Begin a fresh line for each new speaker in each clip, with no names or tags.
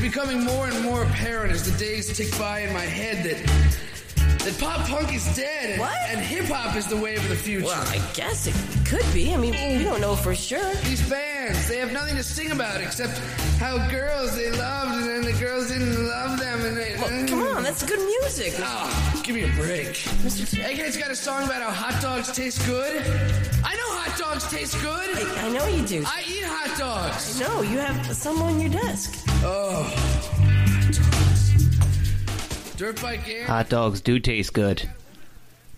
becoming more and more apparent as the days tick by in my head that that pop punk is dead and,
What?
and hip hop is the wave of the future.
Well, I guess it could be. I mean, we don't know for sure.
These bands, they have nothing to sing about except how girls they loved and then the girls didn't love them and they.
Well, come on, that's good music.
Ah, give me a break.
Mr. T-
Egghead's got a song about how hot dogs taste good. I know hot dogs taste good.
I know you do.
I eat hot dogs.
No, you have some on your desk.
Oh. Dirt bike air.
Hot dogs do taste good,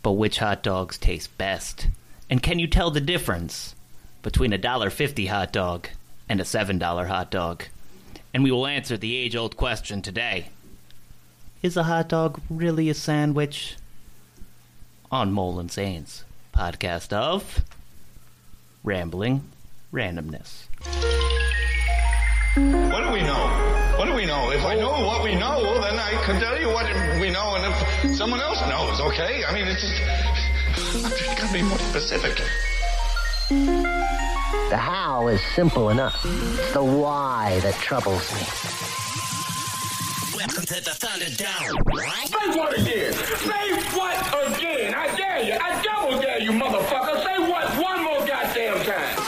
but which hot dogs taste best? And can you tell the difference between a $1.50 hot dog and a $7 hot dog? And we will answer the age old question today Is a hot dog really a sandwich? On Molin Saints, podcast of Rambling Randomness.
What do we know? What do we know? If I know what we know, then I can tell you what we know, and if someone else knows, okay? I mean, it's just. I'm just gonna be more specific.
The how is simple enough. It's the why that troubles me.
Welcome to the Thunderdome.
Say what again? Say what again? I dare you. I double dare you, motherfucker. Say what one more goddamn time.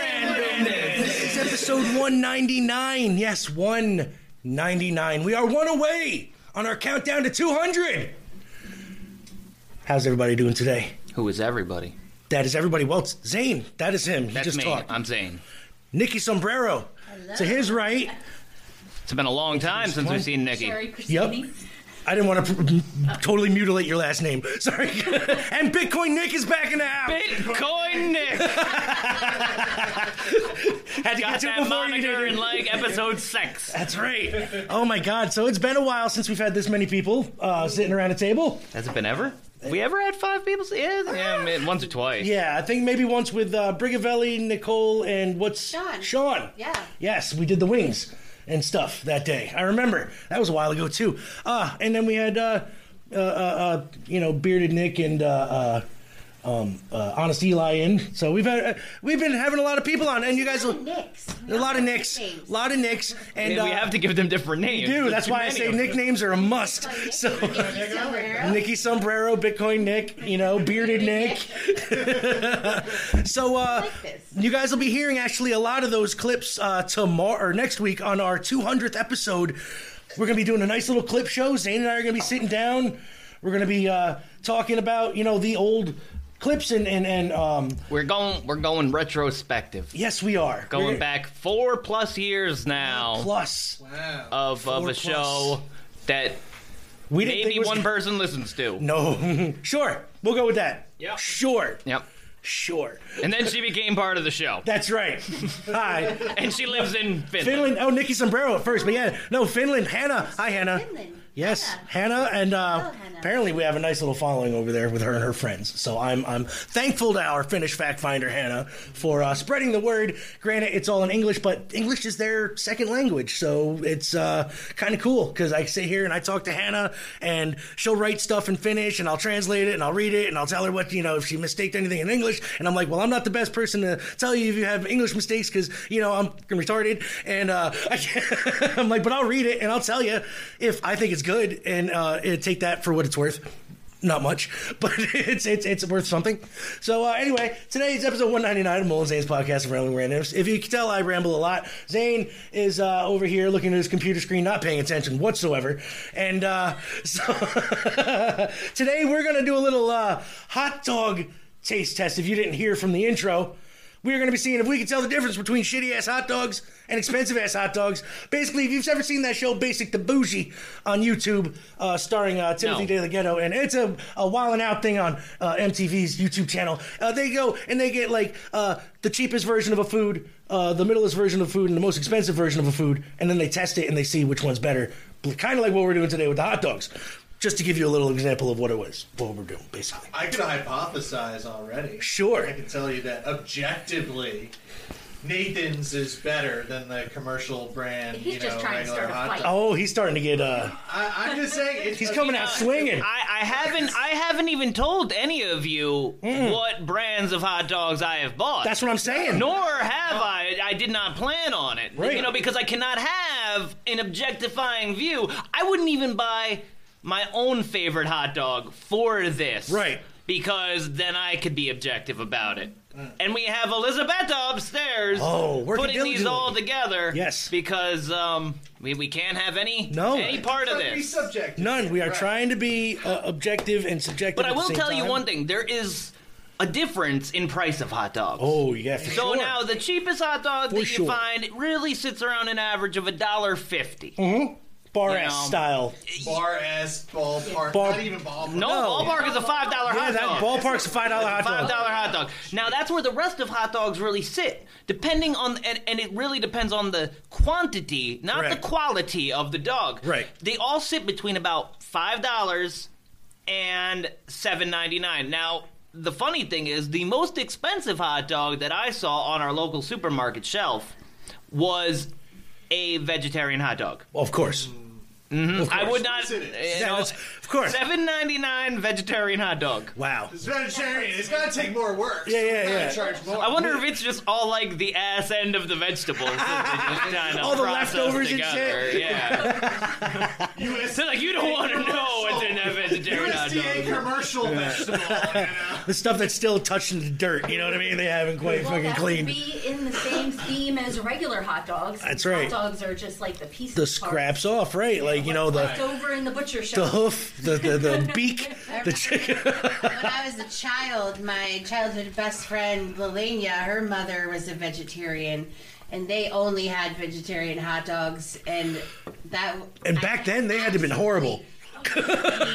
It's episode 199. Yes, 199. We are one away on our countdown to 200. How's everybody doing today?
Who is everybody?
That is everybody. Well, it's Zane. That is him. He
That's
just
me. Uh,
talked.
I'm Zane.
Nikki Sombrero. To his right.
It's been a long time since we've seen Nikki.
Yep. I didn't want to pr- totally mutilate your last name. Sorry. and Bitcoin Nick is back in the house.
Bitcoin Nick!
Had to
got
get to it
that
before you
moniker
did.
in like episode six.
That's right. Oh my God. So it's been a while since we've had this many people uh, sitting around a table.
Has it been ever? We ever had five people? s- Yeah, yeah, man, once or twice.
Yeah, I think maybe once with uh, Brigavelli, Nicole, and what's
Sean.
Sean.
Yeah.
Yes, we did the wings and stuff that day. I remember that was a while ago too. Uh, and then we had uh, uh, uh, uh, you know bearded Nick and. Uh, uh, um, uh, honest Eli in. So we've had uh, we've been having a lot of people on, and you guys, a
Nicks.
lot of nicks, a
Names.
lot of nicks, and,
And we
uh,
have to give them different names.
do.
There's
That's
too
why I
many
say
of them.
nicknames are a must. So Nikki Sombrero, Bitcoin Nick, you know, bearded Nick. so uh,
this.
you guys will be hearing actually a lot of those clips uh, tomorrow or next week on our 200th episode. We're gonna be doing a nice little clip show. Zane and I are gonna be sitting down. We're gonna be uh, talking about you know the old clips and and, and um,
We're going. We're going retrospective.
yes, we are
Going
We're-
back four plus years now
Plus,
of of a
Four plus.
show that
we didn't think
maybe
it was-
one person listens to.
No, sure, we'll go with that.
Yeah.
sure,
Yep.
sure.
And then she became part of the show,
That's right. Hi.
and she lives in Finland.
Finland. Oh, Nikki Sombrero at first, but yeah, no, Finland. Hannah. Hi, Hannah.
Finland.
Yes, Hannah, and uh,
Hello, Hannah.
apparently we have a nice little following over there with her and her friends. So I'm I'm thankful to our Finnish fact finder Hannah for uh, spreading the word. Granted, it's all in English, but English is their second language, so it's uh, kind of cool because I sit here and I talk to Hannah, and she'll write stuff in Finnish, and I'll translate it, and I'll read it, and I'll tell her what you know if she mistaked anything in English, and I'm like, well, I'm not the best person to tell you if you have English mistakes because you know I'm retarded, and uh, I can't, I'm like, but I'll read it and I'll tell you if I think it's good, and uh, it- take that for what it's worth. Not much, but it's it's it's worth something. So uh, anyway, today's episode 199 of Mullen Zane's podcast of Rambling Randoms. If you can tell, I ramble a lot. Zane is uh, over here looking at his computer screen, not paying attention whatsoever. And uh, so today we're gonna do a little uh, hot dog taste test. If you didn't hear from the intro, We are going to be seeing if we can tell the difference between shitty ass hot dogs and expensive ass hot dogs. Basically, if you've ever seen that show, Basic to Bougie, on YouTube, uh, starring uh, Timothy
No.
De La Ghetto, and it's a, a wild and out thing on uh, MTV's YouTube channel. Uh, they go and they get like uh, the cheapest version of a food, uh, the middlest version of food, and the most expensive version of a food, and then they test it and they see which one's better. Kind of like what we're doing today with the hot dogs. Just to give you a little example of what it was, what we're doing, basically.
I can hypothesize already.
Sure.
I can tell you that objectively, Nathan's is better than the commercial brand.
He's
you know,
just trying to
regular
start a
hot
fight.
dog.
Oh, he's starting to get. uh
I, I'm just saying. It's
He's coming out swinging.
I, I haven't I haven't even told any of you what brands of hot dogs I have bought.
Mm. That's what I'm saying.
Nor have I. I did not plan on it.
Right.
You know, because I cannot have an objectifying view. I wouldn't even buy my own favorite hot dog for this.
Right.
Because then I could be objective about it.
Mm.
And we have Elizabeth upstairs
Oh, working
putting these
diligently.
all together.
Yes.
Because um, we, we can't have any
No.
any part of
gotta be
this.
subjective.
None. We are
Right.
trying to be uh, objective and subjective.
But I
at the
will
same
tell you
time.
one thing: there is a difference in price of hot dogs.
Oh yeah, for
So
sure.
now the cheapest hot dog
For
that you
sure.
find really sits around an average of a dollar fifty.
Mm-hmm. bar
you
ass
know,
style.
Bar as ballpark.
Bar-
Not even ballpark.
No, ballpark is a five dollar
Yeah,
hot
that
dog.
ballpark's a five dollar hot
Five
dog.
dollar hot dog. Now that's where the rest of hot dogs really sit, depending on and, and it really depends on the quantity, not
Correct.
the quality of the dog.
Right.
They all sit between about five dollars and seven ninety nine. Now the funny thing is, the most expensive hot dog that I saw on our local supermarket shelf was a vegetarian hot dog. Mm-hmm.
Of course. Of
I
course.
would
Yes,
not.
it is.
you
Yeah,
know,
that's- of course.
Seven ninety nine vegetarian hot dog.
Wow.
It's vegetarian. It's gotta take more work.
Yeah, yeah,
Gotta
yeah.
Charge more.
I wonder if it's just all like the ass end of the vegetables. that they just kinda
All the
process
leftovers and
together.
shit.
Yeah.
USDA
They're like, you don't want to know what's in that vegetarian hot
USDA
dog.
commercial vegetable. You know?
The stuff that's still touching the dirt. You know what I mean? They haven't quite
Well,
fucking
that would
cleaned.
be in the same theme as regular hot dogs.
That's right.
Hot dogs are just like the pieces.
The
part.
scraps off, right? Like you know
left
the
over in the butcher
the
shop.
hoof, the the, the beak, the chicken.
When I was a child, my childhood best friend, Lelania, her mother was a vegetarian, and they only had vegetarian hot dogs, and that.
And back then they had to have been horrible.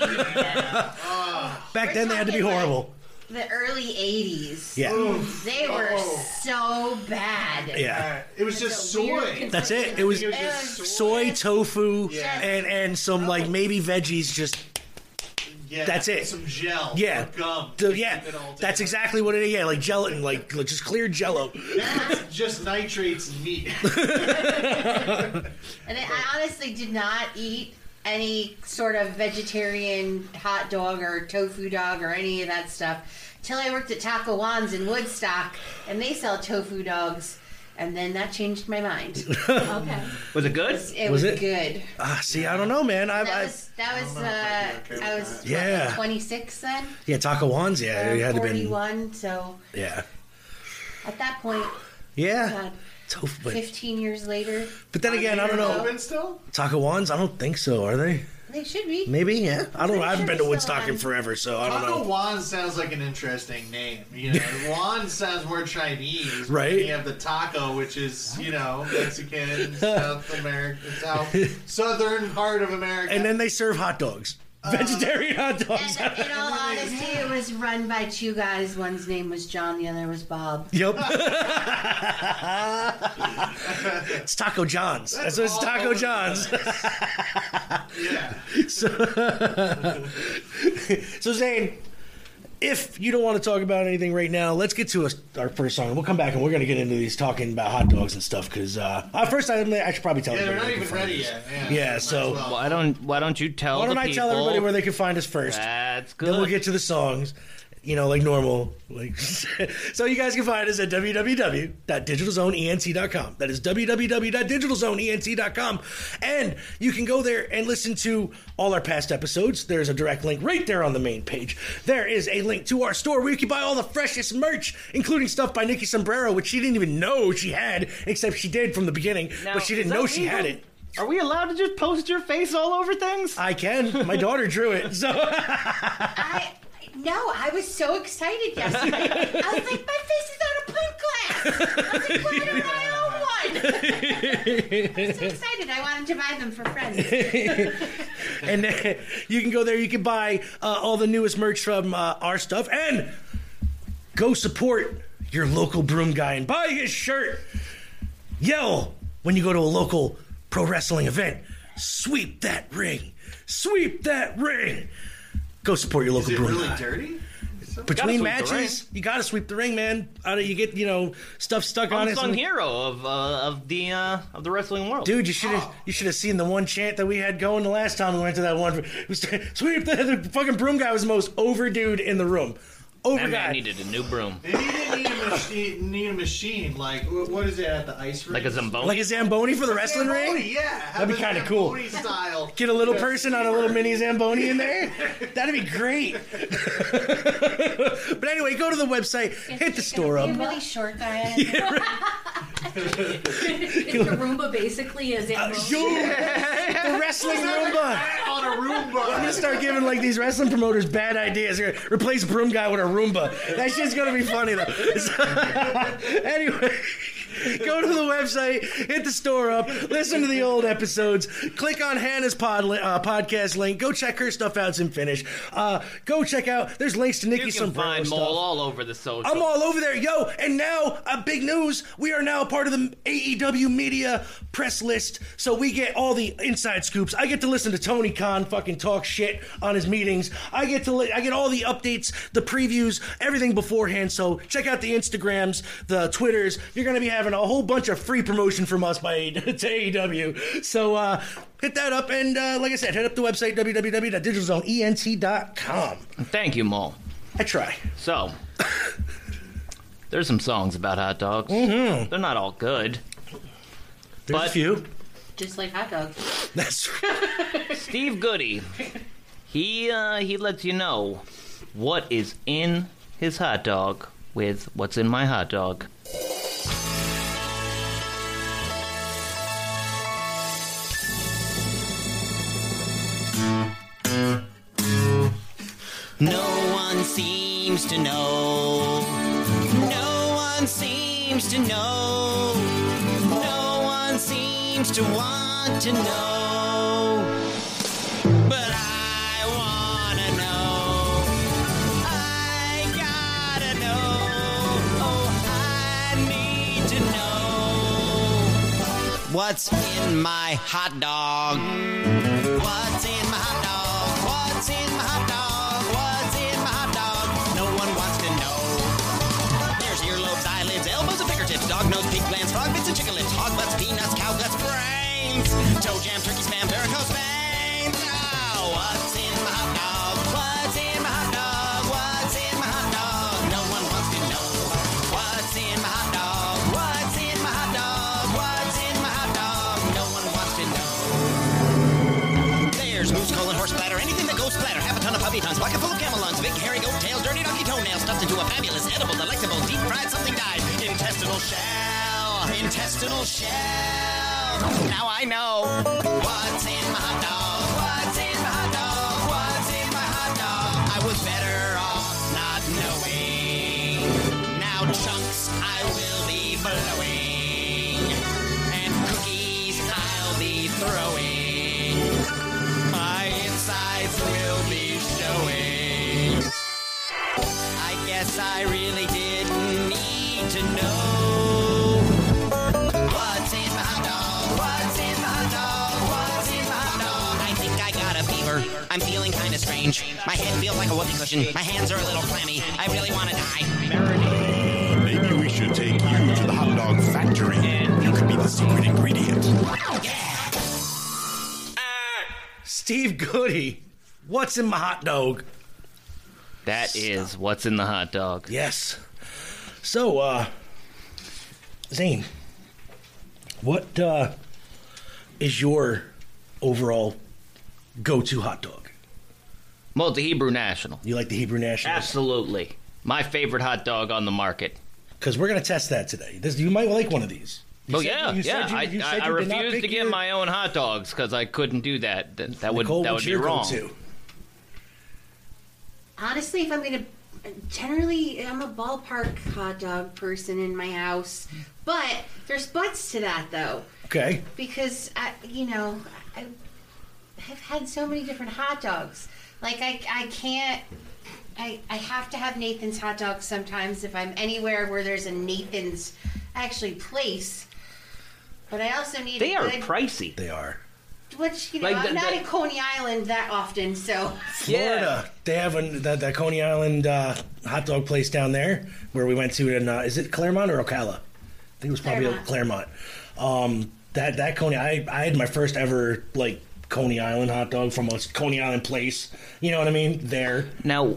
Ah.
Back then they had to be horrible.
The early 80s.
Yeah.
They were
Oh.
so bad.
Yeah.
It was just
a weird
soy.
That's it. It was
It was just soy.
soy tofu
Yeah.
and and some like maybe veggies just
Yeah,
That's it.
Some gel.
Yeah.
Or gum.
The-
to
yeah,
keep it all
that's
together.
exactly what it is. Yeah, like gelatin, like, like just clear jello.
That's just nitrates and meat.
And I- I honestly did not eat any sort of vegetarian hot dog or tofu dog or any of that stuff till I worked at Taco Wan's in Woodstock, and they sell tofu dogs. And then that changed my mind.
Okay.
Was it good?
It
Was
was,
it?
good.
Ah, see, I don't know, man. I,
That
I
was that was
I
uh,
don't know if I'd be okay
I
with
was
that.
what,
Yeah.
like 26 then.
yeah, taco wands. Yeah, it had to been.
41. So
Yeah,
at that point,
yeah.
God,
Tofu, but,
15 years later,
but then again, I don't know.
Open still?
Taco wands? I don't think so. Are they?
they should be.
Maybe. Yeah. I don't. know. I haven't been
Pretty sure they
to
still
Woodstock in
have-
forever, so I don't
Taco
know.
Wan sounds like an interesting name. You know, Wan sounds more Chinese. but
Right.
then You have the taco, which is you know Mexican, South American, South Southern part of America. Uh,
And then they serve hot dogs, vegetarian hot dogs.
And in all honesty, it was run by two guys. One's name was John, the other was Bob.
Yep. it's Taco John's. That's, what it's
all
Taco
over the
John's.
yeah,
So Zane, if you don't want to talk about anything right now, let's get to us our first song. We'll come back and we're gonna get into these talking about hot dogs and stuff. Because uh, uh, first, I, I should probably tell
yeah, they're
everybody
not
where they
even ready
can find us.
yet. Yeah.
Yeah,
Might as
so-
well.
Why don't Why don't you tell
Why
the
don't I
people?
tell everybody where they can find us first?
That's good.
Then we'll get to the songs, you know, like normal. Like, so you guys can find us at www.digitalzoneent.com. That is www.digitalzoneent.com, and you can go there and listen to all our past episodes. There's a direct link right there on the main page. There is a link to our store where you can buy all the freshest merch, including stuff by Nikki Sombrero, which she didn't even know she had, except she did from the beginning,
Now,
but she
is
didn't
that
know she had
legal?
it.
Are we allowed to just post your face all over things?
I can. My daughter drew it, so.
I no, I was so excited yesterday. I was like, my face is on a pint glass. I'm so excited. I wanted to buy them for friends.
and then you can go there. You can buy uh, all the newest merch from uh, our stuff, and go support your local broom guy and buy his shirt. Yell when you go to a local pro wrestling event. Sweep that ring. Sweep that ring. Go support your local
Is it
broom
really
guy.
dirty?
Between
Gotta sweep the
matches, you gotta sweep the ring, man. Out of you get you know stuff stuck on it.
unsung hero of uh, of the uh, of the wrestling world.
Dude, you should have
Oh.
you should have seen the one chant that we had going the last time we went to that one. It was, sweep the, the fucking broom guy was the most over dude in the room. Over
that man
guy.
needed a new broom,
Maybe you didn't need a machine. Need a machine like wh- what is it at the ice rink?
like a zamboni.
Like a Zamboni for the wrestling
Zamboni,
ring?
Yeah, have
be
a
kinda cool.
Zamboni Style.
Get a little person on a little mini Zamboni in there? That'd be great. but anyway, go to the website, hit the store
I'm
up.
really short, guys.
It's a Roomba basically as
Uh, Yo,
in
the wrestling Roomba.
on a
I'm gonna
Roomba.
start giving like these wrestling promoters bad ideas. Here, Replace broom guy with a Roomba. That shit's gonna be funny though. So- anyway. Go to the website, hit the store up, listen to the old episodes, click on Hannah's pod, li- uh, podcast link, go check her stuff out. It's in Finnish. Uh, go check out. There's links to
you
Nikki's
can
Sombrero
find
stuff.
Mole all over the social.
I'm all over there, yo. And now, uh, big news: we are now part of the AEW media press list, so we get all the inside scoops. I get to listen to Tony Khan fucking talk shit on his meetings. I get to li- I get all the updates, the previews, everything beforehand. So check out the Instagrams, the Twitters. You're gonna be having a whole bunch of free promotion from us by E to AEW. So. uh Hit that up, and uh, like I said, head up the website www.digitalzoneent.com.
Thank you, Mole.
I try.
So, there's some songs about hot dogs. They're not all good.
Mm-hmm. There's
But-
a few.
Just like hot dogs.
That's
Steve Goody, he uh, he lets you know what is in his hot dog with what's in my hot dog.
No one seems to know. No one seems to know. No one seems to want to know. But I wanna know. I gotta know. Oh, I need to know. What's in my hot dog? What's in my hot dog? What's in my hot dog? What's in my hot dog? No one wants to know. There's earlobes, eyelids, elbows, and fingertips, dog nose, pig glands, frog bits, and chicken lips, hog butts, peanuts, cow guts, brains, toe jam, turkey spam, varicose veins. Ah, what's in my hot dog? What's in my hot dog? What's in my hot dog? No one wants to know. What's in my hot dog? What's in my hot dog? What's in my hot dog? No one wants to know. There's moose, colon, horse splatter, anything that goes splatter. Half a ton of puppy tongues, pocket full of camel lungs, big hairy goat tails, dirty donkey toenails, stuffed into a fabulous, edible, delectable, deep fried something dyed intestinal shell. Intestinal shell. Now I know what's in my hot dog. What's in my hot dog? What's in my hot dog? I was better off not knowing. Now chunks, I will be blowing, and cookies, I'll be throwing. My insides will be showing. I guess I really didn't need to know. What's in my hot dog? What's in my hot dog? What's in my hot dog? I think I got a fever. I'm feeling kinda strange. My head feels like a whoopee cushion. My hands are a little clammy. I really wanna die.
Maybe we should take you to the hot dog factory. You could be the secret ingredient.
Steve Goody. What's in my hot dog?
That is what's in the hot dog.
Yes. So, uh, Zane, what uh, is your overall go-to hot dog?
Well, it's a Hebrew National.
You like the Hebrew National?
Absolutely. My favorite hot dog on the market.
Because we're gonna test that today. This you might like one of these. You
oh,
said-
yeah,
you said
yeah.
you-
I,
you
I,
said
I
you did not
refused to
pick
get
your-
my own hot dogs because I couldn't do that. That, that would
Nicole,
that would
what's
be
your
wrong.
go-to?
Honestly, if I'm gonna generally I'm a ballpark hot dog person in my house, but there's buts to that though
Okay.
because I, you know I have had so many different hot dogs. Like I, I can't. I, I have to have Nathan's hot dogs sometimes if I'm anywhere where there's a Nathan's actually place. But I also need
They
a
are
good,
pricey.
They are.
which you know
like
I'm
the-
not
the-
in Coney Island that often, so
Florida. They have an, that, that Coney Island uh, hot dog place down there where we went to. In uh, is it Claremont or Ocala? I think it was probably Claremont. Um, that that Coney, I I had my first ever like Coney Island hot dog from a Coney Island place. You know what I mean? There.
Now,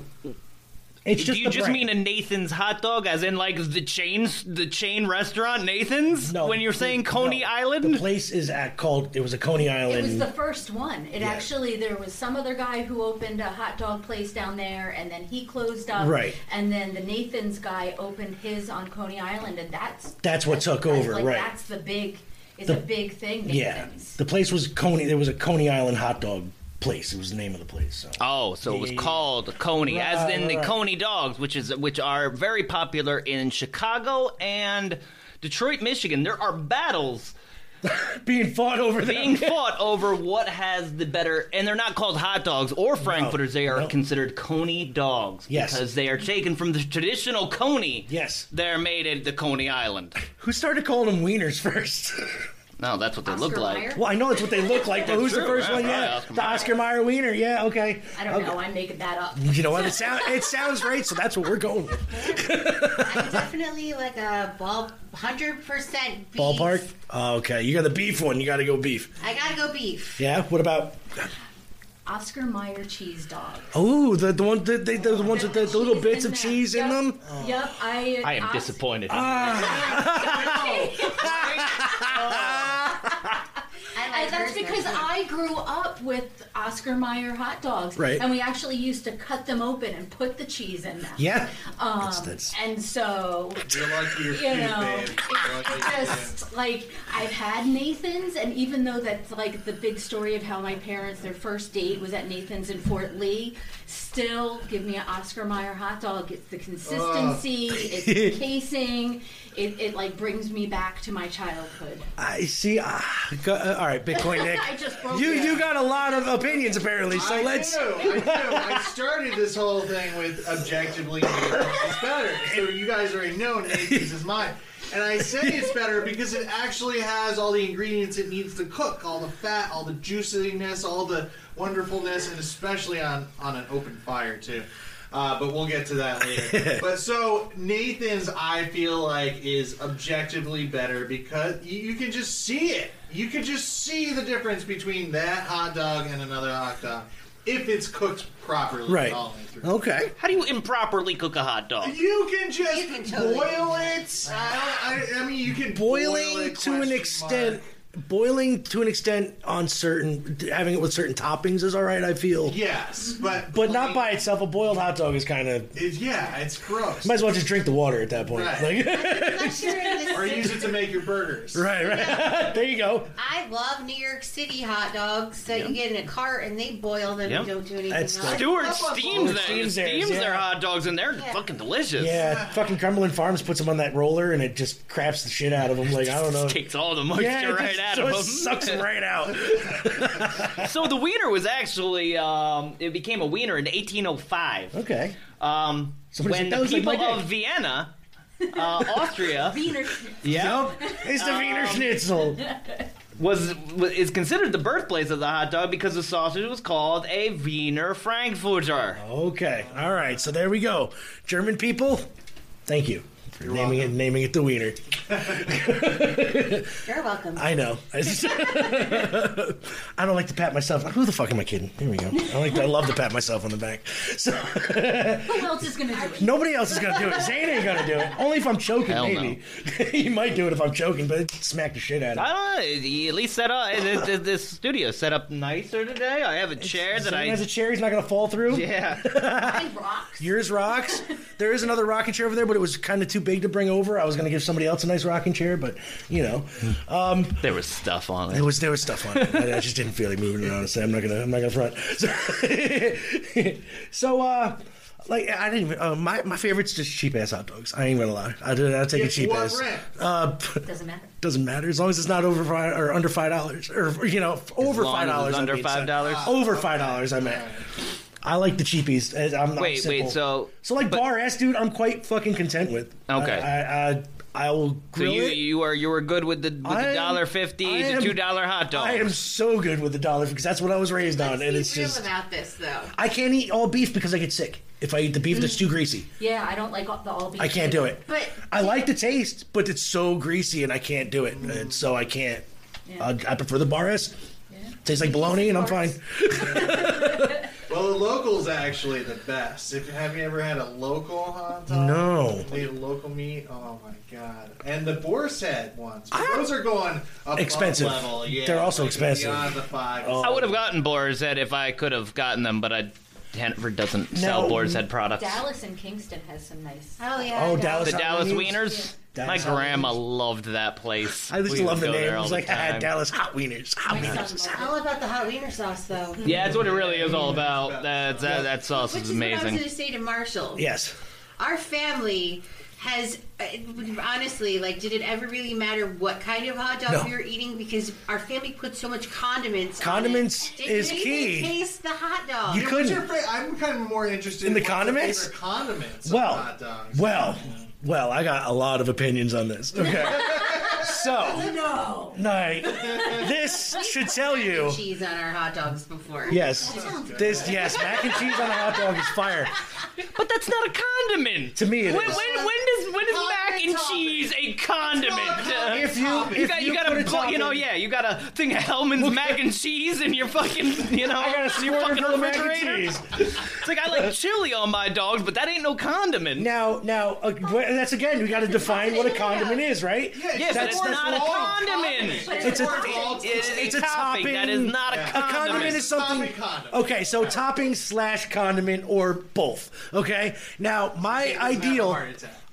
it's just
Do you
the
just
brand.
mean a Nathan's hot dog, as in like the chain, the chain restaurant Nathan's? No. When you're saying Coney Island,
the place is at called. It was a Coney Island.
It was the first one. It
Yeah.
actually there was some other guy who opened a hot dog place down there, and then he closed up.
Right.
And then the Nathan's guy opened his on Coney Island, and that's
That's what took over,
like,
right?
That's the big. It's
The-
a big thing.
Yeah,
Nathan's.
the place was Coney. There was a Coney Island hot dog place. It was the name of the place. So.
Oh, so it was called Coney, as in the
Right.
Coney dogs, which is which are very popular in Chicago and Detroit, Michigan. There are battles
being fought over them.
being fought over what has the better, and they're not called hot dogs or frankfurters. they are considered Coney dogs
Yes.
because they are taken from the traditional Coney.
Yes,
they're made at the Coney Island.
Who started calling them wieners first?
No, that's what they look like.
Well, I know it's what they look like, but
That's
who's the
true,
first
yeah,
one?
right,
Yeah,
Oscar
the Oscar Mayer wiener. Yeah, okay.
I don't know. I'm making that up.
You know what? It sounds it sounds right, so that's what we're going with.
definitely like a ball, hundred percent beef.
Ballpark. Oh, okay, you got the beef one. You got to go beef.
I gotta go beef.
Yeah. What about?
Oscar Mayer cheese dog.
Oh, the the one the, the, the ones with the, the little bits of cheese in them.
Yep, I. uh,
I am disappointed.
And that's because I grew up with Oscar Mayer hot dogs,
Right.
And we actually used to cut them open and put the cheese in them.
Yeah.
Um,
That's- that's-
And so,
You're lucky
you
you're
know,
cute, babe.
it, it just like I've had Nathan's, and even though that's like the big story of how my parents their first date was at Nathan's in Fort Lee, still give me an Oscar Mayer hot dog. It's the consistency, it's the casing. It, it like brings me back to my childhood.
I see. Ah, go, uh, all right, Bitcoin Nick.
I just broke
you
it.
you got a lot of opinions apparently. So
I
let's.
do, I do. I started this whole thing with objectively Nathan's is better. So you guys already know Nathan's is mine. And I say it's better because it actually has all the ingredients it needs to cook, all the fat, all the juiciness, all the wonderfulness, and especially on, on an open fire too. Uh, but we'll get to that later. but so Nathan's, I feel like, is objectively better because you, you can just see it. You can just see the difference between that hot dog and another hot dog if it's cooked properly.
Right.
all the way
Okay.
How do you improperly cook a hot dog?
you can just
totally-
boil it. I, don't- I, I mean, you can
boiling
boil it,
to an
question
extent
mark.
boiling to an extent on certain having it with certain toppings is all right i feel
Yes, but
but not by itself a boiled hot dog is kind of
It, yeah, it's gross.
might as well just drink the water at that point
Right.
Like-
or use it to make your burgers.
right right there you go
I love New York City hot dogs that you get in a cart and they boil them.
Yep.
You don't do anything
That's
else.
Stewart steams them.
Steams
Steams,
theirs, yeah.
their hot dogs, and they're fucking delicious.
yeah fucking cumberland farms puts them on that roller and it just craps the shit out of them like i don't know
takes all the moisture
Yeah, it
right
just-
out
so
of
it
them.
sucks 'em right out.
so the wiener was actually um, it became a wiener in 1805.
okay
Um,
Somebody
when
said, "That
the
looks like
people
my dick."
of Vienna, uh, Austria,
Wiener.
yeah, Um,
it's the wiener schnitzel
was, was is considered the birthplace of the hot dog because the sausage was called a Wiener Frankfurter.
Okay. All right. So there we go. German people, thank you for naming it naming it the wiener.
You're welcome.
I know. I just- I don't like to pat myself. Who the fuck am I kidding? Here we go. I like. To, I love to pat myself on the back. So
Who else is gonna do it?
nobody else is gonna do it. Zane ain't gonna do it. Only if I'm choking,
Hell no.
maybe. you might do it if I'm choking, but it smack the shit out of.
I don't know. you At least set up this, this- this studio set up nicer today. I have a chair that
Zane
I
has a chair. He's not gonna fall through.
Yeah.
Yours rocks. There is another rocking chair over there, but it was kind of too big to bring over. I was gonna give somebody else a nice rocking chair, but you know. Um,
there was stuff on it.
There was there was stuff on it. I, I just didn't feel like moving it. Honestly, I'm not gonna I'm not gonna front. So, so, uh, Like I didn't even. Uh, my my favorite's just cheap ass hot dogs. I ain't gonna lie. I did. I take a
It's
cheap
what
ass.
rent?
Uh,
doesn't matter.
Doesn't matter as long as it's not over five or under five dollars or you know over
long as
five
it's
dollars.
under $5?
Over five dollars. I meant. I like the cheapies. I- I'm not
Wait,
simple.
wait, so-
so like bar ass dude, I'm quite fucking content with.
Okay.
I I, I, I will
So
grill
you
it.
you are you were good with the with
I
the
am-
dollar fifty
I
to
am-
two dollar hot dog.
I am so good with the dollar because that's what I was raised on, and it's
Real
just
about this though.
I can't eat all beef because I get sick if I eat the beef that's too greasy.
Yeah, I don't like all, the all beef.
I can't do it.
But
I like the taste, but it's so greasy and I can't do it, and so I can't. I, I prefer the bar S. Tastes like bologna, and I'm fine.
Well, the local's actually the best. If have you ever had a local hot dog?
No.
The local meat. Oh my god! And the boar's head ones. but Those are going above
Ah! Expensive.
Level. Yeah,
They're also
like
expensive.
Beyond the five.
I would have gotten Boar's Head if I could have gotten them, but I, Hannaford doesn't
No.
sell Boar's Head products.
Dallas and Kingston has some nice.
Oh
yeah.
Oh, Dallas
the
Hot
Dallas
Wieners?
Wieners.
Yeah.
My
Dallas Hot
grandma loved that place.
I used
We
to
would
love the
go there
name.
all
It's
the
like I had
time.
Dallas hot wieners. Hot wieners.
All about the hot wiener sauce though.
Yeah, that's what it really is all about. That that, that sauce
Which
is
is what I was
amazing.
going to say to Marshall.
Yes.
Our family has uh, honestly, like, did it ever really matter what kind of hot dog
No.
we were eating? Because our family put so much condiments.
Condiments
on it.
is
Did you
key.
even Taste the hot dog.
You
Yeah, what's
couldn't.
your fa- I'm kind of more interested
In the
what's your
condiments?
favorite Condiments. of
Well,
hot dogs?
well, well. I got a lot of opinions on this. Okay. so,
No.
night. This should tell you.
Cheese on our hot dogs before.
Yes. This yes, mac and cheese on a hot dog is fire.
But that's not a condiment.
To me, it
When,
is.
when, when does when is mac and cheese a condiment?
If you-
Uh,
if
got
you
you got
put
a
a
bu- you know
topping-
yeah you got a thing of Hellman's mac and cheese in your fucking you know
I got a
your
squirter
fucking
full of mac and
refrigerator.
cheese.
It's like I like chili on my dogs, but that ain't no condiment.
Now, now, uh, wh- that's again. We got to define what a condiment is, right?
Yeah, but it's not a condiment.
It's a it's, it's a topping.
That is not a
A
condiment.
condiment is something. Okay, so topping slash condiment or both. Okay. Now, my ideal.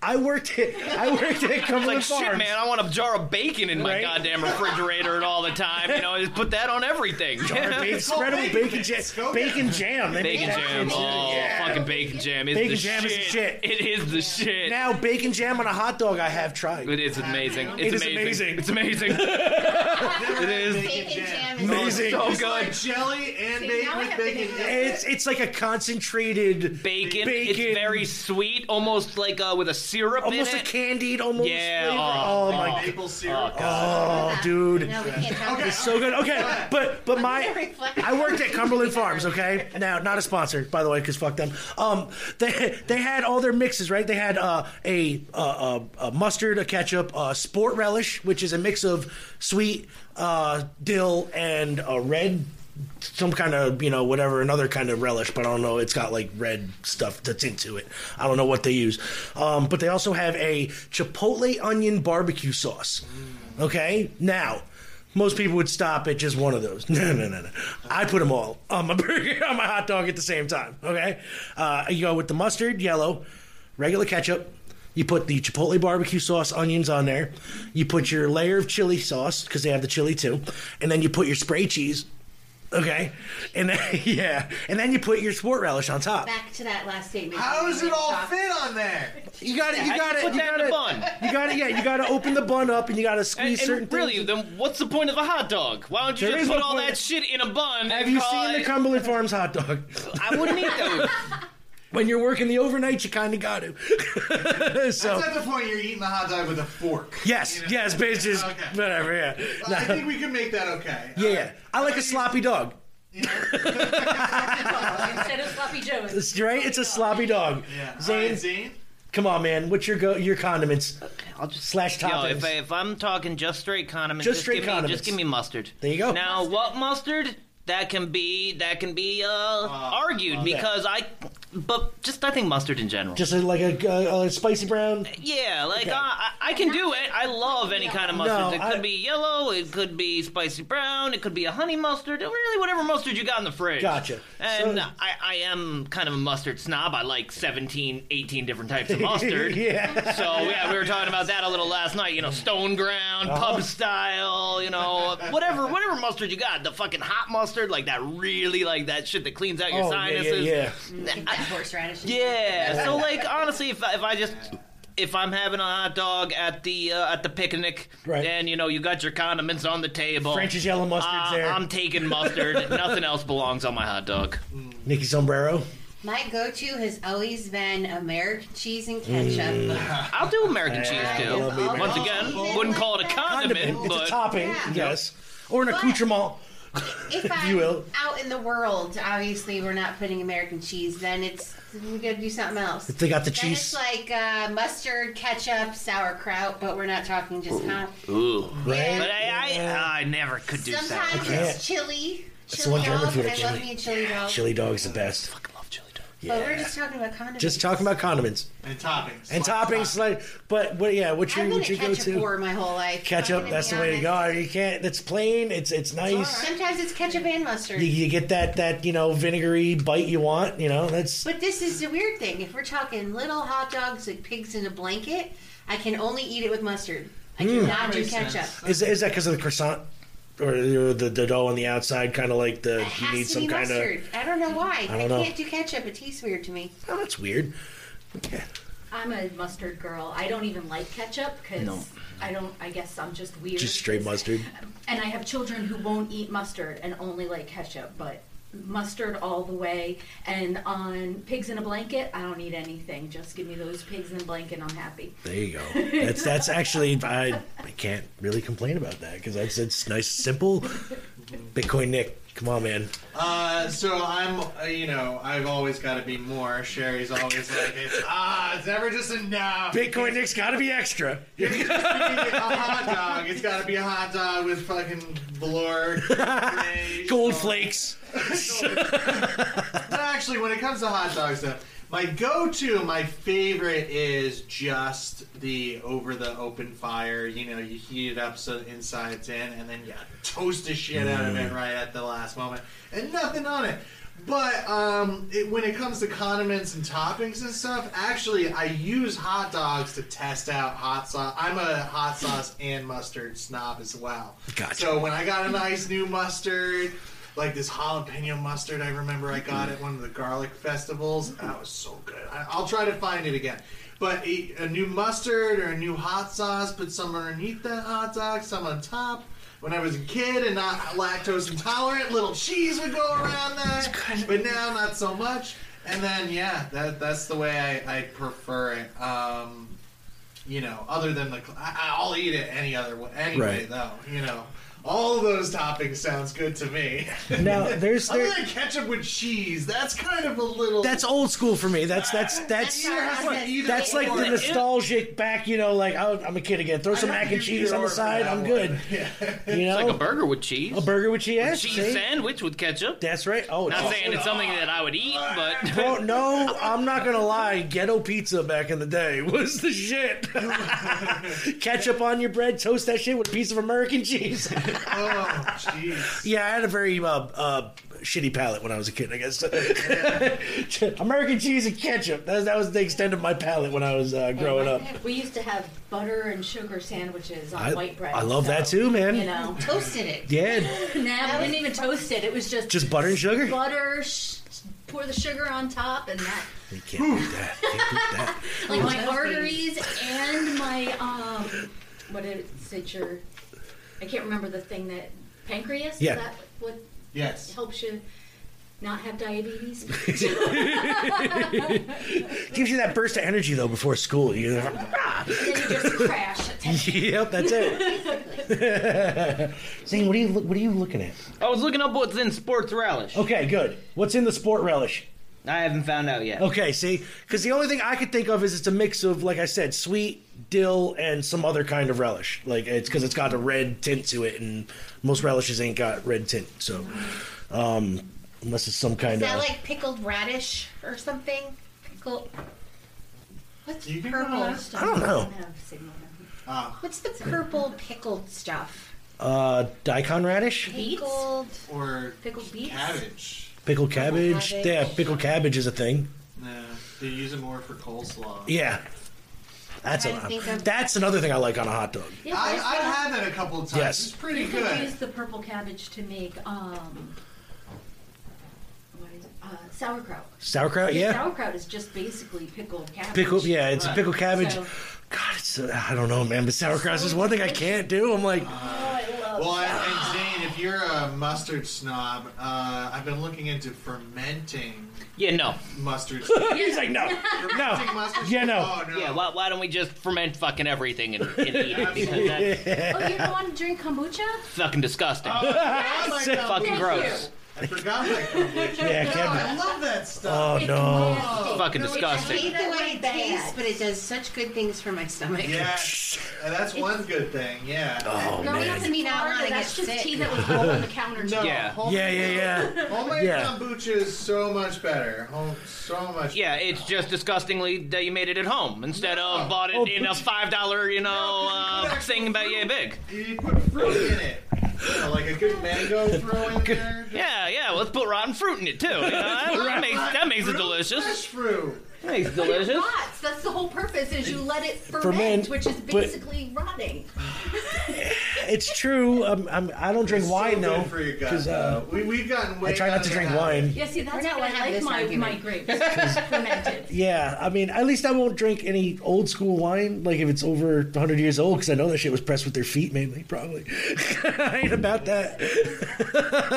I worked at I worked at
It's
Cumberland
like shit,
Farms.
man. I want a jar of bacon in my goddamn refrigerator and all the time. You know, just put that on everything.
Jar of bacon, spread 'em with bacon jam. Bacon jam. They
Bacon
make that
jam.
shit.
Oh, fucking bacon jam is
Bacon
the
jam
shit.
is the shit.
It is the shit.
Now, bacon jam on a hot dog. I have tried.
it is amazing. It's
It is amazing.
amazing. It's amazing. it is.
Bacon jam. is
Amazing. Oh,
so
It's
good.
like jelly and bacon with bacon.
It's it's like a concentrated
Bacon.
Bacon.
It's very sweet, almost like uh, with a syrup
almost
in
a
it.
candied almost
Yeah,
flavor.
oh,
Oh, my
Maple syrup.
Oh, dude.
No, we can't talk
It's so good. Okay, but but my I worked at Cumberland Farms. Okay, now not a sponsor, by the way, because fuck them. Um, they they had all their mixes, right? They had uh, a, uh, a a mustard, a ketchup, a sport relish, which is a mix of sweet uh, dill and a red. Some kind of you know whatever another kind of relish, but I don't know. It's got like red stuff that's into it. I don't know what they use, um, but they also have a chipotle onion barbecue sauce. Okay, now most people would stop at just one of those. No, no, no, no. I put them all on my burger, on my hot dog at the same time. Okay, uh, you go with the mustard, yellow, regular ketchup. You put the chipotle barbecue sauce, onions on there. You put your layer of chili sauce because they have the chili too, and then you put your spray cheese. Okay, and then yeah, and then you put your sport relish on top.
Back to that last statement.
How does it all fit on there?
You got it.
How
You
do
got
you
it.
put
You
that in
got
the
it.
bun?
You got it. Yeah, you got to open the bun up and you got to
And,
squeeze certain
and really,
things.
then what's the point of a hot dog? Why don't you
There is
just put
no
all
point.
that shit in a bun?
Have
and
you
call
seen the
it-
Cumberland Farms hot dog?
I wouldn't eat those.
when you're working the overnight, you kind of got to. so
That's at the point you're eating the hot dog with a fork.
yes, yes, bitches,
Okay.
whatever. Yeah,
I think we can make that okay.
yeah, yeah. I like a sloppy dog.
Instead of sloppy joes.
It's- right? It's a sloppy dog.
Yeah.
Zane,
Alright, Zane.
come on, man. What's your go? Your condiments? I'll just slash
Yo,
toppings.
if, I, if I'm talking just straight condiments,
Just
just,
straight
give me,
condiments.
just give me mustard.
There you go.
Now, what mustard? That can be that can be uh, argued because I, but just I think mustard in general.
just a, like a, a, a spicy brown.
yeah, like uh, I, I can do it. I love any kind of mustard.
No,
it could
I-
be yellow. It could be spicy brown. It could be a honey mustard. Really, whatever mustard you got in the fridge.
Gotcha.
And
So-
I, I am kind of a mustard snob. I like 17, 18 different types of mustard.
yeah.
So yeah, we were talking about that a little last night. You know,
Uh-huh.
stone ground, pub style. You know, whatever, whatever mustard you got, the fucking hot mustard, like that really like that shit that cleans out your
Oh, yeah, yeah,
sinuses.
yeah. horseradish.
Yeah. So like honestly, if I, if I just if I'm having a hot dog at the uh, at the picnic, and you know you got your condiments on the table,
French's yellow mustard's
uh,
there.
I'm taking mustard. Nothing else belongs on my hot dog.
Nikki Sombrero.
My go-to has always been American cheese and ketchup.
Mm.
I'll do American cheese
I
too.
love American
Once
cheese.
again,
Even like
wouldn't call it a
that.
condiment,
Condiment. It's
but
a topping,
Yeah.
yes, or an accoutrement,
If
if
I'm
you will.
out in the world, obviously we're not putting American cheese. Then it's we gotta do something else.
If they got the
Then it's
cheese-
like uh, mustard, ketchup, sauerkraut, but we're not talking just con-
Ooh.
Right?
But I, I, I never could do
Sometimes
sauerkraut.
it's chili.
That's the
chili
one German
dog.
food,
I love
chili.
me a chili dog.
Chili dog's the best.
But we're just talking about condiments.
Just talking about condiments
and toppings.
and toppings, like, but what? Yeah, what's your
I've been
what
a
your go
ketchup whore
to?
my whole life.
Ketchup.
I'm gonna
That's
be
the way to go. You can't. It's plain. It's it's
honest.
nice.
Sometimes it's ketchup and mustard.
You, you get that that you know vinegary bite you want. You know that's
But this is the weird thing. If we're talking little hot dogs like pigs in a blanket, I can only eat it with mustard. I
Mm.
cannot do
Makes
ketchup.
is is that because of the croissant or the, the the dough on the outside, kind of like the you
It
need
has to
some
be
kind
mustard.
of.
I don't know why.
I don't know.
can't do ketchup. It tastes weird to me.
Oh, that's weird.
I'm a mustard girl. I don't even like ketchup because
No.
I don't. I guess I'm just weird.
Just straight mustard.
And I have children who won't eat mustard and only like ketchup, but mustard all the way. And on pigs in a blanket, I don't eat anything. Just give me those pigs in a blanket, and I'm happy.
There you go. That's that's actually I I can't really complain about that because that's it's nice simple. Bitcoin Nick, come on man.
Uh, so I'm, uh, you know, I've always got to be more. Sherry's always like, it's, ah, it's never just enough.
Bitcoin Nick's got to be extra.
a hot dog. It's got to be a hot dog with fucking velour.
Gold flakes.
but actually, when it comes to hot dogs, though, my go-to, my favorite is just the over the open fire. You know, you heat it up so the inside's in, and then you toast the shit out of it
Mm.
right at the last moment, and nothing on it. But um, it, when it comes to condiments and toppings and stuff, actually, I use hot dogs to test out hot sauce. I'm a hot sauce and mustard snob as well.
Gotcha.
So when I got a nice new mustard, like this jalapeno mustard, I remember I got at one of the garlic festivals. That was so good. I, I'll try to find it again. But a, a new mustard or a new hot sauce, put some underneath that hot dog, some on top. When I was a kid and not lactose intolerant, little cheese would go around that. But now, not so much. And then, yeah, that, that's the way I, I prefer it. Um, you know, other than the, I, I'll eat it any other way, anyway,
Right.
though. You know, all those toppings sounds good to me.
Now, there's-
other
there-
than ketchup with cheese. That's kind of a little.
That's old school for me. That's that's that's
That's not
that's,
either
like
or.
the nostalgic back. You know, like oh, I'm a kid again. Throw some mac and cheese on the side. I'm good. You know,
It's like a burger with cheese.
A burger with cheese.
Cheese sandwich with ketchup.
That's right. Oh,
not
oh.
saying it's something that I would eat, but
Bro, no, I'm not gonna lie. Ghetto pizza back in the day was the shit. Ketchup on your bread, toast that shit with a piece of American cheese.
oh, jeez.
Yeah, I had a very uh, uh, shitty palate when I was a kid. I guess American cheese and ketchup. That, that was the extent of my palate when I was uh, growing up.
We used to have butter and sugar sandwiches on
I-
white bread.
I love
so,
that too, man.
You know,
toasted it.
Yeah,
Nah, we didn't even toast it. It was just
Just butter and sugar?
Butter, sh- pour the sugar on top, and that
we can't do that.
like
Oh,
my
those
arteries and my um, what is it? Your I can't remember the thing that pancreas.
Yeah.
Is that what?
Yes.
Helps you not have diabetes.
Gives you that burst of energy though before school. You
crash.
yep, that's it. Zane, what are you look- what are you looking at?
I was looking up what's in sports relish.
Okay, good. What's in the sport relish?
I haven't found out yet.
Okay, see, because the only thing I could think of is it's a mix of, like I said, sweet dill and some other kind of relish. Like it's because it's got a red tint to it, and most relishes ain't got red tint. So, um, unless it's some kind
Is that
of
like pickled radish or something? Pickled. What's purple?
stuff?
I don't know.
Ah.
What's the purple pickled stuff?
uh, daikon radish,
Pickled
or
pickled beets?
cabbage.
pickled cabbage.
cabbage.
Yeah, pickled cabbage is a thing.
No, they use it more for coleslaw.
Yeah, that's
Trying to think
a,
of-
that's another thing I like on a hot dog.
Yeah,
I,
there's
I've
that.
had that a couple of times.
Yes.
It's pretty
you
good.
could use the purple cabbage to make um, uh, sauerkraut.
Sauerkraut, yeah.
Sauerkraut is just basically pickled cabbage.
Pickled, yeah, it's
Right.
pickled cabbage.
So-
God, it's, I don't know, man, but sauerkraut is one thing I can't do. I'm like,
Well, and, and Zane, if you're a mustard snob, uh, I've been looking into fermenting
Yeah, no.
mustard.
He's like, no,
no.
Yeah,
no.
Yeah, why, why don't we just ferment fucking everything and, and eat it? Because that's
oh, you don't want to drink kombucha?
fucking disgusting.
Oh, yes.
It's
Thank
fucking
you.
gross.
I forgot that kombucha.
Yeah,
no,
Kevin.
Oh, I love that stuff.
Oh,
It's
no.
nasty.
It's fucking
No, it's
disgusting.
I hate
that
the way
way
it
bad.
tastes, but it does such good things for my stomach.
Yes, Uh, that's one good thing. Yeah.
Oh, Growing man. up in Florida, that's just tea that was
all on the counter.
No,
Yeah.
homemade-
Yeah, yeah, yeah.
Homemade
Yeah.
kombucha is so much better. Home, so much.
Yeah, it's just disgustingly that you made it at home instead of bought it
Oh,
in a
but-
five dollar, you know, uh, thing about yeah big.
You put fruit in it, you know, like a good mango throw in there.
Yeah, yeah. Let's put rotten fruit in it too. You know, that, that makes that makes it delicious.
Fresh fruit.
Makes it
But it
delicious.
rots. That's the whole purpose is you let it ferment,
Ferment,
which is
but-
basically rotting.
it's true. I'm, I'm, I don't drink wine,
good
though.
for your gut,
'cause, uh,
though. we, we've gotten
I
way
try not
out
to
of
drink
the habit.
wine.
Yeah, see, that's
We're not
how I
gonna have
like
this
my, my
argument.
grapes. fermented.
Yeah, I mean, at least I won't drink any old school wine, like if it's over 100 years old, because I know that shit was pressed with their feet mainly, probably. I ain't about that.
I've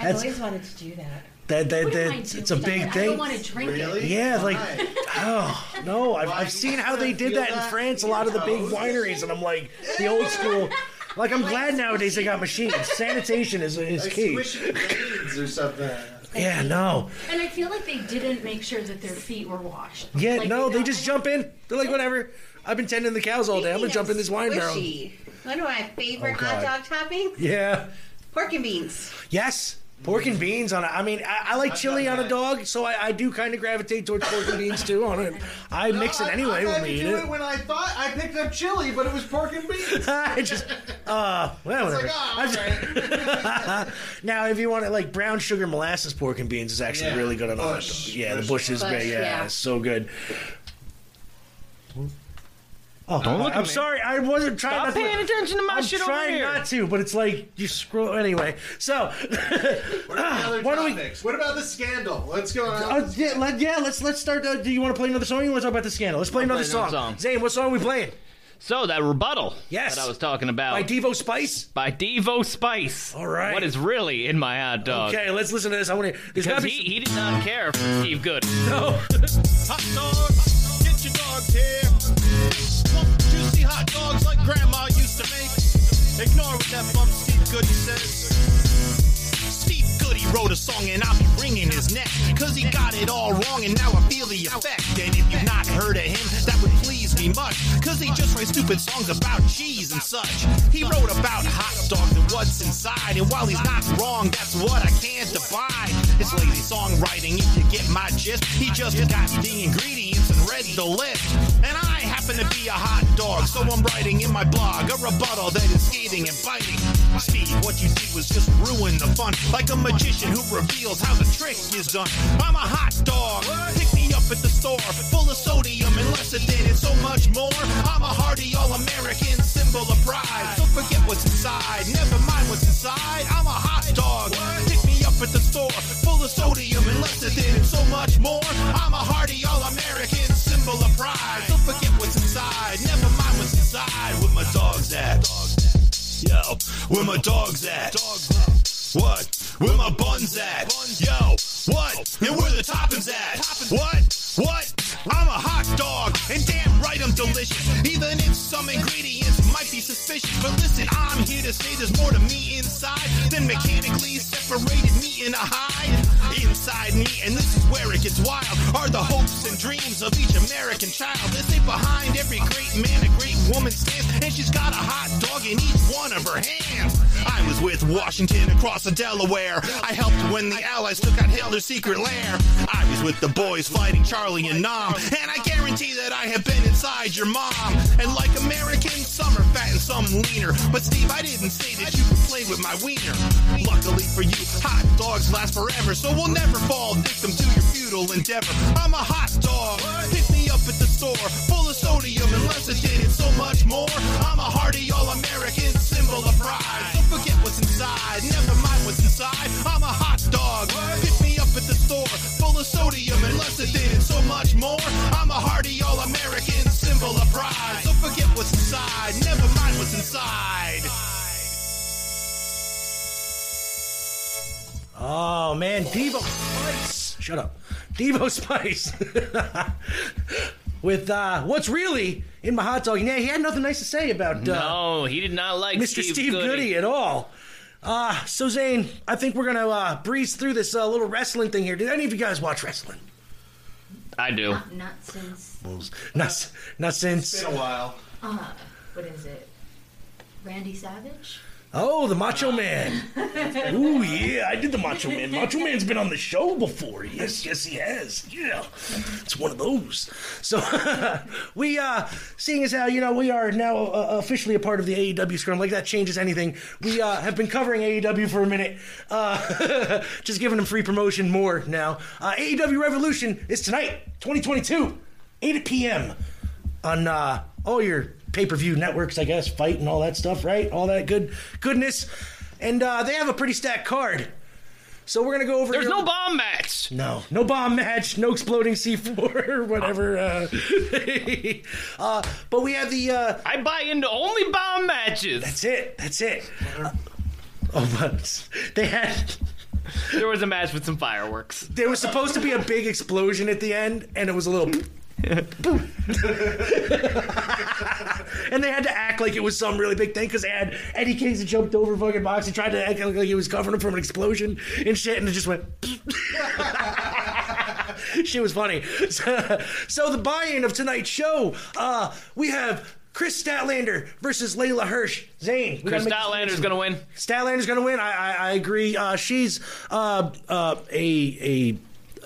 That's-
always wanted to do that.
That that,
What am
that
I
it's a
doing? I
big
don't
thing.
wanna drink it. Really?
Yeah, like
Why?
oh no, I've, I've seen how they did that in France. A lot of the big wineries, and I'm like the old school. Like I'm glad nowadays they got machines. Sanitation is is
Like
key.
squish it in beans or something.
Yeah, no,
And I feel like they didn't make sure that their feet were washed.
yeah,
Like,
no. They just jump in. They're like whatever. I've been tending the cows all day. I'm gonna jump in this wine barrel.
Squishy. One of my favorite
Oh, God.
hot dog toppings:
Yeah.
pork and beans.
Yes. Pork and beans on a, I mean, I, I like chili on a dog, so I, I do kind of gravitate towards pork and beans too on it. I mix it anyway
I
when
had
we
to
eat
do
it.
it. when I thought I picked up chili, but it was pork and beans.
I just, uh, well,
It's like,
whatever.
"Ah,
I just- now, if you want it, like brown sugar molasses pork and beans is actually
Yeah.
really good on a hot
Bush.
dog. Yeah, the
Bush.
bush is
Bush,
great. Yeah,
yeah.
it's so good. Oh,
Don't look at
I'm
me.
sorry. I wasn't trying.
Stop
not to-
paying attention to my
I'm
shit over
trying
here.
not to, but it's like you scroll anyway. So,
What about the other topics? What about the scandal? What's going on?
Oh, yeah, let, yeah, let's let's start. Uh, do you want to play another song? Or you want to talk about the scandal? Let's play, another,
play another
song. Zane, what song are we playing?
So that rebuttal,
Yes.
that I was talking about by
Devo Spice.
By Devo Spice. All
right.
What is really in my hot dog?
Okay, let's listen to this. I want to.
Because he, he did not care for Steve Good.
No.
Hot dog, get your dog here. Want juicy hot dogs like grandma used to make. Ignore what that bum Steve Goody says. Steve Goody wrote a song and I'll be wringing his neck. Cause he got it all wrong and now I feel the effect. And if you've not heard of him, that would please me much. Cause he just writes stupid songs about cheese and such. He wrote about hot dogs and what's inside. And while he's not wrong, that's what I can't divide. It's lazy songwriting, if you get my gist. He just got the ingredients and read the list. And I happen to be a hot dog, so I'm writing in my blog a rebuttal that is scathing and biting. Steve, what you did was just ruin the fun, like a magician who reveals how the trick is done. I'm a hot dog, pick me up at the store, full of sodium and lecithin and so much more. I'm a hearty all-American symbol of pride. Don't forget what's inside, never mind what's inside. I'm a hot dog, pick me up at the store, full of sodium and lecithin and so much more. I'm a hearty all-American symbol of pride. Don't forget what's inside, never mind what's inside. Where my dog's at? Yo, where my dog's at? What? Where my buns at? Yo, what? And where the toppings at? What? What? I'm a hot dog, and damn right I'm delicious. Even if some ingredients might be suspicious, but listen, I'm here to say there's more to me inside than mechanically separated meat in a hide. Inside me, and this is where it gets wild, are the hopes and dreams of each American child. They say behind every great man, a great woman stands, and she's got a hot dog in each one of her hands. I was with Washington across the Delaware. I helped when the Allies took out Hitler's secret lair. I was with the boys fighting Charlie and Nam, and I guarantee that I have been inside your mom. And like Americans, some are fat and some leaner. But Steve, I didn't say that you could play with my wiener. Luckily for you, hot dogs last forever, so we'll never fall victim to your futile endeavor. I'm a hot dog. Pick me up at the store, full of sodium and lecithin and so much more. I'm a hearty all-American symbol of pride. Don't forget what's inside, never mind what's inside. I'm a hot dog. Pick me up at the store,
Oh, man, Devo Spice. Shut up. Devo Spice. With uh, what's really in my hot dog. Yeah, he had nothing nice to say about uh,
no, he did not like
Mr. Steve, Goody. at all. Uh, so Zane, I think we're gonna uh, breeze through this uh, little wrestling thing here. Did any of you guys watch wrestling?
I do.
Not, not since.
Not, s- not since
It's been a while.
Uh, what is it? Randy Savage?
Oh, the Macho Man. Ooh, yeah, I did the Macho Man. Macho Man's been on the show before. Yes, yes, he has. Yeah, it's one of those. So we, uh seeing as how you know we are now uh, officially a part of the AEW scrum, like that changes anything. We uh, have been covering AEW for a minute, uh, just giving them free promotion more now. Uh, AEW Revolution is tonight, 2022, 8 p.m. on uh, all your pay-per-view networks, I guess, fight and all that stuff, right? All that good goodness, and uh, they have a pretty stacked card. So we're gonna go over.
There's
your-
no bomb match.
No, no bomb match, no exploding C four or whatever. Uh, uh, but we have the. Uh,
I buy into only bomb matches.
That's it. That's it. Uh, oh, but they had.
There was a match with some fireworks.
There was supposed to be a big explosion at the end, and it was a little. boom. and they had to act like it was some really big thing because they had Eddie Kingston jumped over fucking box and tried to act like he was covering him from an explosion and shit, and it just went. she was funny. So, so the buy-in of tonight's show, uh, we have Chris Statlander versus Layla Hirsch. Zane, we
Chris
gotta make
Statlander's
this prediction.
gonna win.
Statlander's gonna win. I I, I agree. Uh, she's uh, uh, a a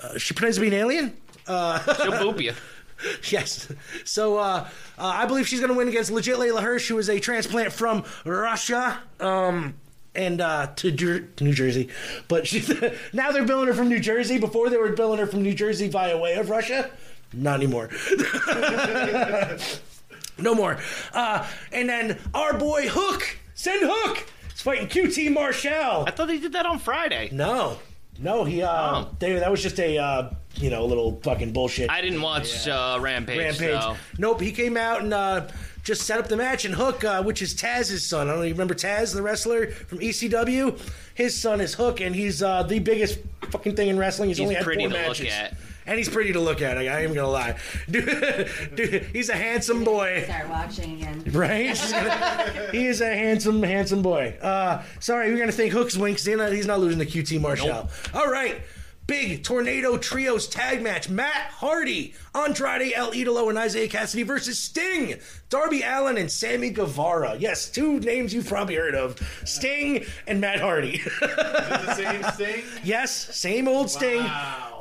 uh, she pretends to be an alien. Uh,
She'll boop you.
Yes. So uh, uh, I believe she's going to win against legit Layla Hirsch, who is a transplant from Russia um, and uh, to, Jer- to New Jersey. But she, now they're billing her from New Jersey. Before they were billing her from New Jersey via way of Russia. Not anymore. no more. Uh, and then our boy Hook, send Hook. He's fighting QT Marshall. I
thought they did that on Friday. Oh.
No, no, he. Uh, David, that was just a uh, you know little fucking bullshit.
I didn't watch uh, Rampage.
Rampage.
so-
Nope, he came out and uh, just set up the match. And Hook, uh, which is Taz's son, I don't know, you remember Taz, the wrestler from ECW? His son is Hook, and he's uh, the biggest fucking thing in wrestling. He's,
He's
only had
pretty
four
to look
matches.
at.
And he's pretty to look at. I, I am gonna lie, dude, dude, He's a handsome boy,
Start watching again.
right? he is a handsome, handsome boy. Uh, sorry, we're gonna think Hook's winks. He's not, he's not losing to QT Marshall. All right. Big Tornado Trios tag match. Matt Hardy, Andrade El Idolo, and Isaiah Cassidy versus Sting, Darby Allen, and Sammy Guevara. Yes, two names you've probably heard of Sting and Matt Hardy.
The same thing.
yes, same old Sting.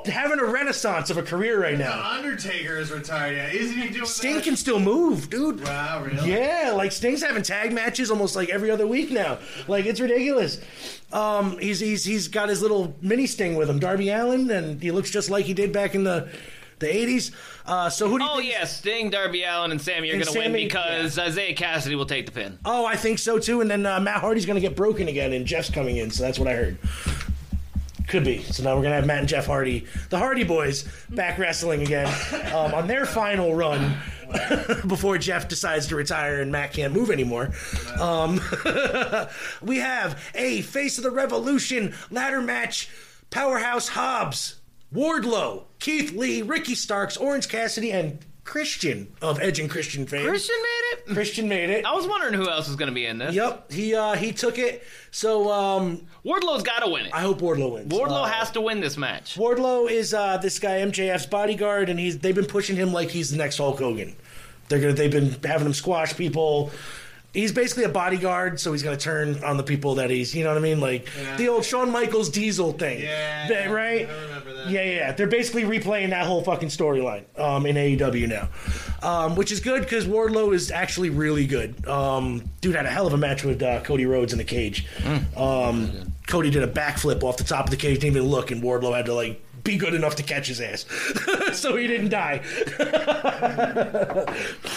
Having a renaissance of a career right now.
The Undertaker is retired. Yet. Isn't he doing
Sting can still move, dude.
Wow, really?
Yeah, like Sting's having tag matches almost like every other week now. Like it's ridiculous. Um, he's he's he's got his little mini Sting with him, Darby Allen, and he looks just like he did back in the the eighties. Uh, so who do you
Oh yeah, Sting, Darby Allen, and Sammy are
And
going to win
Sammy,
because Isaiah Cassidy will take the pin.
Oh, I think so too. And then uh, Matt Hardy's going to get broken again, and Jeff's coming in. So that's what I heard. Could be. So now we're going to have Matt and Jeff Hardy, the Hardy Boys, back wrestling again um, on their final run before Jeff decides to retire and Matt can't move anymore. Um, we have a Face of the Revolution ladder match Powerhouse Hobbs, Wardlow, Keith Lee, Ricky Starks, Orange Cassidy, and Christian of Edge and Christian fame.
Christian made it.
Christian made it.
I was wondering who else was going to be in this.
Yep, he uh, he took it. So um,
Wardlow's got to win it.
I hope Wardlow wins.
Wardlow
Uh,
has to win this match.
Wardlow is uh, this guy MJF's bodyguard, and he's they've been pushing him like he's the next Hulk Hogan. They're gonna they've been having him squash people. He's basically a bodyguard, so he's gonna turn on the people that he's you know what I mean, like the old Shawn Michaels Diesel thing, yeah, right? I remember that. Yeah, yeah, yeah. They're basically replaying that whole fucking storyline um, in AEW now, um, which is good because Wardlow is actually really good. Um, dude had a hell of a match with uh, Cody Rhodes in the cage. Um, Cody did a backflip off the top of the cage, didn't even look, and Wardlow had to like be good enough to catch his ass, so he didn't die.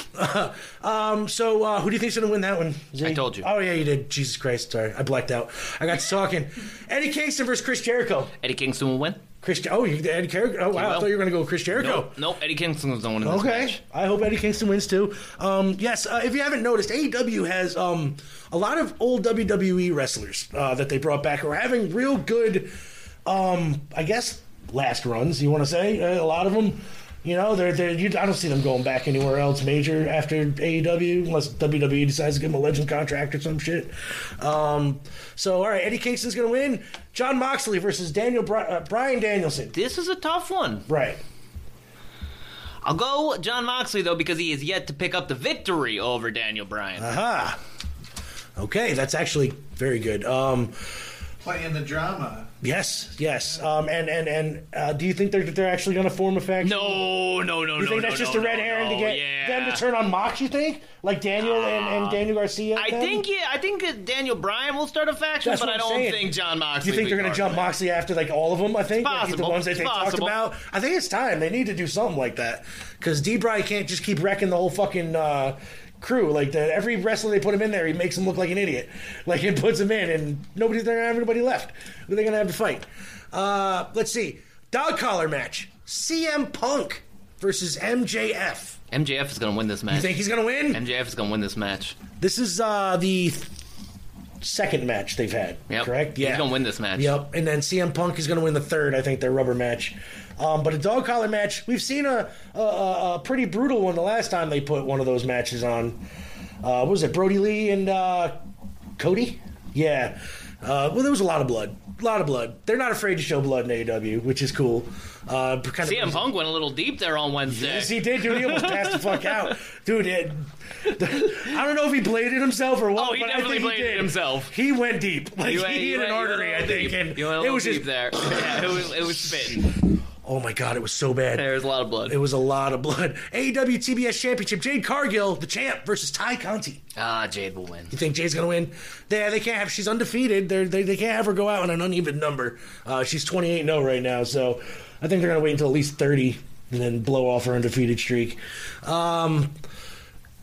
um, so uh, who do you think's gonna win that one? I told you. Oh yeah, you did. Jesus Christ, sorry, I blacked out. I got to talking. Eddie Kingston versus Chris Jericho.
Eddie Kingston will win.
Chris, oh, you, Eddie Jericho. Oh wow, I
will.
thought you were gonna go with Chris Jericho.
Nope, nope, Eddie Kingston was the one in this
Okay.
match.
I hope Eddie Kingston wins too. Um, yes, uh, if you haven't noticed, AEW has E um, a lot of old WWE wrestlers uh, that they brought back who are having real good um, I guess last runs. You want to say Uh, a lot of them. You know, they're, they're you, I don't see them going back anywhere else major after AEW, unless WWE decides to give them a legend contract or some shit. Um, so, all right, Eddie Kingston's going to win. John Moxley versus Daniel Bri- uh, Brian Danielson.
This is a tough one,
right?
I'll go John Moxley though because he has yet to pick up the victory over Daniel Bryan.
Uh, Aha. Okay, that's actually very good. Um,
Playing the drama.
yes, yes. Um, and and and uh, do you think they're they're actually going to form a faction?
No, no, no,
You
no, no,
think that's just
no,
a red
no,
herring to
no,
get
yeah. Ah,
them to turn on Mox? You think like Daniel and, and Daniel Garcia?
I
then?
think yeah, I think that Daniel Bryan will start a faction,
That's
but
what
I
I'm
don't
saying.
think John
Do
Moxley.
you think they're
will
going to
be
jump
part
Moxley after like all of them? I think like, the
possible.
ones that
It's
they talked
possible.
about. I think it's time they need to do something like that because Bry can't just keep wrecking the whole fucking uh, crew. Like the, every wrestler they put him in there, he makes him look like an idiot. Like it puts him in, and nobody's they're gonna have anybody left. Who are they gonna have to fight? Uh, let's see, dog collar match: CM Punk versus MJF.
of it. MJF is going to win this match.
You think he's gonna win?
MJF is going to win this match.
This is uh, the th- second match they've had.
Yep.
Correct?
He's
Yeah.
going to win this match.
Yep, and then CM Punk is going to win the third, I think, their rubber match. Um, but a dog collar match, we've seen a, a, a, a pretty brutal one the last time they put one of those matches on. Uh, what was it, Brody Lee and uh, Cody? Yeah. Uh, well, there was a lot of blood. A lot of blood. They're not afraid to show blood in AEW, which is cool. Uh, kind
CM Punk went a little deep there on Wednesday.
Yes, he did, dude. He almost passed the fuck out, dude. It, I don't know if he bladed himself or what.
Oh, he
but I
definitely
think he
bladed
did.
himself.
He went deep. Like
You
he
went- you
hit an
went- you went a
artery, I
little
think,
deep.
and
You went a
it
little
was
deep
just
there. Yeah, it was, it was spitting.
Oh my god, it was so bad.
There was a lot of blood.
It was a E lot of blood. AEW TBS Championship: Jade Cargill, the champ, versus Ty Conti.
Ah, Jade will win.
You think Jade's gonna win? Yeah, they can't have. She's undefeated. They're, they they can't have her go out on an uneven number. Uh, she's twenty eight zero right now, so I think they're gonna wait until at least thirty and then blow off her undefeated streak. Um,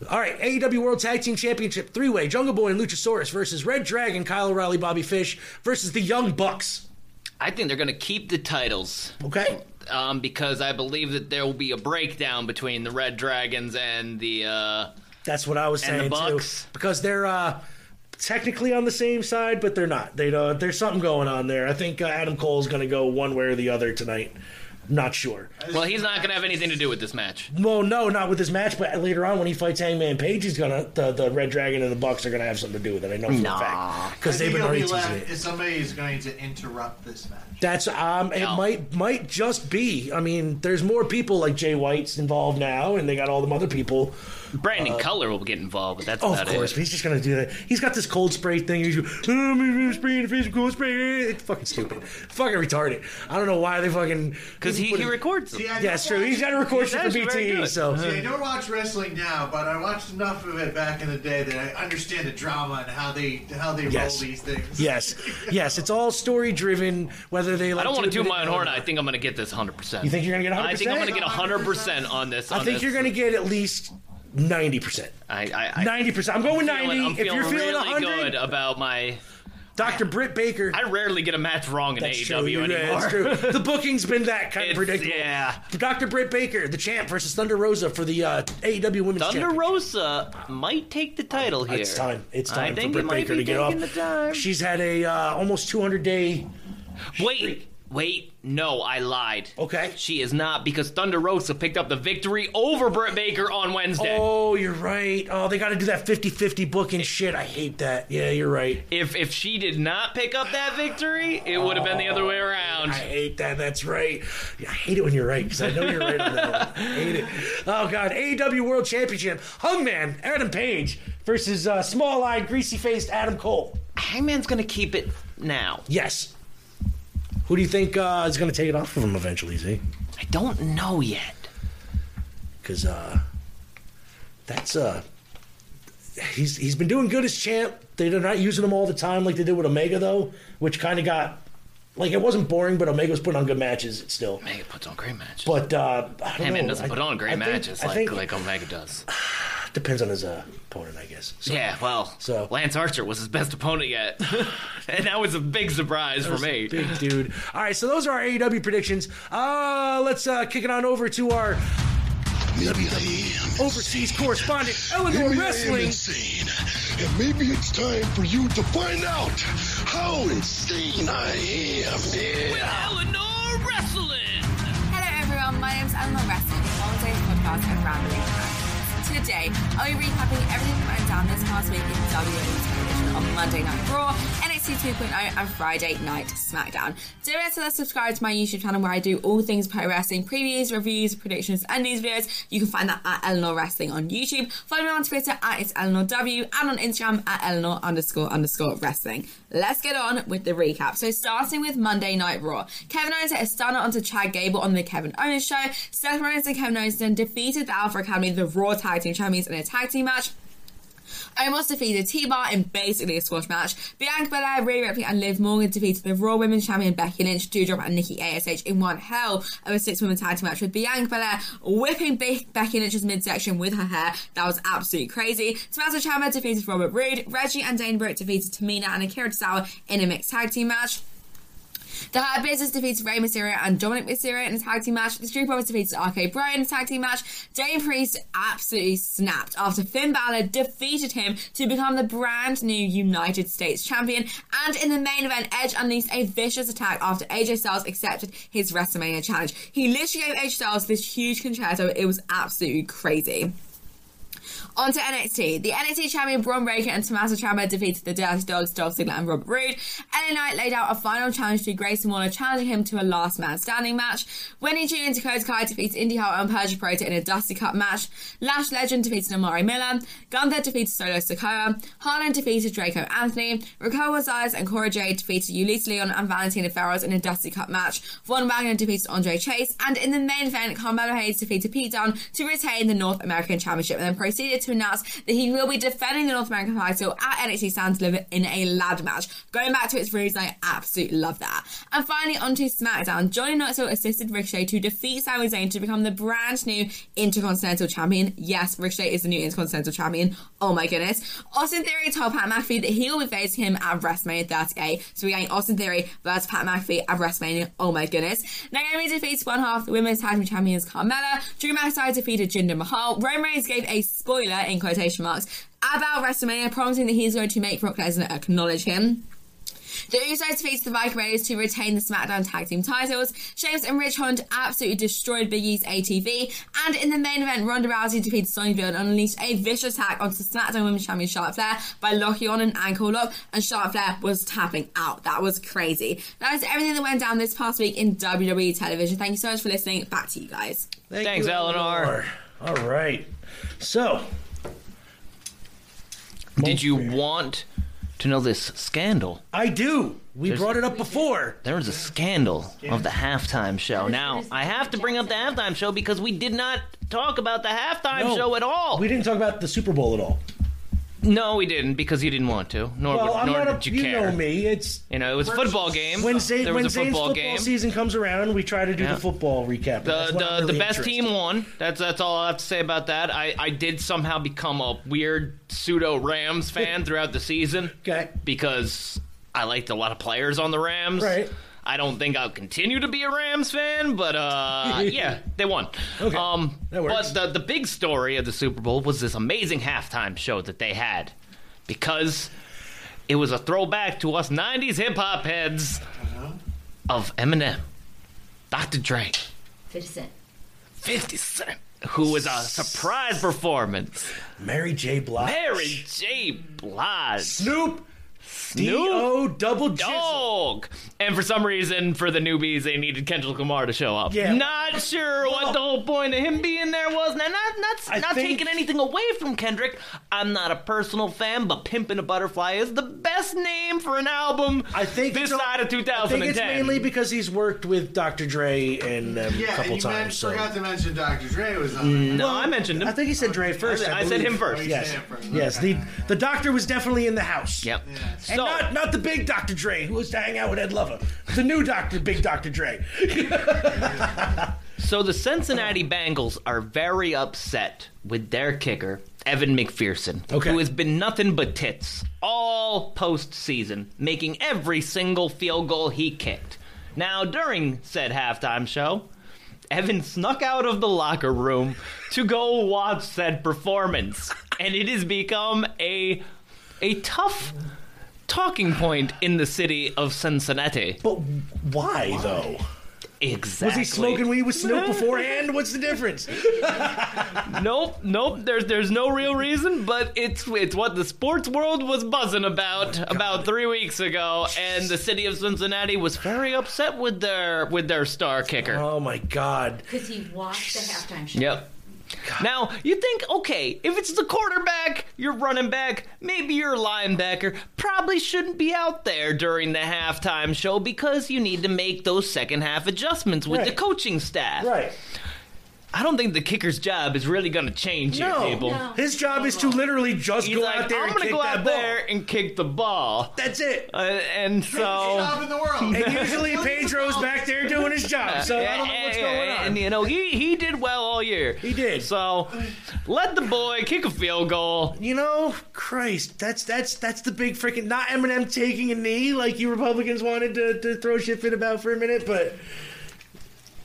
all right, AEW World Tag Team Championship three way: Jungle Boy and Luchasaurus versus Red Dragon, Kyle O'Reilly, Bobby Fish versus the Young Bucks.
I think they're going to keep the titles.
Okay.
Um, because I believe that there will be a breakdown between the Red Dragons and the. Uh,
That's what I was
And the
saying too,
Bucks.
because they're uh, technically on the same side, but they're not. They don't, there's something going on there. I think uh, Adam Cole's going to go one way or the other tonight. Not sure.
well, he's not going to have anything to do with this match.
Well, no, not with this match, but later on when he fights Hangman Page, he's gonna the, the Red Dragon and the Bucks are gonna have something to do with it. I know for
Nah.
a fact because
I think
Ah, they've been
he'll be
already teasing
left
it.
if somebody is going to interrupt this match.
That's um, it might might just be. I mean, there's more people like Jay White's involved now, and they got all them other people.
Brandon
Uh,
Cutler will get involved, but that's
Oh, of
about
course,
it.
but he's just gonna do that. He's got this cold spray thing. He's just, oh, I'm gonna spray in the face, with cold spray. It's fucking stupid, fucking retarded. I don't know why they fucking
Because he,
put
he
it-
records them.
See, I
Yeah, it's
don't
true. He's
watch-
got to record shit for BT. So
See, I don't watch wrestling now, but I watched enough of it back in the day that I understand the drama and how they how they
Yes.
roll these things.
yes, yes, it's all story driven. Whether they like
I don't want to toot
admit
my own
it or
horn.
not.
I think I'm going to get this 100%.
You think you're gonna get
I think I'm
100%?
going to get 100% on this.
I
on
think
this.
you're gonna get at least ninety percent. Ninety percent. I'm going
I'm
ninety.
feeling- I'm
if
feeling
you're feeling
really
hundred,
good about my.
Dr. Britt Baker.
I rarely get a match wrong in
That's
AEW
true.
anymore.
Yeah, that's true. The booking's been that kind of predictable.
Yeah.
Dr. Britt Baker, the champ, versus Thunder Rosa for the uh, AEW Women's
Thunder
Championship.
Rosa might take the title here.
It's time. It's
I
time for
think it
Britt
might
Baker
be
to get off.
taking the time.
She's had a uh, almost 200 day.
Wait, wait. No, I lied.
Okay.
She is not because Thunder Rosa picked up the victory over Britt Baker on Wednesday.
Oh, you're right. Oh, they got to do that 50 50 booking shit. I hate that. Yeah, you're right.
If if she did not pick up that victory, it would have been the other way around. I
Oh, hate that. That's right. I hate it when you're right because I know you're right on that one. I hate it. Oh God, AEW World Championship, Hungman Adam Page versus uh, small-eyed, greasy-faced Adam Cole.
Hangman's gonna keep it now.
Yes. Who do you think uh, is going to take it off of him eventually? Z?
I don't know yet.
Because uh, that's uh, he's he's been doing good as champ. They're not using him all the time like they did with Omega though, which kind of got like it wasn't boring, but Omega was putting on good matches still.
Omega puts on great matches.
But uh, I don't
Hangman
know.
doesn't
I-
put on great
I think-
matches
I
like
think-
like Omega does.
depends on his uh, opponent, I guess. So-
yeah, well, so Lance Archer was his best opponent yet, and that was a big surprise for
That was
me.
a Big dude. All right, so those are our AEW predictions. Uh, let's uh, kick it on over to our overseas correspondent, Eleanor
Maybe I am
Wrestling.
insane, and maybe it's time for you to find out
Holy steam, I am
Eleanor Wrestling. Hello, everyone. My name's Eleanor Wrestling, and on today's podcast of Round Recaps. Today, I'll be recapping everything that went down this past week in WWE's television on Monday Night Raw, NXT 2.0, and Friday Night SmackDown. Don't forget to subscribe to my YouTube channel where I do all things pro wrestling previews, reviews, predictions, and news videos. You can find that at Eleanor Wrestling on YouTube. Follow me on Twitter at it's Eleanor W, and on Instagram at Eleanor underscore underscore wrestling. Let's get on with the recap. So starting with Monday Night Raw, Kevin Owens hit a stunner onto Chad Gable on the Kevin Owens Show. Seth Rollins and Kevin Owens then defeated the Alpha Academy, the Raw Tag Team Champions, in a tag team match. Omos defeated T-Bar in basically a squash match. Bianca Belair, Rhea Ripley, and Liv Morgan defeated the Raw Women's Champion Becky Lynch, Dewdrop, and Nikki ASH in one hell of a six-woman tag team match with Bianca Belair whipping Be- Becky Lynch's midsection with her hair. That was absolutely crazy. Tommaso Ciampa defeated Robert Roode. Reggie and Dane Brooke defeated Tamina and Akira Tozawa in a mixed tag team match. The Hurt Business defeated Rey Mysterio and Dominic Mysterio in a tag team match. The Street Profits defeated RK Bro in a tag team match. Dane Priest absolutely snapped after Finn Balor defeated him to become the brand new United States champion. And in the main event, Edge unleashed a vicious attack after AJ Styles accepted his WrestleMania challenge. He literally gave AJ Styles this huge concerto. It was absolutely crazy. On to NXT. The NXT champion Braun Breaker and Tommaso Ciampa defeated the Dirty Dogs, Dolph Ziggler and Robert Roode. LA Knight laid out a final challenge to Grayson Waller, challenging him to a last man standing match. Winnie Jr. and Dakota Kai defeated Indy Hart and Persia Prota in a Dusty Cup match. Lash Legend defeated Amari Miller. Gunther defeated Solo Sokoa. Harlan defeated Draco Anthony. Raquel Gonzalez and Cora Jade defeated Ulysses Leon and Valentina Ferraz in a Dusty Cup match. Von Wagner defeated Andre Chase. And in the main event, Carmelo Hayes defeated Pete Dunne to retain the North American Championship and then proceeded to announce that he will be defending the North American title at NXT Sound Deliver in a lad match. Going back to its roots, I absolutely love that. And finally, onto SmackDown. Johnny Knoxville assisted Ricochet to defeat Sami Zayn to become the brand new Intercontinental Champion. Yes, Ricochet is the new Intercontinental Champion. Oh my goodness. Austin Theory told Pat McAfee that he will be facing him at WrestleMania 38. So we're getting Austin Theory versus Pat McAfee at WrestleMania. Oh my goodness. Naomi defeats one half the Women's Tag Team Champions Carmella. Drew McIntyre defeated Jinder Mahal. Roman Reigns gave a spoiler in quotation marks about WrestleMania, promising that he's going to make Brock Lesnar acknowledge him. The Usos defeated the Viking Raiders to retain the SmackDown Tag Team titles. Sheamus and Rich Holland absolutely destroyed Big E's ATV. And in the main event, Ronda Rousey defeated Sonya Deville and unleashed a vicious attack onto the SmackDown Women's Champion Charlotte Flair by locking on an ankle lock, and Charlotte Flair was tapping out. That was crazy. That is everything that went down this past week in WWE television. Thank you so much for listening. Back to you guys.
Thanks, Eleanor.
All right. So,
did you want to know this scandal?
I do. We
There's-
brought it up before.
There was a scandal of the halftime show. Now, I have to bring up the halftime show because we did not talk about the halftime
No,
show at all.
We didn't talk about the Super Bowl at all.
No, we didn't because you didn't want to, nor,
well,
would-
I'm
nor
not.
did
a,
you,
you
care.
know me. It's
You know, it was a football game.
when Zane,
there was
when
a
Zane's
football,
football
game.
season comes around, we try to do
Yeah.
the football recap.
The
That's what
the,
I'm
the
really
best
interested
team won. That's that's all I have to say about that. I, I did somehow become a weird pseudo Rams fan throughout the season.
Okay.
Because I liked a lot of players on the Rams. Right. I don't think I'll continue to be a Rams fan, but uh, yeah, they won. Okay. Um, But the, the big story of the Super Bowl was this amazing halftime show that they had because it was a throwback to us 90s hip hop heads of Eminem, Dr. Dre,
50 Cent.
50 Cent, who was a surprise performance.
Mary J. Blige.
Mary J. Blige.
Snoop.
Snoop.
double
dog. And for some reason, for the newbies, they needed Kendrick Lamar to show up.
Yeah.
Not sure what the whole point of him being there was. Now, not not, not taking anything away from Kendrick. I'm not a personal fan, but Pimpin' a Butterfly is the best name for an album I think this side of
I think
2010.
it's mainly because he's worked with Dr. Dre and um,
Yeah,
a couple
and you men-
times. So. Mm.
forgot to mention Dr. Dre was on.
No, I mentioned him.
I think he said Dre first.
I said
believe.
him first.
Yes,
Yeah, first.
yes. The the doctor was definitely in the house.
Yep.
And not not the big Dr. Dre who was to hang out with Ed Lover. The new doctor, big Dr. Dre.
So the Cincinnati Bengals are very upset with their kicker, Evan McPherson, who has been nothing but tits all postseason, making every single field goal he kicked. Now, during said halftime show, Evan snuck out of the locker room to go watch said performance, and it has become a a tough talking point in the city of Cincinnati.
But why, though?
Exactly.
Was he smoking weed with Snoop beforehand? What's the difference?
nope, nope. There's there's no real reason, but it's it's what the sports world was buzzing about
Oh
about three weeks ago, and the city of Cincinnati was very upset with their with their star kicker.
Oh my god.
Because he watched the halftime show.
Yep. Now you think, okay, if it's the quarterback, your running back, maybe your linebacker, probably shouldn't be out there during the halftime show because you need to make those second half adjustments with the
Right.
coaching staff.
Right.
I don't think the kicker's job is really going to change here,
No.
people.
His job is to literally just
He's
go
like,
out there
I'm
and
gonna
kick
go
that
out
ball.
there and kick the ball.
That's it.
Uh, and so
job in the world.
And usually Pedro's back there doing his job, so I don't know what's going on.
And you know he he did well all year. He did. So let the boy kick a field goal.
You know, Christ, that's that's that's the big freaking not Eminem taking a knee like you Republicans wanted to, to throw shit in about for a minute, but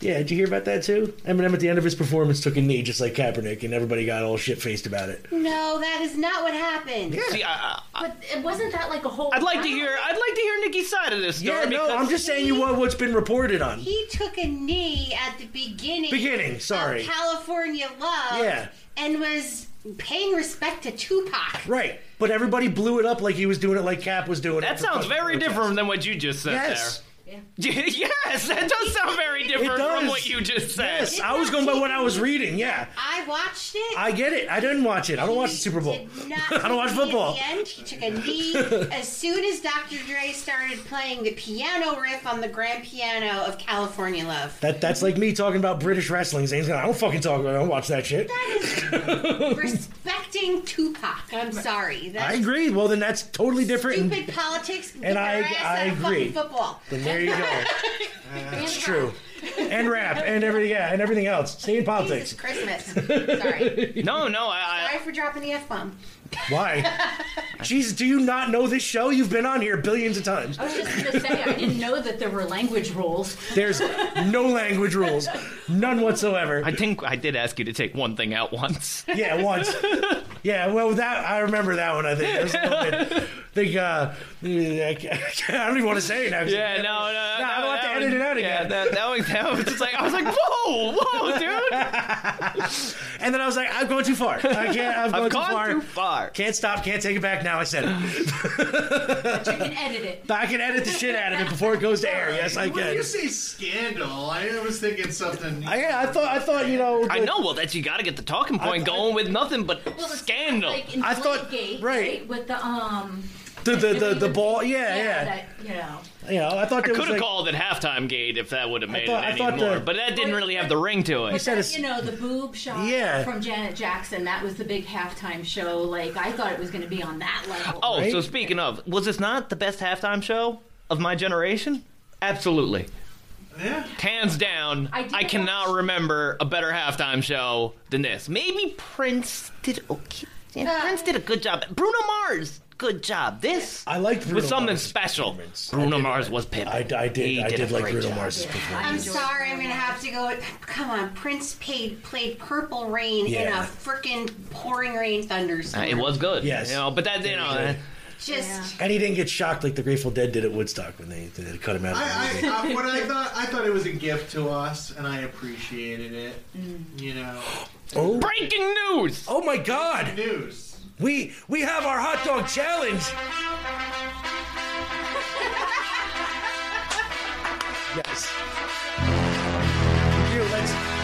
yeah, did you hear about that too? Eminem at the end of his performance took a knee just like Kaepernick, and everybody got all shit faced about it.
No, that is not what happened.
See, I,
But it wasn't that like a whole.
I'd like to hear I'd like to hear Nikki's side of this story.
Yeah, no, I'm just saying you what what's been reported on.
He took a knee at the beginning.
Beginning, sorry.
Of California Love.
Yeah.
And was paying respect to Tupac.
Right, but everybody blew it up like he was doing it, like Cap was doing it.
That
for
sounds
fucking
very
protests.
different than what you just said
Yes.
there. yes, that does sound very different from
does.
what you just said.
Yes, I was going by what I was reading. Yeah,
I watched it.
I get it. I didn't watch it. I don't watch the Super Bowl.
Not
I don't watch
take a knee
football.
At the end, he took a knee. as soon as Dr. Dre started playing the piano riff on the grand piano of California Love,
That that's like me talking about British wrestling. Zane's gonna, I don't fucking talk. about it. I don't watch that shit.
respecting Tupac. I'm sorry.
I
That's
agree. Well, then that's totally different.
stupid politics.
And
Get their
I-
ass
I
out of fucking
agree.
Football.
Then there you go. It's true. And rap and every yeah and everything else. Stay in politics.
Christmas. Sorry.
No, no, I,
Sorry for dropping the f bomb.
Why? Jesus, do you not know this show? You've been on here billions of times.
Oh,
I was just gonna say I didn't know that there were language rules.
There's no language rules, none whatsoever.
I think I did ask you to take one thing out once.
Yeah, once. Yeah, well, that I remember that one. I think. It was a little bit- I think. Uh, I don't even want to say it now. 'cause-
Yeah, no, no, no.
I don't have to
that
edit
one-
it out
yeah,
again.
that, that, was, that was just like I was like, whoa, whoa, dude.
And then I was like, I've gone too far. I can't. I've,
I've gone
gone, too, far.
too far.
Can't stop. Can't take it back. Now I said it.
You can edit it.
But I can edit the shit out of it before it goes to air. Yes, I
When
can.
you say scandal, I was thinking something.
I, I thought. I thought you know.
I know. Well, that's you got to get the talking point going with nothing but scandal.
Like in
I thought-
Gate,
right.
With the um.
The the the, the ball.
Yeah,
Yeah, yeah.
That, you know.
You know. I thought
I
there
could
was
have
like.
called it halftime gate if that would have made
thought- I
it
thought
any more,
the-
but that didn't really have the ring to it.
But that, you know the boob shot
Yeah.
from Janet Jackson. That was the big halftime show. Like I thought it was going to be on that level.
Oh, so speaking of, was this not the best halftime show of my generation? Absolutely. Hands down,
I
I,
did
cannot remember a better halftime show than this. Maybe Prince did okay. yeah,
Uh.
Prince did a good job. Bruno Mars, good job. This
I liked Bruno
was something special. Bruno Mars was pimping. I,
I did. I did like Bruno Mars's
I'm sorry, I'm gonna have to go. Come on, Prince paid, played Purple Rain in
Yeah.
a freaking pouring rain thunderstorm.
Uh, it was good.
Yes.
You know, but that you know, uh,
just
And he didn't get shocked like the Grateful Dead did at Woodstock when they, they cut him out. of the
I,
music.
I, I, what I thought, I thought it was a gift to us, and I appreciated it. You know,
Oh.
Breaking news!
Oh my God!
News.
We we have our hot dog challenge. Yes. Here, let's.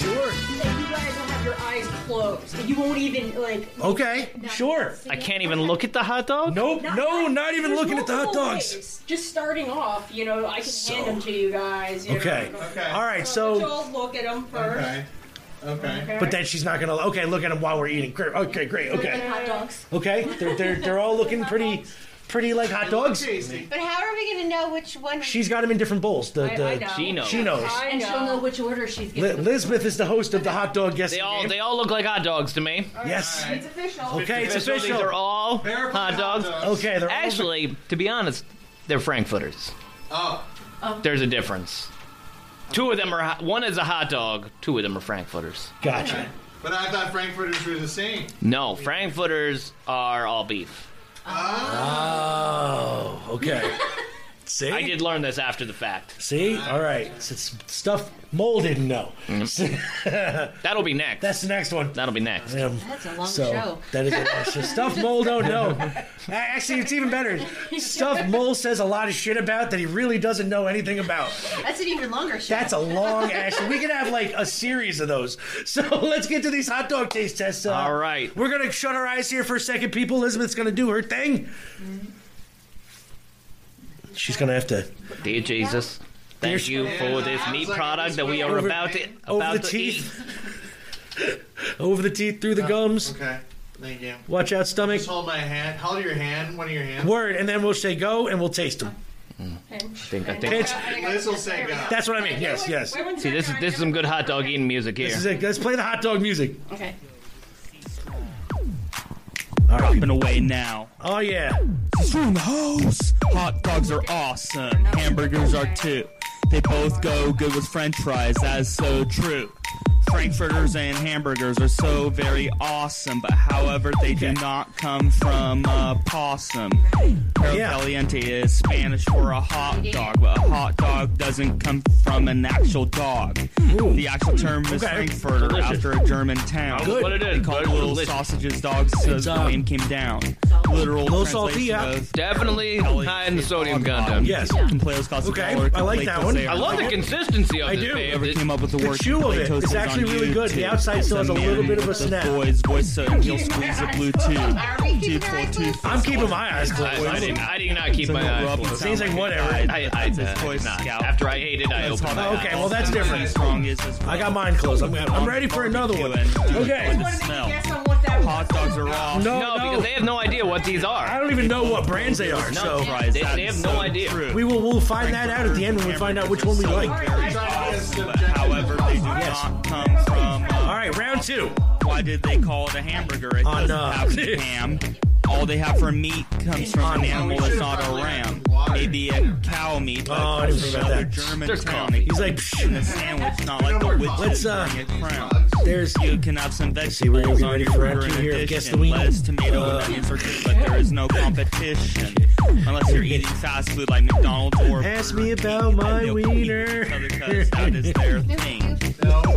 Sure.
Like, you guys will have your eyes closed. You won't even like.
Okay. Sure.
I can't even look at the hot dog.
Nope. Oh, no, not even
There's
looking at the hot
multiple
dogs.
ways. Just starting off, you know, I can hand them to you guys. you
Okay.
know.
Okay. All right, so-
Joel, look at them first.
Okay.
But then she's not gonna. Okay, look at them while we're eating. Great. Okay, great.
Like
Okay.
hot dogs.
Okay. They're they're they're all looking pretty, pretty like hot dogs.
But how are we gonna know which one?
She's got them in different bowls. The
I-
the
I know. She knows.
She knows.
and she'll know which order she's
Li-
getting.
Lizbeth is the host of the hot dog guest.
They all they all look like hot dogs to me.
Yes.
It's official.
Okay, it's
So
official.
These are all hot dogs.
Okay, they're all-
actually, to be honest, they're frankfurters.
Oh.
There's a difference. Two of them are hot- one is a hot dog. Two of them are frankfurters.
Gotcha.
But I thought Frankfurters were the same.
No, Frankfurters are all beef.
Oh, okay. See?
I did learn this after the fact.
See? All right. S- s- stuff Mole didn't know.
That'll be next.
That's the next one.
That'll Mm-hmm. be next.
Um,
That's a long
so
show.
that is a lot of shit. stuff Mole don't know. A- Actually, it's even better. Stuff Mole says a lot of shit about that he really doesn't know anything about.
That's an even longer show.
That's a long ass. We could have like a series of those. So let's get to these hot dog taste tests. Uh, All
right,
we're gonna shut our eyes here for a second, people. Elizabeth's gonna do her thing. She's gonna have to.
Dear Jesus, thank you for this meat product that we are
Over-
about to
over
about
the
to
teeth. over the teeth, through the
Uh,
gums.
Okay. Thank you.
Watch out, stomach.
Just hold my hand. Hold your hand. One of your hands.
Word, and then we'll say go, and we'll taste them.
think- I think-
Pitch.
Liz will say go.
That's what I mean. Yes, yes.
eat. See, this is this is some good hot dog eating music here.
This is it. Let's play the hot dog music.
Okay.
Dropping away now.
Oh yeah.
It's from the house. Hot dogs are awesome. Hamburgers are too. They both go good with French fries. That's so true. Frankfurters and hamburgers are so very awesome, but however, they do not come from a possum. Perro caliente is Spanish for a hot dog, but a hot dog doesn't come from an actual dog. The actual term is
Okay.
Frankfurter
Delicious.
after a German town.
Good. What it is.
They call
Good.
little
Delicious.
sausages dogs
It's,
because the
um,
name came down. Literal
Low
translation
salty, yeah.
of
Definitely high in the sodium content.
Yes. Can play those costs
Okay,
a dollar,
I like
can
that
play
one.
those
I love the
there.
consistency of I this do. band.
Whoever came up with the,
The
word
chew of
play
it
toast
is
was
actually
on
really good. The
YouTube.
outside still has a
It's
little
man
bit of a
with the
snap.
Boys, voice so he'll squeeze a blue tube. Tube for tooth.
I'm keeping my eyes closed.
I, I did, I did not keep
So he'll
my eyes
rub and
closed.
sound like
whatever.
I, I, uh, not. After I ate it, I opened my eyes.
Okay, well that's different. I got mine closed. I'm, I'm ready for another one. Okay.
Hot dogs are off.
No,
No, because they have no idea what these are.
I don't even know what brands they are.
No,
so
they, they have no idea.
We will we'll find that out at the end when we find out which one we like.
However, they do not come from. All
right, round two.
Why did they call it a hamburger? It
Oh,
doesn't
no.
have ham. All they have for meat comes from an animal that's not a ram. Maybe a cow meat, but
Oh, I
it
didn't
comes
think
from
about
another
that.
German
There's
town.
coffee. He's like,
in the sandwich, not like the witch.
Let's, uh, There's
you can have some vegetables
see, we're gonna be
on
ready
your
for
burger
round two
in
here of
addition.
Guess the Week.
Lettuce, tomato,
Uh,
and onions are good, but there is no competition unless you're eating fast food like McDonald's or
Ask me about Oh, my wiener.
because that is their thing.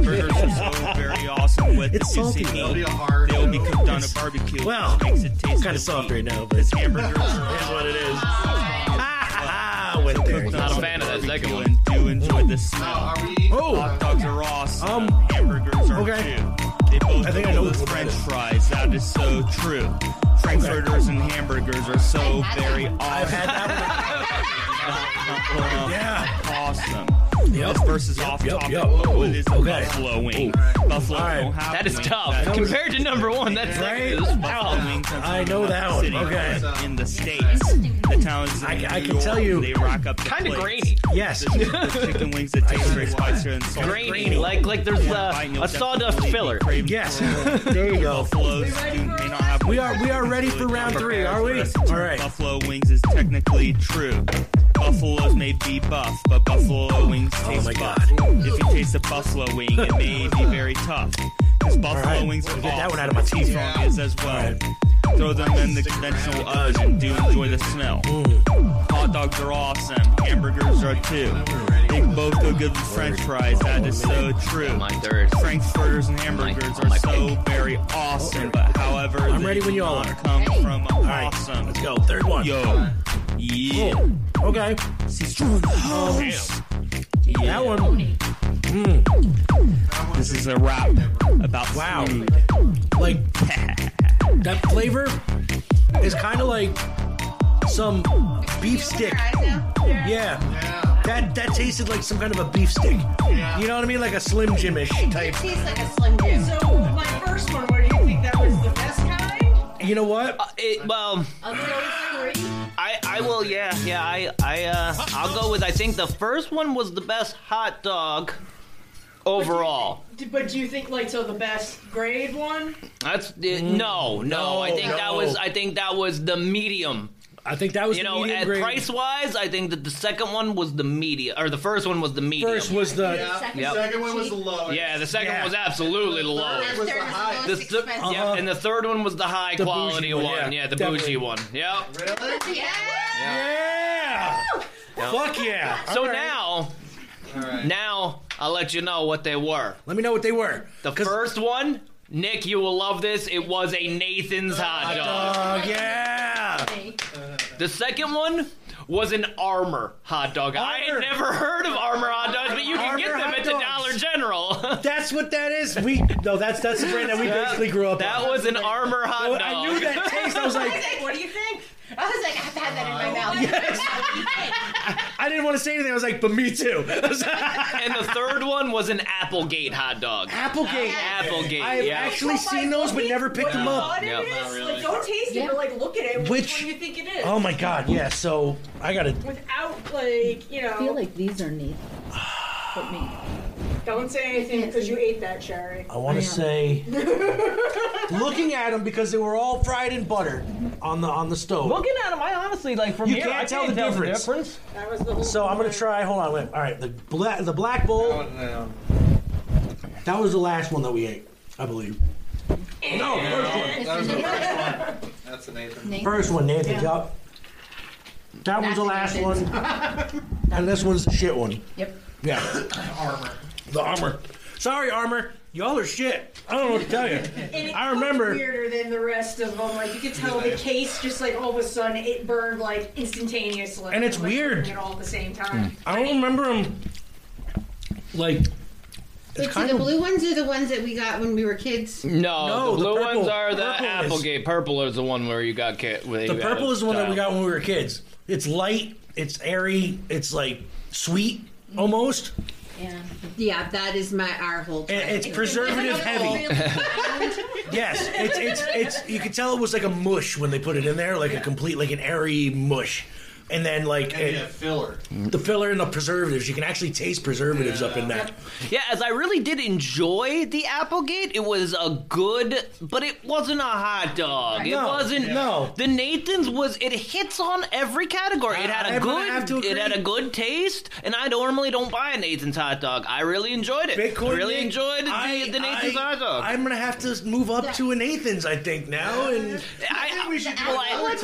Burgers are so very awesome with
It's
the
salty.
They
It'll
will
be
be
a hard
cooked on a barbecue.
Well,
makes it taste
kind of soft right now, but
This hamburger is
what it is. I went there.
Not Ah, a fan of that second one. Do enjoy the smell.
Oh,
hot dogs are awesome.
Um,
hamburgers are
okay.
too. They both
I think
go
I know
with
which one
French fries. That is so true. Frankfurters and hamburgers are so very awesome. I've had that one. yeah, awesome. This versus off topic. What is a buffalo wing? Buffalo don't have
That is
wings.
tough.
That-
Compared to number one, that's
Right?
that's
Buffalo wing comes
I
from
know
New
that
York
one.
City,
Okay.
but In the states, the towns. I,
I can tell you-
they rock up.
Kinda
Kind
grainy.
Yes.
the, the chicken wings that taste very spicy and salty.
Grainy, like like there's a, a sawdust filler.
Yes. there you go.
Buffaloes do, may not have
We are we are ready for round three, are we? All right.
Buffalo wings is technically true. Buffaloes may be buff, but
Oh
buffalo wings taste buff. If you taste a buffalo wing, it may be very tough. Because buffalo
right.
wings are
Get that
awesome,
one out of my
but
teeth.
taste wrong is as well. Throw them in the conventional oven. Do enjoy the smell. Hot dogs are awesome. Hamburgers are too. They both go good with French fries. That is so true. My
third.
Frankfurters and hamburgers are so very awesome. But however,
I'm
they
ready when
do
you all
not Come
are.
from
right,
awesome.
let's go. Third one.
Yo. Yeah.
Okay. That one. Mm.
This is a rap about
Wow.
food.
Like that flavor is kind of like some beef stick. Yeah. That that tasted like some kind of a beef stick. You know what I mean? Like a Slim Jimish type.
tastes like a Slim Jim.
So my first one, where do you think that was the best kind?
You know what?
Uh, It, well, I I will yeah yeah I I uh I'll go with I think the first one was the best hot dog overall.
Do- But do you think like so the best grade one?
That's uh, no, no. I think that was I think that was the medium.
I think that was
you
the
know,
medium
at
grade.
price wise, I think that the second one was the media, or the first one was the medium.
First was the-
Yeah. Second-
Yep.
second one was the lowest.
Yeah, the second
Yeah.
one was absolutely the
third
lowest.
was the highest.
The th-
expensive.
yep, and the third one was the high
The bougie
quality
one,
one.
yeah,
Yeah, the
definitely.
bougie one. Yep.
Really?
Yeah.
Yep.
Fuck yeah.
So
All right.
now, now I'll let you know what they were.
Let me know what they were.
The first one, Nick, you will love this. It was a Nathan's hot dog.
Dog, yeah.
The second one was an armor hot dog. I had never heard of armor hot dogs, but you can get
Armor
them
hot
at the
dogs.
Dollar General.
That's what that is. We no, that's that's the brand that we
That-
basically grew up.
that
on.
was an armor hot
Well, I
dog.
knew that taste. I was like,
what do you think? I was like, I've had that in my mouth.
I didn't want to say anything. I was like, but me too.
and the third one was an Applegate hot dog.
Applegate.
Applegate.
I have
yeah.
actually seen those, but never picked them up.
Yeah. Not really.
Like, don't taste it, but like look at it. Which,
Which-
one do you think it is?
Oh my god, yeah. So I gotta.
Without like you know,
I feel like these are neat. But me.
don't say anything because you ate that, Sherry.
I want to say, looking at them because they were all fried in butter on the on the stove.
Looking at them, I honestly like from
You
here.
can't
I
tell
can't
the
tell
difference.
the difference.
That was the whole.
So I'm gonna try. Hold on, wait. All right, the black the black bowl. That was the last one that we ate, I believe.
No,
first
that was the first one. That's an Nathan.
First one, Nathan. Yup. That one's the last one, and this one's the shit one.
Yep.
Yeah.
Armor.
The armor. Sorry, armor. Y'all are shit. I don't know what to tell you. I
It's
remember.
weirder than the rest of them. Like you could tell the case just like all of a sudden it burned like instantaneously.
And it's
Like,
weird. Hmm.
At all at the same time.
I don't remember them. Like
Wait, so the blue ones are the ones that we got when we were kids.
No, the
No, the
blue
purple-
ones are the
purple is-
Applegate. Purple is the one where you got kit.
the purple is the one that we got when we were kids. It's light. It's airy. It's like sweet almost.
Yeah. Yeah, that is my our whole. childhood.
it's preservative heavy. Yes, it's it's it's. You could tell it was like a mush when they put it in there, like a complete like an airy mush, and then like a-
filler.
the filler and the preservatives. You can actually taste preservatives up in that.
Yeah, as I really did enjoy the Applegate. It was a good, but it wasn't a hot dog. It
No,
wasn't.
no.
the Nathan's was. It hits on every category. It had a
I'm gonna have to
good.
agree.
It had a good taste, and I normally don't buy a Nathan's hot dog. I really enjoyed it.
Bitcoin
I really
Nick,
enjoyed the, the Nathan's
I,
hot dog.
I'm gonna have to move up to a Nathan's, I think now, and
I think we should do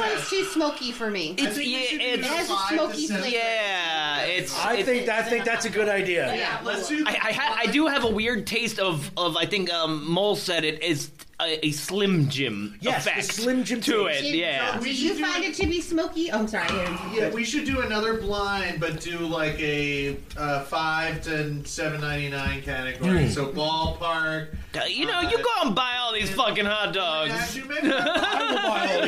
one's too smoky for me.
It's- I think we yeah, should do it's-
it has
five
a
to
smoky
seven.
flavor.
Yeah, it's.
I
it's-
think that, I think that's a good idea.
Yeah,
let's do.
I, I, ha- I do have a weird taste of of I think um, Mole said it is a, a Slim Jim
Yes, the
effect.
Slim Jim
to
taste.
it, yeah.
Did you find it to be smoky? Oh, I'm sorry.
Yeah, we should do another blind, but do like a uh, five to seven ninety nine category.
Hmm.
So ballpark.
Uh,
uh,
You know, you go and buy all these fucking hot dogs.
I'll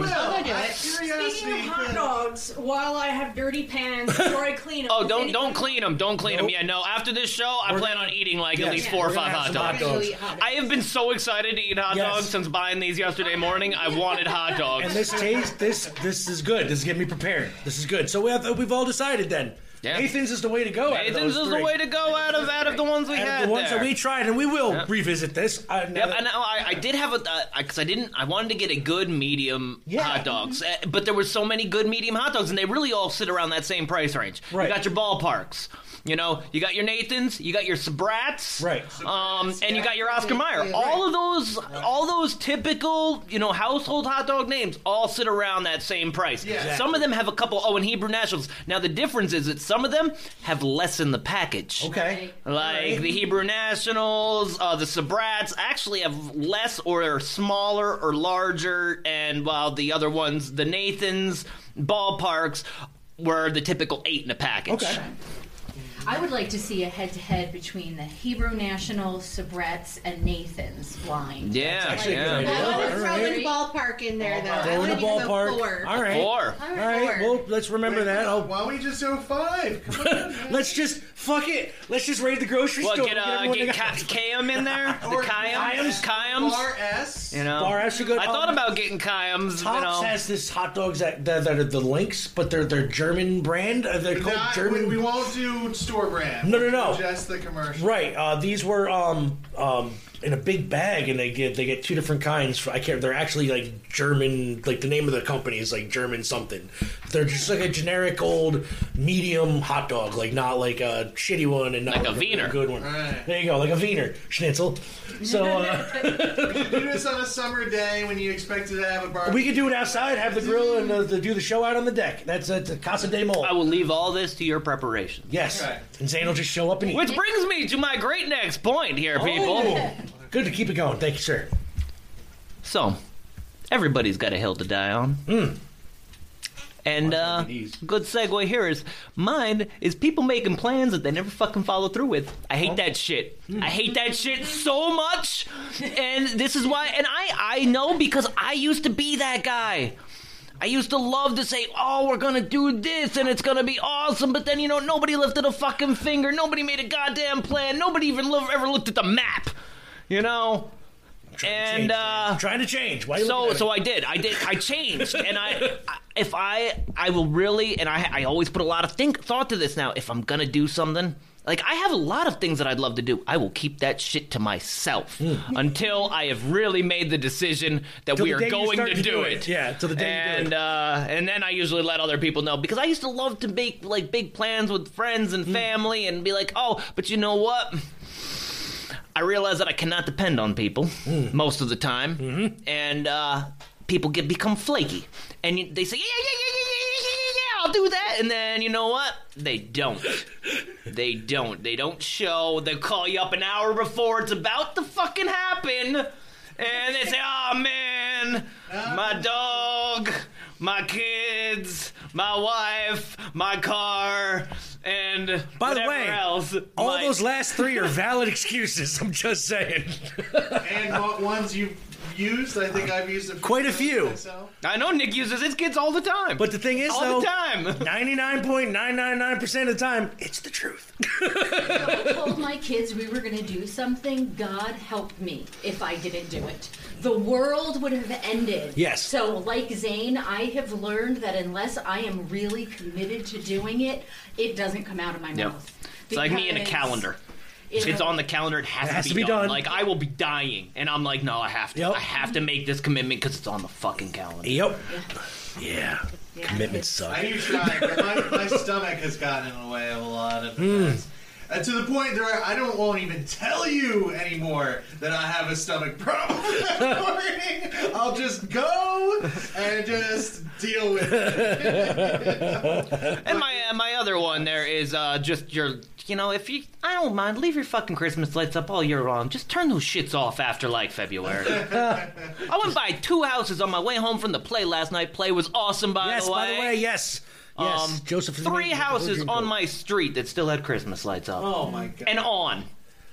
do
Oh, do
it.
it. Speaking of hot dogs, while I have dirty pans before I clean them.
Oh, don't don't clean them. Don't clean them. Yeah, no. After this show, I plan on eating like
Yes,
at least four
we're
or
gonna
five hot
have some
dogs.
hot dogs.
I have been so excited to eat hot
Yes.
dogs since buying these yesterday morning. I wanted hot dogs.
And this taste, this this is good. This is getting me prepared. This is good. So we have we've all decided then. Nathan's is the way to go. out of
Nathan's
those
is the
three.
way to go out of out of the ones we
Out of
had.
the ones
there.
that we tried, and we will revisit this. I,
Yep, and I, I did have a because I didn't. I wanted to get a good medium hot dogs, uh, but there were so many good medium hot dogs, and they really all sit around that same price range. You got your ballparks, you know, you got your Nathan's, you got your Sabrats, right? Um, and you got your Oscar Mayer. All of those, all those typical, you know, household hot dog names all sit around that same price.
Exactly.
Some of them have a couple. Oh, and Hebrew Nationals. Now the difference is that some of them have less in the package.
Okay.
Like the Hebrew Nationals, uh, the Sabrats actually have less or are smaller or larger, and while the other ones, the Nathans, ballparks, were the typical eight in a package. Okay.
I would like to see a head to head between the Hebrew National, Sabrettes, and Nathan's blind.
Yeah, That's actually a good yeah. idea.
I want to
All
throw
right.
in ballpark in there though. I
Throw in
wanna
the
give it a
ballpark.
Four.
All right. All right. Well, let's remember that. I'll,
why don't we just do five?
let's just fuck it. Let's just raid the grocery
What
store.
get
and
uh,
everyone
get
they got.
Ka- Kayum in there? The
Or
Kayum?
Kayum's
Kayams.
Bar S.
You know,
Bar S are good.
I thought
Um,
about getting Kayams.
Tops
you know.
has this hot dogs that, that, that are the links, but they're they're German brand. Uh, They're called
Not-
German.
we, we won't do store brand.
No, no, no.
Just the commercial.
Right. Uh, these were um, um, in a big bag, and they get they get two different kinds. I can't. They're actually like German. Like the name of the company is like German something. They're just like a generic old medium hot dog. Like not like a shitty one, and not
Like a Wiener.
good one. There you go, like a Wiener schnitzel. So uh,
we should do this on a summer day when you expect to have a barbecue.
we could do it outside, have the grill, and uh, the, do the show out on the deck. That's that's a Casa de Mole. I
will leave all this to your preparation.
Yes,
Okay.
and Zane will just show up and eat.
Which brings me to my great next point here, people.
Oh. Good to keep it going. Thank you, sir.
So, everybody's got a hill to die on.
Hmm.
And uh, good segue here is mine is people making plans that they never fucking follow through with. I
Oh.
hate that shit.
Hmm.
I hate that shit so much. And this is why. And I I know because I used to be that guy. I used to love to say, "Oh, we're gonna do this and it's gonna be awesome," but then you know nobody lifted a fucking finger. Nobody made a goddamn plan. Nobody even lo- ever looked at the map. You know. and uh,
trying to change. Why you looking
so
at
so
me?
I did. I did. I changed, and I, I if I I will really, and I I always put a lot of think thought to this now. If I'm gonna do something. Like I have a lot of things that I'd love to do. I will keep that shit to myself until I have really made the decision that
Hmm. Till
we
the
are
day you
going
start
to,
to
do
do
it.
it. Yeah, till the day you do
and, uh, and then I usually let other people know because I used to love to make like big plans with friends
Hmm.
and family and be like, oh, but you know what? I realize that I cannot depend on people
Hmm.
most of the time,
Mm-hmm.
and uh, people get become flaky, and you, they say, yeah, yeah, yeah, yeah, yeah, yeah, yeah, yeah, I'll do that, and then you know what? They don't. they don't. They don't show. They call you up an hour before it's about to fucking happen, and they say, oh man, my dog. My kids, my wife, my car, and
By the
whatever
way,
else.
all
my-
those last three are valid excuses. I'm just saying.
and what ones you've used? I think I've used a few
Quite a
times
few.
myself.
I know Nick uses his kids all the time.
But the thing is,
All
though,
the
time,
99.999% of the time, it's the truth.
I told my kids we were going to do something. God help me if I didn't do it. The world would have ended.
Yes.
So, like Zane, I have learned that unless I am really committed to doing it, it doesn't come out of my
Yep.
mouth.
It's like me and a
Because-
calendar.
you
It's
know-
on the calendar. It has, to, be done. Like I will be dying, and I'm like, no, I have to. I have to make this commitment because it's on the fucking calendar.
Yep. Yeah. Commitments suck.
I do try, but my, my stomach has gotten in the way of a lot of
Mm.
Uh, to the point where I don't won't even tell you anymore that I have a stomach problem. I'll just go and just deal with it.
And my uh, my other one there is uh, just your. You know, if you, I don't mind. Leave your fucking Christmas lights up all year long. Just turn those shits off after like February.
Uh,
I went by two houses on my way home from the play last night. Play was awesome, by
yes,
the way.
by the way, yes.
Um,
Yes. Joseph.
three houses on my street that still had Christmas lights up.
Oh, my God.
And on.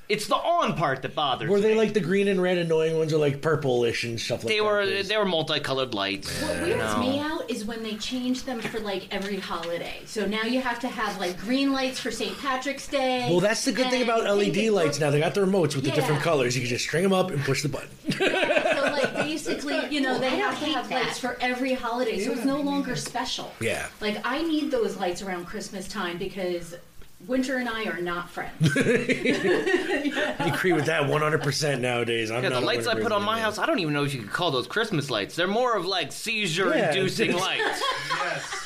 It's the on part that bothers.
Were they like the green and red annoying ones or like purplish and stuff like
They
that?
were they were multicolored lights.
What
you
weirds
know.
me out is when they change them for like every holiday. So now you have to have like green lights for St. Patrick's Day.
Well, that's the good thing about LED lights now. They got the remotes with the different
Yeah.
colors. You can just string them up and push the button.
So like basically, you know, they
I
have to
hate
have
that.
lights for every holiday, so it's no longer special.
Yeah.
Like I need those lights around Christmas time because Winter and I are not friends.
I agree with that 100% nowadays. I'm
Yeah,
not
the
a
lights I
winter
put on
person.
my house, I don't even know if you could call those Christmas lights. They're more of like seizure
Yeah,
inducing
it's-
lights.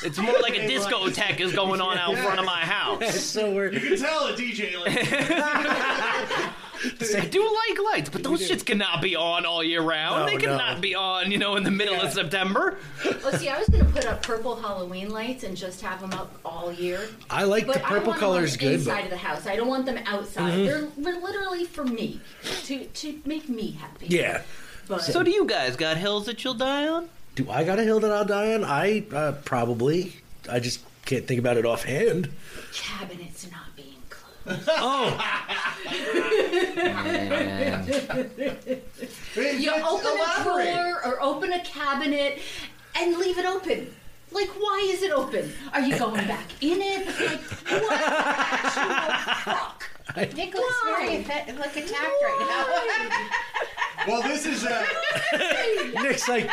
It's more like a discotheque is going on out front of my house.
That's so weird.
You can tell a DJ
I do like lights, but those shits cannot be on all year round.
No,
they
no.
cannot be on, you know, in the middle of September.
well, see, I was going to put up purple Halloween lights and just have them up all year.
I like
But
the
I
purple
want
colors
them on the
good,
inside
but
of the house. I don't want them outside.
Mhm.
They're, they're literally for me to to make me happy.
yeah.
But-
So do you guys got hills that you'll die on?
Do I got a hill that I'll die on? I uh, probably. I just can't think about it offhand.
Cabinets not being
oh,
you open a
elaborate.
drawer or open a cabinet and leave it open. Like, why is it open? Are you going back in it? Like,
Nicholas
Why?
very effect- like attacked right now.
Well, this is a
Nick's like,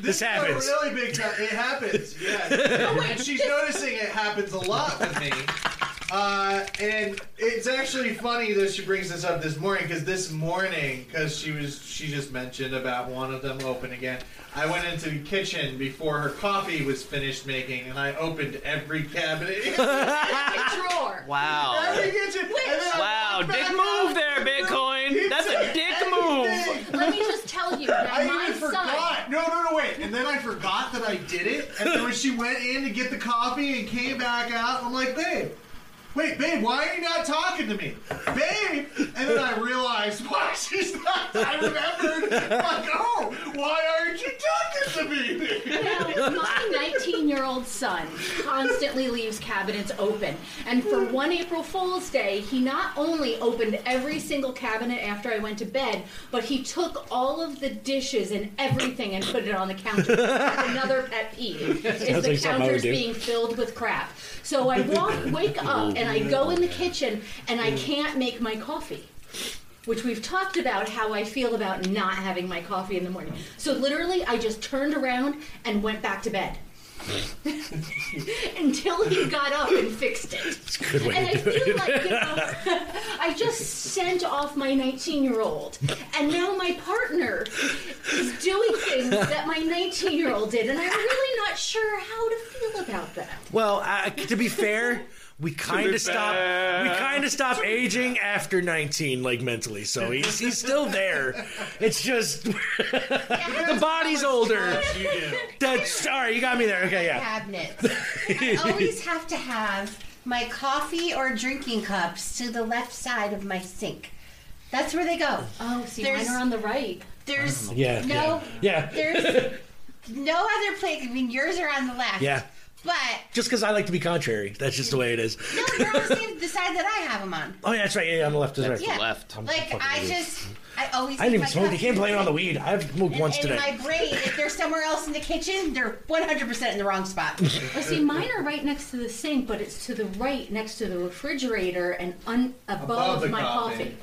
this, happens.
A really big. time. It happens. Yeah. and she's noticing it happens a lot with me. Uh, and it's actually funny that she brings this up this morning because this morning, because she was she just mentioned about one of them open again. I went into the kitchen before her coffee was finished making, and I opened every cabinet.
drawer.
Wow.
Every kitchen. And then I
Wow,
walked
dick
back
move
out.
there, Bitcoin. That's a dick move.
Let me just tell you that
I
my
even
son.
forgot. No, no, no, wait. And then I forgot that I did it. And then when she went in to get the coffee and came back out, I'm like, babe, wait, babe, why are you not talking to me? Babe! And then I realized why she's not. I remembered. like, oh, why aren't you talking to
Now,
me?
my 19 year old son constantly leaves cabinets open. And for one April Fool's Day, he not only opened every single cabinet after I went to bed, but he took all of the dishes and everything and put it on the counter. That's another pet peeve is
Sounds
the
like something I would
counters
do.
being filled with crap. So I walk, wake up and I go in the kitchen and I can't make my coffee which we've talked about how I feel about not having my coffee in the morning. So literally, I just turned around and went back to bed until he got up and fixed it.
It's a good way
and
to
I
do
feel
it.
like you know, I just sent off my 19-year-old, and now my partner is doing things that my 19-year-old did, and I'm really not sure how to feel about that.
Well, I, to be fair, we kind
be
of stop. We kind of stop aging after nineteen, like mentally. So he's he's still there. It's just the body's older. That's sorry, you got me there. Okay, yeah.
Cabinets. I always have to have my coffee or drinking cups to the left side of my sink. That's where they go.
Oh, see, mine are on the right.
There's
Yeah,
no
yeah, yeah.
there's no other place. I mean, yours are on the left.
yeah.
But
Just because I like to be contrary, that's just the way it is.
no, you're on the same the side that I have them on.
Oh yeah, that's right. Yeah, yeah, I'm left. That's right.
yeah.
I'm
like
fucking
I
weird.
just, I always.
I didn't
leave my
even smoke. You
cups
can't blame it on the weed. I've smoked once
in
today.
my brain. If they're somewhere else in the kitchen, they're 100% in the wrong spot.
Well, see, mine are right next to the sink, but it's to the right next to the refrigerator and un- above, my coffee.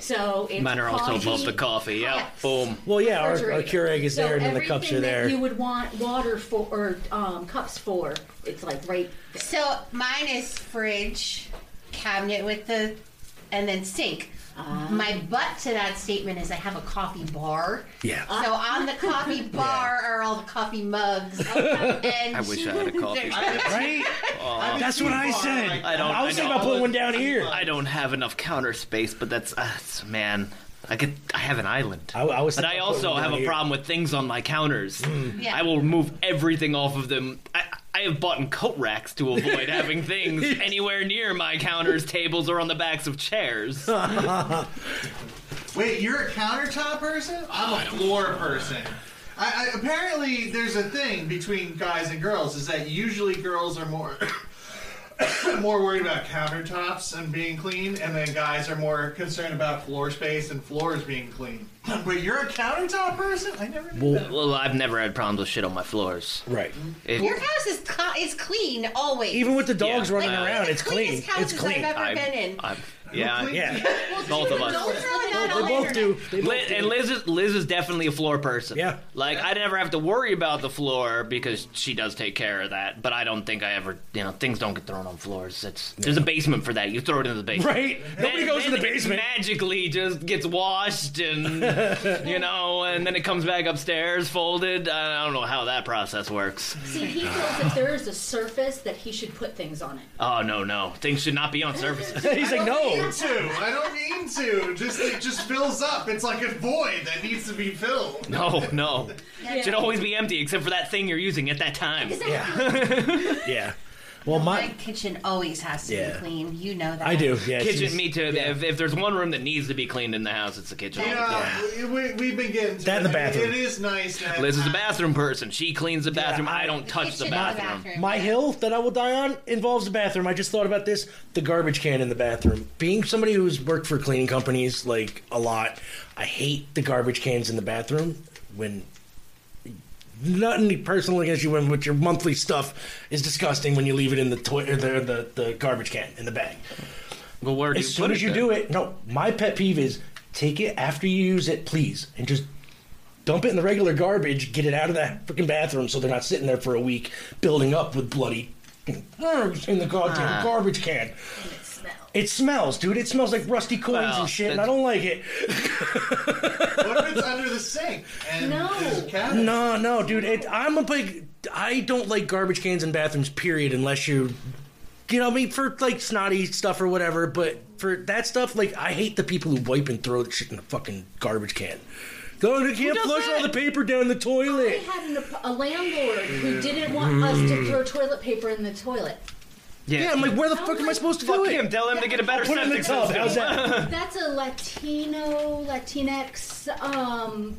So it's
Mine are also
coffee.
above the coffee. Yeah, boom.
Well, yeah, our, our
refrigerator.
Keurig is
So
there, and then the cups
everything
are
that
there.
You would want water for or um, cups for. It's like right.
So mine is fridge, cabinet with the, and then sink.
Ah.
My butt to that statement is I have a coffee bar.
Yeah.
So
Ah.
on the coffee bar are all the coffee mugs. And
I wish I had a coffee.
right?
Aw.
That's what I said.
I don't.
I was thinking about putting one down here.
I don't have enough counter space, but that's uh, it's- man. I could. I have an island. I,
was
but I
thinking about putting
also
one
have
down
a
here. Hmm.
problem with things on my counters.
Yeah.
I will remove everything off of them. I, I have bought coat racks to avoid having things anywhere near my counters, tables, or on the backs of chairs.
Wait, you're a countertop person? I'm a floor person. I, I, apparently, there's a thing between guys and girls is that usually girls are more more worried about countertops and being clean, and then guys are more concerned about floor space and floors being clean. But you're a countertop person? I never knew that.
well, I've never had problems with shit on my floors.
Right.
Your house is co- is clean always.
Even with the dogs
Yeah.
running
Like,
around, it's clean.
cleanest houses
It's clean.
I've ever been in.
I'm, yeah,
Yeah.
Both of
Those
us.
are not
They both do. They both
Liz,
do.
and Liz is Liz is definitely a floor person.
Yeah.
Like I never have to worry about the floor because she does take care of that. But I don't think I ever, you know, things don't get thrown on floors. It's there's a basement for that. You throw it in the basement,
Right. Nobody goes in the
it
basement.
magically just gets washed and you know, and then it comes back upstairs folded. Uh, I I don't know how that process works.
See, he feels if there is a surface that he should put things on it.
Oh no, no, things should not be on surfaces.
I don't Mean to. I don't mean to. Just it just fills up. It's like a void that needs to be filled.
No, no.
Yeah.
Should always be empty except for that thing you're using at that time.
Yeah. Well,
My
my
kitchen always has to
Yeah.
be clean. You know that.
I do. Yeah. she's-
kitchen, me too. If, if there's one room that needs to be cleaned in the house, it's the kitchen.
Yeah, we, we've been getting to
That and the
it.
bathroom.
It is nice to have
Liz is a bathroom person. She cleans the bathroom. I, don't touch the bathroom.
My hill that I will die on involves the bathroom. I just thought about this: the garbage can in the bathroom. Being somebody who's worked for cleaning companies like a lot, I hate the garbage cans in the bathroom. When nothing personal against you, when with your monthly stuff is disgusting when you leave it in the toy or the, the the garbage can in the bag.
Well, where do
as
you
soon
put it
as you
then?
do it? No, my pet peeve is Take it after you use it, please, and just dump it in the regular garbage. Get it out of that freaking bathroom so they're not sitting there for a week building up with bloody herbs in the goddamn
Ah.
garbage can. It smells, dude. It smells like rusty coins and shit, and I don't like it.
What if it's under the sink? And there's a cabinet?
No, no, dude. It, I'm a big. I don't like garbage cans in bathrooms. Period. Unless you, you know, I mean, for like snotty stuff or whatever. But for that stuff, like, I hate the people who wipe and throw the shit in the fucking garbage can. Go, they can't
does
flush all the paper down the
I
toilet.
had an, a landlord who didn't want us to throw toilet paper in the toilet.
Yeah.
I'm like, where the fuck am I supposed to do it?
him. Tell him to get a better
I'll put it in the
septic
tub.
system.
How's that?
That's a Latino, Latinx um,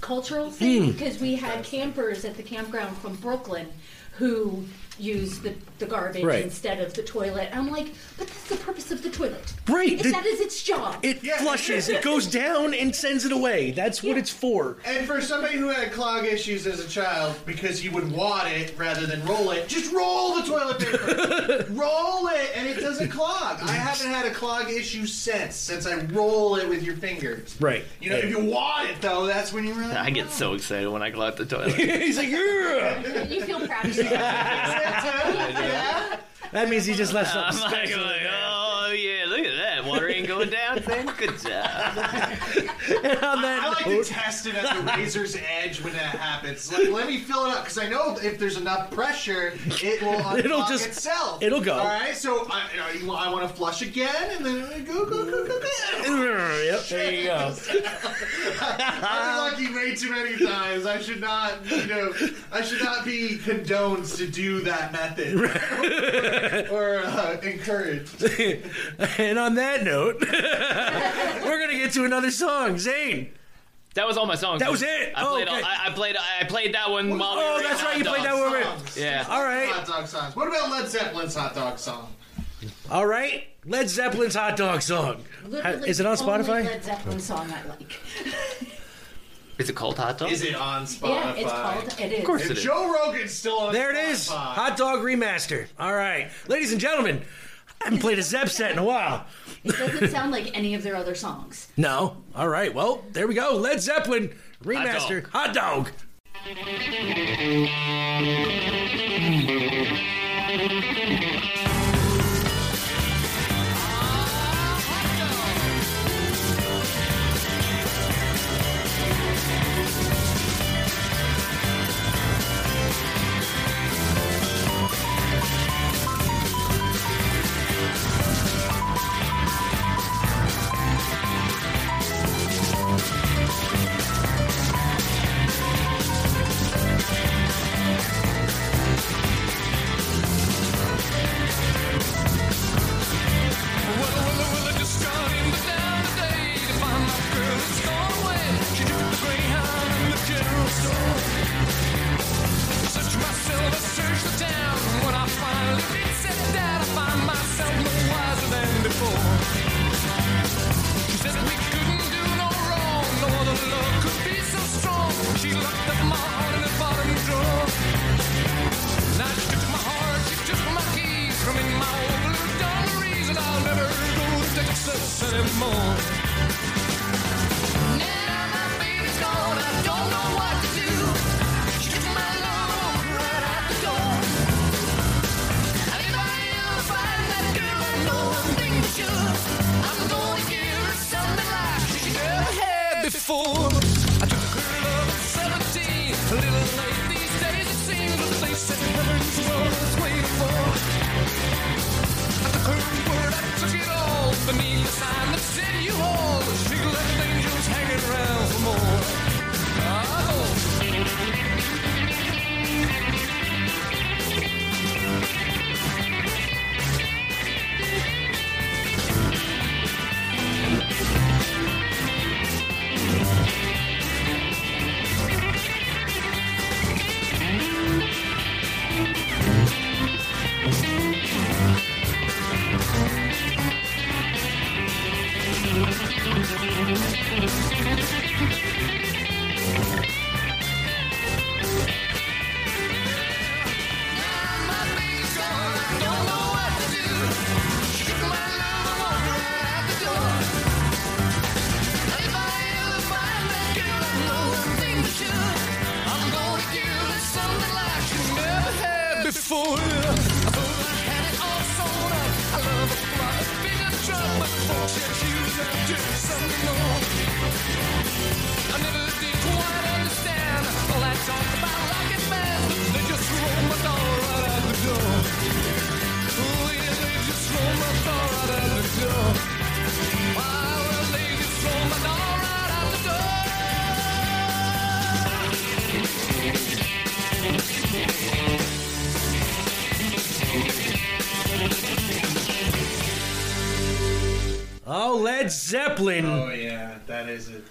cultural thing
Hmm.
because we had campers at the campground from Brooklyn who used the, the garbage
Right.
instead of the toilet. I'm like, but that's the purpose of the toilet.
Right,
If
the-
that is its job.
It flushes. It goes down and sends it away. That's what it's for.
And for somebody who had clog issues as a child, because he would wad it rather than roll it, just roll the toilet paper. roll it, and it doesn't clog. I haven't had a clog issue since since I roll it with your fingers.
Right.
You know, if you wad it though, that's when you really.
I get so excited when I go out the toilet.
He's like, yeah.
You feel proud of yourself.
That means he just left
I'm
something
like,
special. in
like,
there.
oh yeah, look at that. Water ain't going down, Sam. Good job.
I like to test it at the razor's edge when that happens. Like, let me fill it up because I know if there's enough pressure, it will unlock
It'll just-
itself.
it'll go.
All right, so I, I, want to flush again, and then go, go, go, go, go.
Yep, there you go.
I've been lucky way too many times. I should not, you know, I should not be condoned to do that method or, uh, encouraged.
and on that note, we're gonna get to another song. Zane,
That was all my songs.
That was it?
I
Oh,
played.
okay.
all, I, I played. I played that one. While we
Oh,
were
that's
eating
right, you
hot
played
dogs.
that one with-
Yeah.
All right.
Hot dog songs. What about Led Zeppelin's hot dog song?
all right, Led Zeppelin's hot dog song.
Literally
Is it on
the Only
Spotify?
Led Zeppelin song I like.
Is it called hot dog?
Is it on Spotify?
Yeah, it's called. It is.
Of course
If
it is.
Joe Rogan's still on.
There it is, hot dog remaster. All right, ladies and gentlemen, I haven't played a Zep set in a while.
It doesn't sound like any of their other songs.
No, all right, well there we go. Led Zeppelin remaster, hot dog.
She locked up my heart in the bottom drawer. And I took my heart, she took my keys from in my old blue dungarees, and I'll never go to Texas anymore. Now my baby's gone, I don't know what to do. She took my love right out the door. Anybody ever find that girl? I know I'm thinking sure. I'm gonna give her something like she never had before. I took her love at 17, a little late these days it seems, but they said heaven's what I was waiting for. I took her word, I took it all, beneath the sign that said you all, she left angels hanging around for more. Oh.
Oh, Led Zeppelin.
Oh yeah, that is it.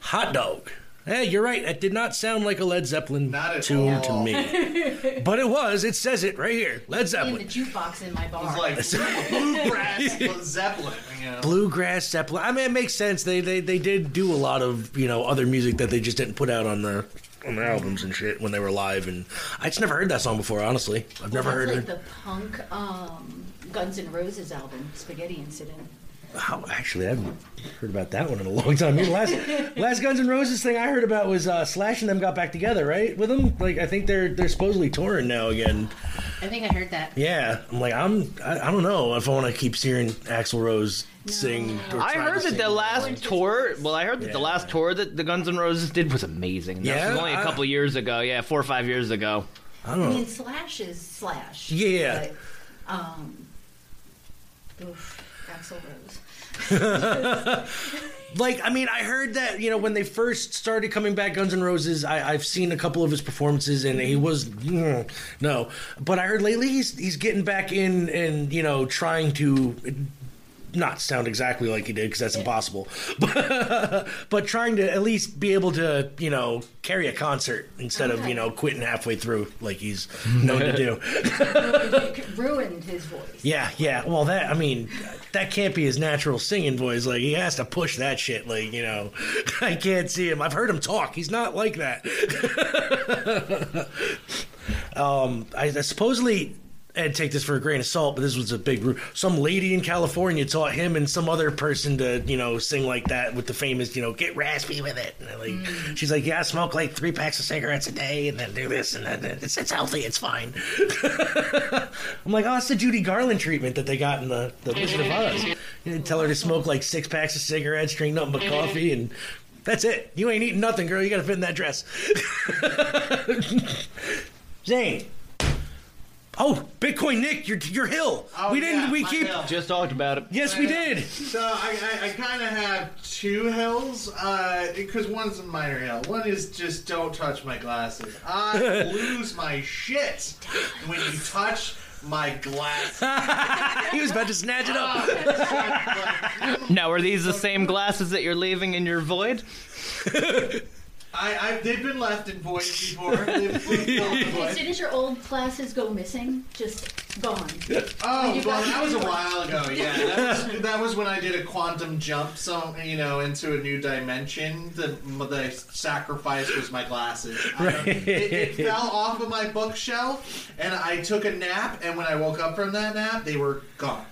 Hot dog. Hey, you're right. That did not sound like a Led Zeppelin tune to me, but it was. It says it right here. Led
In
Zeppelin.
the jukebox in my bar.
It's like bluegrass Zeppelin. You know?
Bluegrass Zeppelin. I mean, it makes sense. They they they did do a lot of you know other music that they just didn't put out on their on their albums and shit when they were live. And I just never heard that song before. Honestly, I've never
That's
heard
like
it.
the punk um, Guns N' Roses album, Spaghetti Incident.
Wow, actually, I haven't heard about that one in a long time. The last last Guns N' Roses thing I heard about was uh, Slash and them got back together, right? With them, like I think they're they're supposedly touring now again.
I think I heard that.
Yeah, I'm like I'm I, I don't know if I want to keep hearing Axl Rose sing. or
I
try to
heard that
sing.
the last tour. Well, I heard that the last tour that the Guns N' Roses did was amazing. That
Yeah?
was only a
I-
couple years ago. Yeah, four or five years ago.
I
I
Oh.
mean, Slash is Slash.
Yeah.
But, um, oof, Axl Rose.
like I mean, I heard that you know when they first started coming back, Guns N' Roses. I, I've seen a couple of his performances, and he was mm, no, but I heard lately he's he's getting back in and you know trying to not sound exactly like he did because that's impossible, but, but trying to at least be able to you know carry a concert instead of you know quitting halfway through like he's known to do.
Ruined his voice.
Yeah, yeah. Well, that I mean, that can't be his natural singing voice. Like he has to push that shit. Like you know, I can't see him. I've heard him talk. He's not like that. um, I, I supposedly. And take this for a grain of salt, but this was a big ru Some lady in California taught him and some other person to, you know, sing like that with the famous, you know, get raspy with it. And they're like, she's like, yeah, I smoke like three packs of cigarettes a day, and then do this, and then it's, it's healthy, it's fine. I'm like, oh, it's the Judy Garland treatment that they got in the, the Wizard of Oz. You tell her to smoke like six packs of cigarettes, drink nothing but coffee, and that's it. You ain't eating nothing, girl. You got to fit in that dress. Zane. Oh, Bitcoin Nick, your your hill.
Oh,
we didn't. we keep.
just talked about it.
Yes, we did.
So I, I, I kind of have two hills, because one's a minor hill. One is just don't touch my glasses. I lose my shit when you touch my glasses.
he was about to snatch it up.
Now, are these the same glasses that you're leaving in your void?
I, I, they've been left in voids before. They've been filled with
As
voids.
soon as your old classes go missing, just gone.
Oh,
You
well,
got-
that was a while ago. Yeah, that was, that was when I did a quantum jump, so you know, into a new dimension. The the sacrifice was my glasses. I don't- it, it fell off of my bookshelf, and I took a nap. And when I woke up from that nap, they were gone.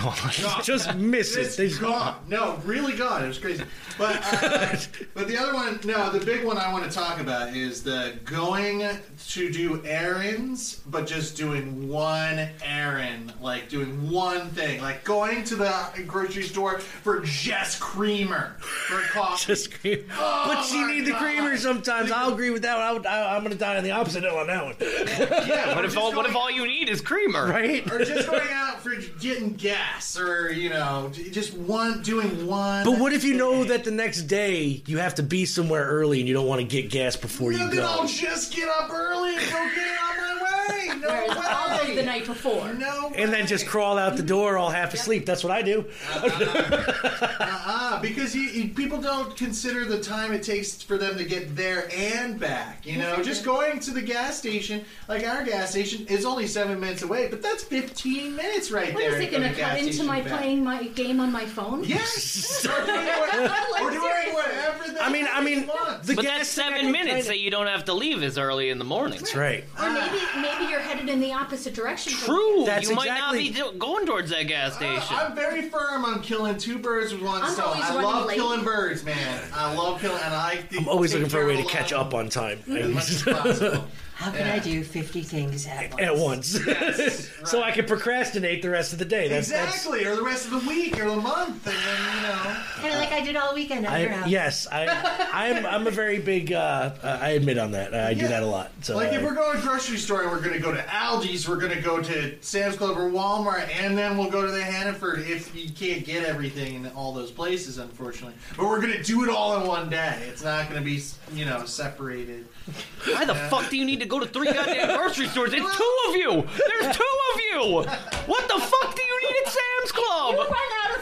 Gone.
Just miss it.
Just
They-
gone. No, really gone. It was crazy. But uh, but the other one, no, the big one I want to talk about is the going to do errands, but just doing one errand, like doing one thing, like going to the grocery store for just creamer for coffee. Oh,
Just cream. but you need the
Oh,
creamer sometimes. I'll agree with that one. I would, I, I'm going to die on the opposite hill on that one.
Yeah. What if all What if all you need is creamer?
Right.
or just going out for getting gas, or you know, j- just one doing one.
But what if you know that the next day you have to be somewhere early and you don't want to get gas before you
No, then I'll
go?
just get up early and go get it on my way. No
Whereas
way.
I'll go the night before.
No.
And then just crawl out the door all half asleep. That's what I do.
Uh-uh, because you, you, people don't consider the time it takes for them to get there and back. You know, just going to the gas station, like our gas station, is only seven minutes away, but that's 15 minutes right
What
there.
is it
from
going
the
to
gas
cut into
station
my
back.
playing my game on my phone?
Yes.
Like,
Or doing
seriously.
whatever the
I mean-
hell
I mean,
you want.
but that's seven minutes that you don't have to leave as early in the morning. That's
right.
Or maybe
Ah.
maybe you're headed in the opposite direction. from-
True. you might not be do- going towards that gas station.
I'm very firm on killing two birds with one
I'm
stone.
always
I
running
love
late.
killing birds, man. I love killing, and I.
I'm always
take
looking for a
care
way
of
to catch up on time.
As much as possible.
How can I do 50 things at once?
At once. so I can procrastinate the rest of the day. That's, that's-
Exactly, or the rest of the week, or the month, and then you know.
Kind of like I did all weekend. I,
I, yes, I, I'm. I'm a very big. Uh, uh, I admit on that. I do that a lot. So uh,
like if
I-
we're going to grocery store and we're going to go to Aldi's, we're going to go to Sam's Club or Walmart, and then we'll go to the Hannaford if you can't get everything in all those places, unfortunately. But we're going to do it all in one day. It's not going to be you know separated.
Why the fuck do you need to go to three goddamn grocery stores? It's two of you. There's two of you. What the fuck do you need at Sam's Club?
You run out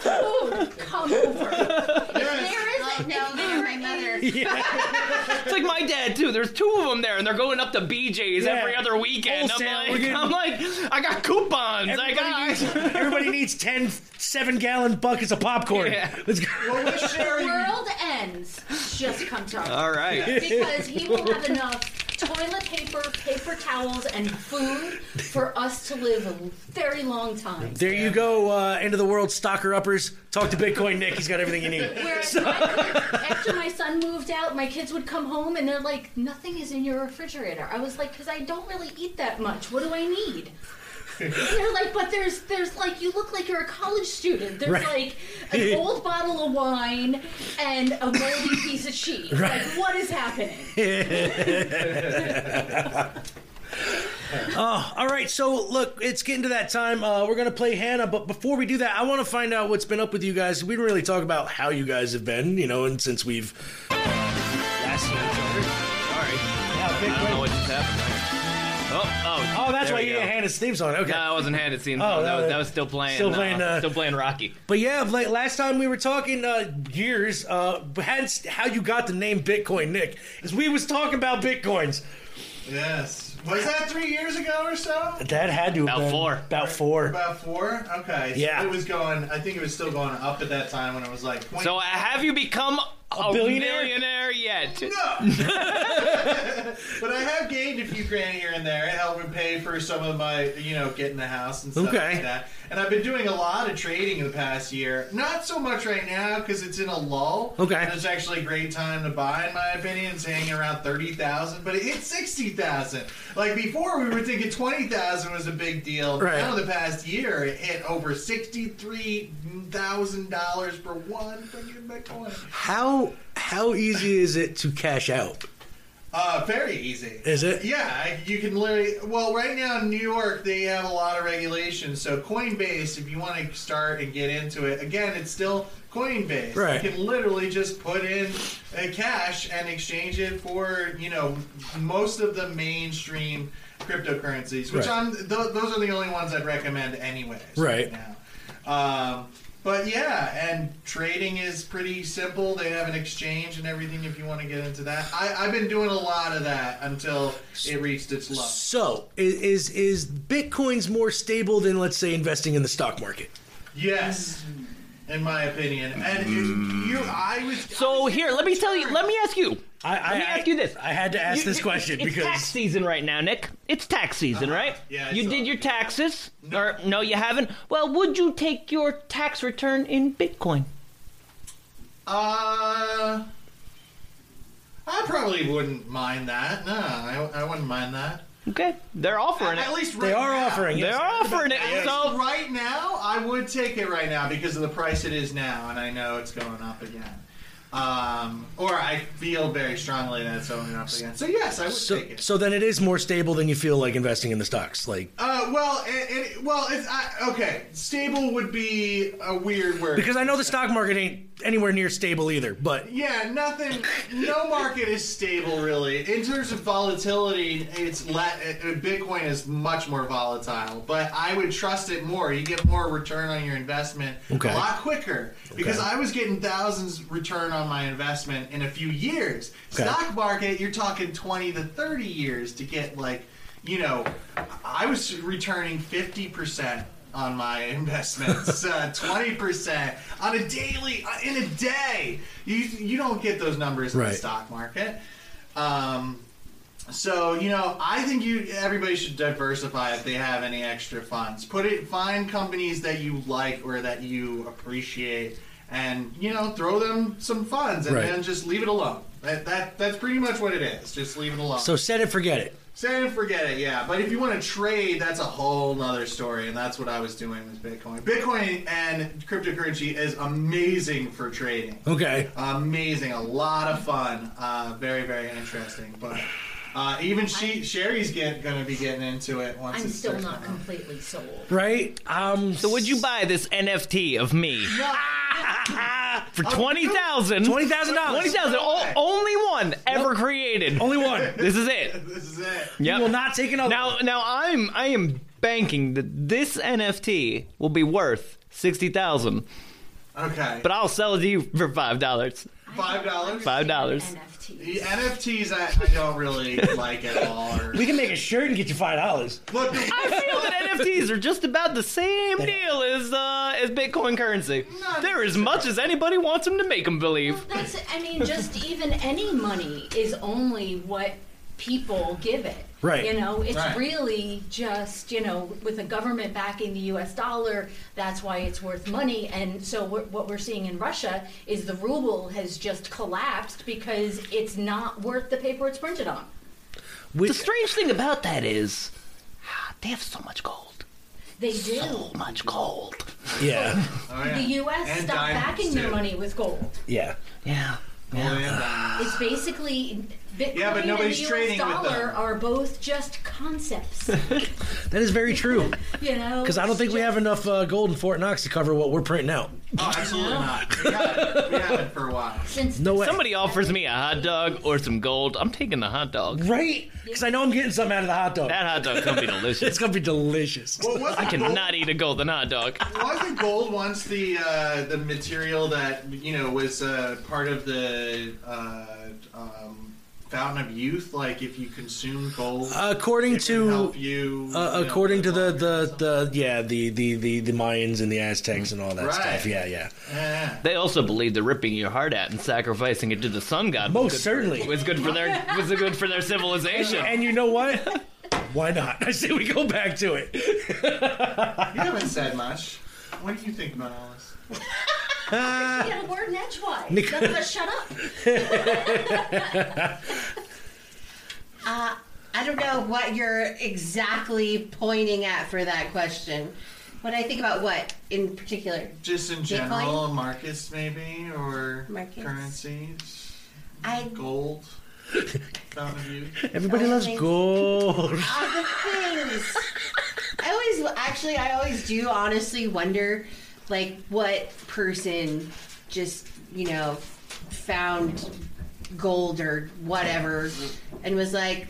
of food. come over.
There is like no, they're my mother.
it's like my dad too. There's two of them there, and they're going up to BJ's
Yeah.
every other weekend.
Oh,
I'm
Wholesale,
like,
we're getting-
I'm like, I got coupons. I got.
Everybody needs, everybody needs 10 7 gallon buckets of popcorn. Let's go.
the world ends. Just come to us.
All right.
Because he will have enough toilet paper, paper towels, and food for us to live a very long time.
There you go, uh, end of the world stalker uppers. Talk to Bitcoin Nick. He's got everything you need.
Whereas my- after my son moved out, my kids would come home and they're like, "Nothing is in your refrigerator." I was like, "Cause I don't really eat that much. What do I need?" And they're like, "But there's there's like you look like you're a college student. There's
Right.
like an old bottle of wine and a moldy piece of cheese. Like what is happening?"
oh, all right. So look, it's getting to that time. Uh, we're gonna play Hannah, but before we do that, I want to find out what's been up with you guys. We didn't really talk about how you guys have been, you know, and since we've last seen each other.
Sorry. I don't know what just happened. Oh, oh,
Oh, that's
there
why
we
you
go.
didn't hand us Steve's on. Okay.
No, I wasn't handed scene.
Oh,
Oh, that,
no,
was,
no.
that was still playing.
Still playing,
Uh,
uh,
still playing Rocky.
But yeah, like last time we were talking uh, years, uh, hence how you got the name Bitcoin Nick is we was talking about bitcoins.
Yes. Was that three years ago or so?
That had to have about been four. About four.
About four? Okay. so
Yeah.
It was going, I think it was still going up at that time when I was like, point-
So uh, have you become a,
billionaire?
millionaire yet?
but I have gained a few grand here and there. It helped me pay for some of my, you know, getting a house and stuff
Okay.
like that. And I've been doing a lot of trading in the past year. Not so much right now because it's in a lull.
Okay.
And it's actually a great time to buy, in my opinion. It's hanging around thirty thousand, but it hit sixty thousand. Like before, we were thinking twenty thousand was a big deal.
Right.
Now, the past year, it hit over sixty-three thousand dollars for one freaking Bitcoin.
How how easy is it to cash out?
Uh, very easy.
Is it?
Yeah, you can literally. Well, right now in New York, they have a lot of regulations. So Coinbase, if you want to start and get into it, again, it's still Coinbase.
Right.
You can literally just put in uh, cash and exchange it for you know most of the mainstream cryptocurrencies, which
Right.
I'm. Th- those are the only ones I'd recommend anyway.
Right.
Um, but yeah, and trading is pretty simple. They have an exchange and everything if you want to get into that. I, I've been doing a lot of that until it reached its low.
So i- is is bitcoins more stable than let's say investing in the stock market?
Yes, in my opinion. And it, you, I was.
So here, let me tell you. Let me ask you.
I,
let me ask you this.
I had to ask this question
it's
because- Uh-huh.
tax season right now, Nick. It's tax season, right?
Yeah, I
You
saw
did your taxes, or no, you haven't. Well, would you take your tax return in Bitcoin?
Uh, I probably wouldn't mind that. No, I, I wouldn't mind that.
Okay, they're offering it.
At least right now.
They're offering it.
At least
So
right now, I would take it right now because of the price it is now, and I know it's going up again. Um, or I feel very strongly that it's going up again. So yes, I would
So,
take it.
so then it is more stable than you feel like investing in the stocks. Like
Uh, well, it, it, well, it's I, okay. Stable would be a weird word
because I know the stock market ain't anywhere near stable either, but
Yeah, nothing. No market is stable, really. In terms of volatility, it's la- uh, Bitcoin is much more volatile, but I would trust it more. You get more return on your investment
Okay.
a lot quicker because
Okay.
I was getting thousands return on my investment in a few years.
Okay.
Stock market, you're talking twenty to thirty years to get like, you know, I was returning fifty percent. On my investments, uh, twenty percent on a daily uh, in a day. You you don't get those numbers in
Right.
the stock market. Um, so you know, I think you everybody should diversify if they have any extra funds. Put it, find companies that you like or that you appreciate, and you know, throw them some funds, and
Right.
then just leave it alone. That, that that's pretty much what it is. Just leave it alone.
so set it, forget it.
Set and forget it, yeah. But if you want to trade, that's a whole nother story, and that's what I was doing with Bitcoin. Bitcoin and cryptocurrency is amazing for trading.
Okay.
Amazing, a lot of fun, uh, very very interesting. But uh, even she, Sherry's get, gonna be getting into it once.
I'm
it
still
starts
not
coming out.
completely sold.
Right? Um
So would you buy this NFT of me? For twenty thousand.
Twenty thousand dollars.
Twenty thousand. Only one ever created.
Only one.
This is it.
This is it.
Yep.
will not take another.
Now, now I'm I am banking that this NFT will be worth sixty thousand
Okay.
But I'll sell it to you for five dollars.
Five dollars.
Five dollars.
The NFTs I, I don't really like at all. Or...
We can make a shirt and get you five dollars.
Look, I
feel
Oh,
that NFTs are just about the same deal as uh, as Bitcoin currency. They're as much as anybody wants them to make them believe.
That's, I mean, just even any money is only what people give it.
Right.
You know, it's
Right.
really just, you know, with the government backing the US dollar, that's why it's worth money. And so what what we're seeing in Russia is the ruble has just collapsed because it's not worth the paper it's printed on.
the strange thing about that is, ah, they have so much gold.
They do.
much gold.
Yeah.
The US
Oh, And
stopped
diamonds,
backing their
too.
money with gold.
Yeah.
Yeah.
Oh, Yeah.
It's basically Bitcoin
Yeah, but nobody's
and the US
trading with
dollar
them.
are both just concepts,
That is very true.
you know.
Because I don't think we have enough uh, gold in Fort Knox to cover what we're printing out.
Oh, absolutely not. We haven't, we haven't for a while.
Since
No way.
somebody offers me a hot dog or some gold, I'm taking the hot dog.
Right? Because I know I'm getting something out of the hot dog.
That hot dog's gonna be delicious. it's
gonna be delicious.
I cannot eat a golden hot dog.
Wasn't gold once the uh, the material that you know was uh, part of the uh, um, fountain of youth? Like if you consume gold,
According to
you,
uh,
you know,
according to the, the, the yeah the, the, the, the Mayans and the Aztecs and all that
Right.
stuff. Yeah, yeah.
Yeah.
They also believed that ripping your heart out and sacrificing it to the sun god
Most
was good
certainly.
for, was good for their was good for their
And,
civilization.
and you know what? Why not? I say we go back to it.
you haven't said much. What do you think about all this?
She had a word in edgewise.
Nic-
That's what- shut up.
Uh, I don't know what you're exactly pointing at for that question. When I think about what in particular,
Just in
Bitcoin?
general, markets maybe or
Markets.
currencies,
I
gold, fountain of youth.
Everybody loves gold.
all the things. I always, actually, I always do honestly wonder, like, what person just, you know, found gold or whatever and was like,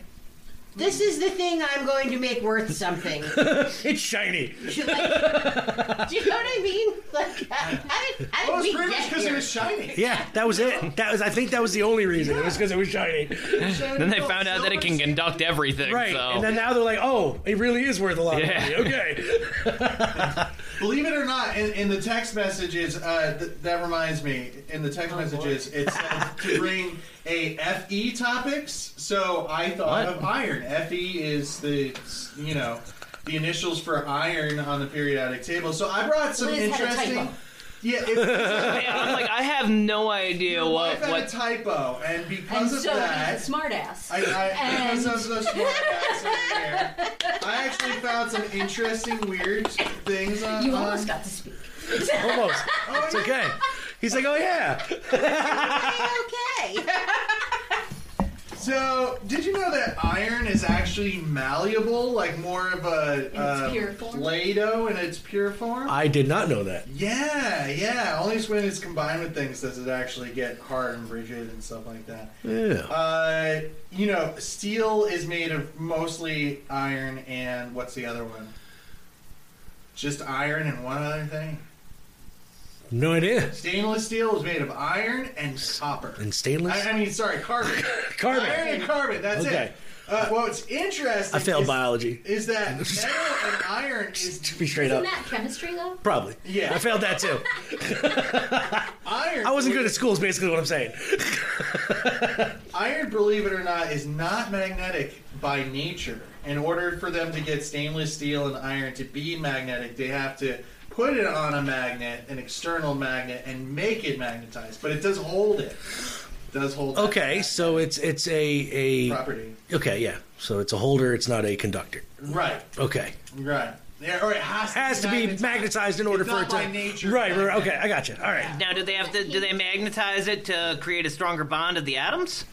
this is the thing I'm going to make worth something.
it's shiny.
Do you know what I mean? Like, how, how did, how did
Well, it was
we
pretty
get
much 'cause it
here?
was shiny.
Yeah, that was it. That was. I think that was the only reason. It was because it was shiny.
then they found out that it can conduct everything.
Right,
So.
and then now they're like, "Oh, it really is worth a lot
Yeah.
of money." Okay,
Believe it or not, in, in the text messages, uh, th- that reminds me. In the text messages, it said to bring a fe topics. So I thought
What?
of iron. Fe is the you know the initials for iron on the periodic table. So I brought some
Liz had a
interesting.
typo.
Yeah, it,
Yeah, I'm like, I have no idea
Your wife
what
had
what
a typo, and
And
because of
so
that,
he's a smartass.
I, I,
and
because of the smart ass in there, I actually found some interesting, weird things on.
You
on- Oh,
almost got to speak.
almost. It's okay. He's like, "Oh yeah."
okay.
So, did you know that iron is actually malleable, like more of a uh,
pure form?
Play-Doh in its pure form?
I did not know that.
yeah, yeah. Only when it's combined with things does it actually get hard and rigid and stuff like that.
Yeah.
Uh, you know, steel is made of mostly iron and what's the other one? Just iron and one other thing.
No idea.
Stainless steel is made of iron and copper.
And stainless.
I, I mean, sorry, carbon.
Carbon.
Iron and carbon. That's
Okay.
it. Uh, well, it's interesting.
I failed
is,
biology.
Is that metal and iron is
To be straight
Isn't
up,
that chemistry though?
probably.
Yeah.
I failed that too.
iron?
I wasn't good at school. Is basically what I'm saying.
Iron, believe it or not, is not magnetic by nature. In order for them to get stainless steel and iron to be magnetic, they have to put it on a magnet, an external magnet, and make it magnetized. But it does hold it. It does hold. that
Okay, so it's it's a a
Property.
Okay, yeah. So it's a holder. It's not a conductor.
Right.
Okay.
Right. Yeah, or it has,
Has to be magnetized in order
It's
for
not
it
by
to. Right, right. Okay, I got you. All right.
Now, do they have to? Do they magnetize it to create a stronger bond of the atoms?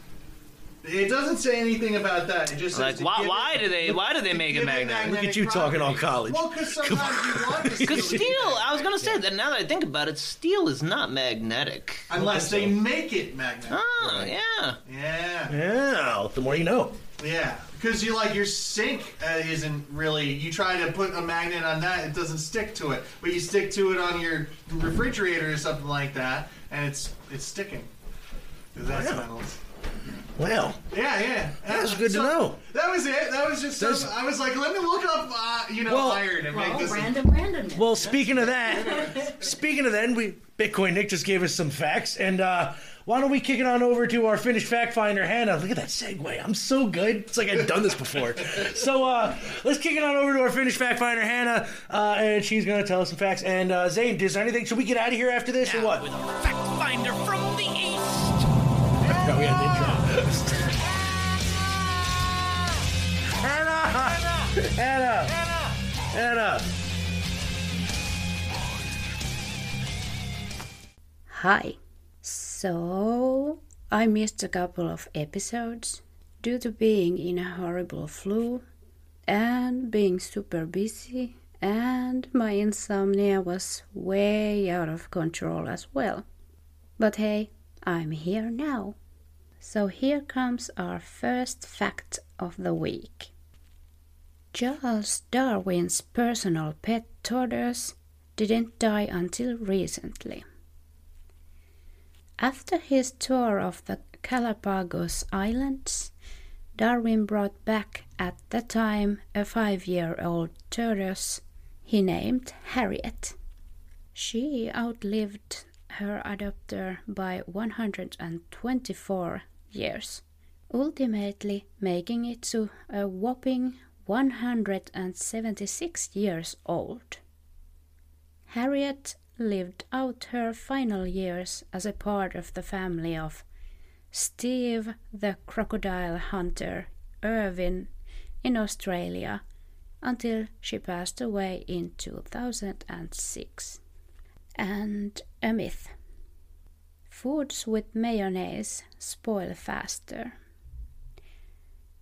It doesn't say anything about that. It just
Like,
says to
why-
give
why
it-
do they-
to
why do they
give
make it
it
magnetic?
magnetic?
Look at you talking all college.
Well, because sometimes you want to
Because
steal it.
steel, I was gonna say that. Now that I think about it, steel is not magnetic
unless they make it magnetic.
Oh yeah.
Yeah.
Yeah. The more you know.
Yeah, because you like your sink uh, isn't really. You try to put a magnet on that, it doesn't stick to it. But you stick to it on your refrigerator or something like that, and it's it's sticking. 'Cause That's
Wow.
metals.
Wow.
Yeah, yeah. Uh,
That's good
So,
to know.
That was it. That was just. Some,
That's-
I was like, let me look up, uh, you know,
Well-
iron and make
Well,
this.
random, random.
Well, speaking of that, speaking of that, we Bitcoin Nick just gave us some facts, and uh, why don't we kick it on over to our Finnish fact finder Hannah? Look at that segue. I'm so good. It's like I've done this before. so uh, let's kick it on over to our Finnish fact finder Hannah, uh, and she's gonna tell us some facts. And uh, Zane, is there anything? Should we get out of here after this or what?
Finder from the east.
No, we had an intro.
Hannah!
Hannah! Hannah!
Hi. So, I missed a couple of episodes due to being in a horrible flu and being super busy, and my insomnia was way out of control as well. But hey, I'm here now. So, here comes our first fact of the week. Charles Darwin's personal pet tortoise didn't die until recently. After his tour of the Galapagos Islands, Darwin brought back at the time a five year old tortoise he named Harriet. She outlived her adopter by 124 years, ultimately making it to a whopping 176 years old. Harriet lived out her final years as a part of the family of Steve the crocodile hunter Irwin in Australia until she passed away in 2006. And a myth foods with mayonnaise spoil faster.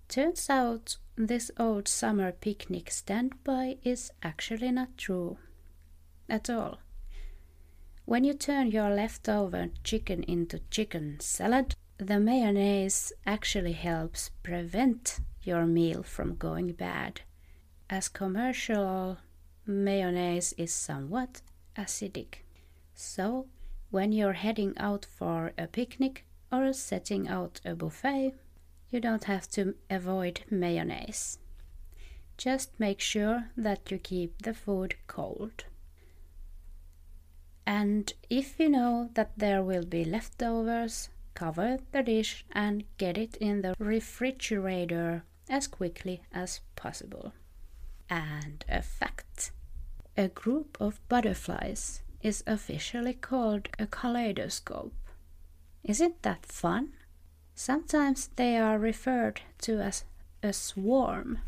Turns out this old summer picnic standby is actually not true at all. When you turn your leftover chicken into chicken salad, the mayonnaise actually helps prevent your meal from going bad, as commercial mayonnaise is somewhat acidic. So, when you're heading out for a picnic or setting out a buffet, you don't have to avoid mayonnaise. Just make sure that you keep the food cold. And if you know that there will be leftovers, cover the dish and get it in the refrigerator as quickly as possible. And a fact a group of butterflies is officially called a kaleidoscope. Isn't that fun? Sometimes they are referred to as a swarm,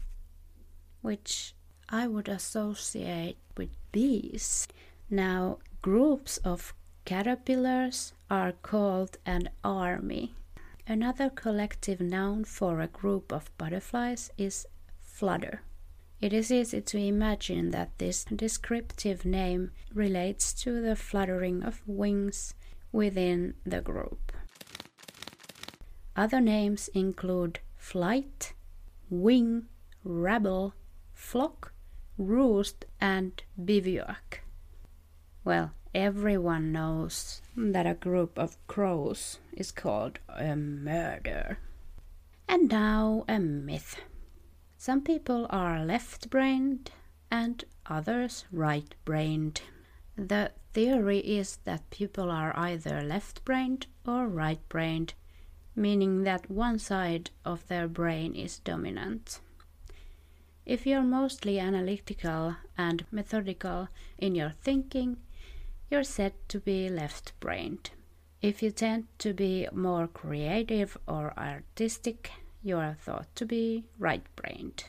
which I would associate with bees. Now, groups of caterpillars are called an army. Another collective noun for a group of butterflies is flutter. It is easy to imagine that this descriptive name relates to the fluttering of wings within the group. Other names include flight, wing, rabble, flock, roost, and bivouac. Well, everyone knows that a group of crows is called a murder. And now a myth. Some people are left brained and others right brained. The theory is that people are either left brained or right brained, meaning that one side of their brain is dominant. If you're mostly analytical and methodical in your thinking, you're said to be left brained. If you tend to be more creative or artistic, you are thought to be right brained.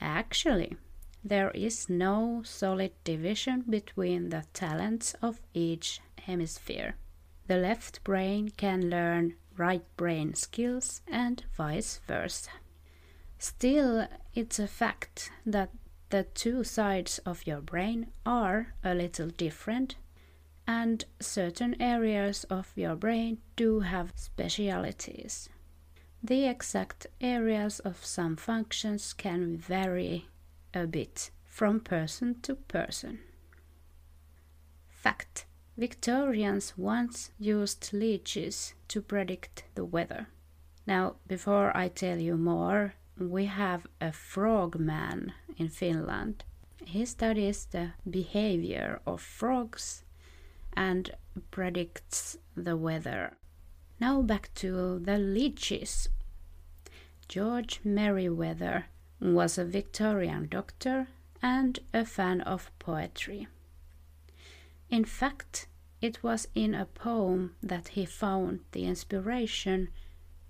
Actually, there is no solid division between the talents of each hemisphere. The left brain can learn right brain skills and vice versa. Still, it's a fact that the two sides of your brain are a little different, and certain areas of your brain do have specialities. The exact areas of some functions can vary a bit from person to person. Fact Victorians once used leeches to predict the weather. Now, before I tell you more, we have a frogman in Finland. He studies the behavior of frogs and predicts the weather. Now back to the leeches. George Merriweather was a Victorian doctor and a fan of poetry. In fact, it was in a poem that he found the inspiration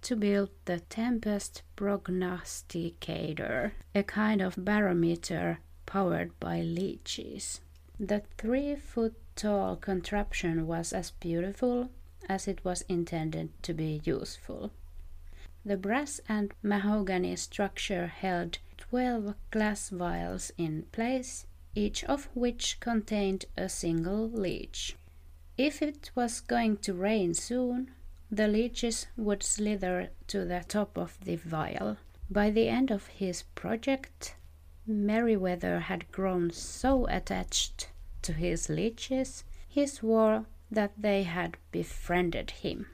to build the tempest prognosticator, a kind of barometer powered by leeches. The three foot tall contraption was as beautiful as it was intended to be useful. The brass and mahogany structure held 12 glass vials in place, each of which contained a single leech. If it was going to rain soon, the leeches would slither to the top of the vial. By the end of his project, Merriweather had grown so attached to his leeches, he swore that they had befriended him.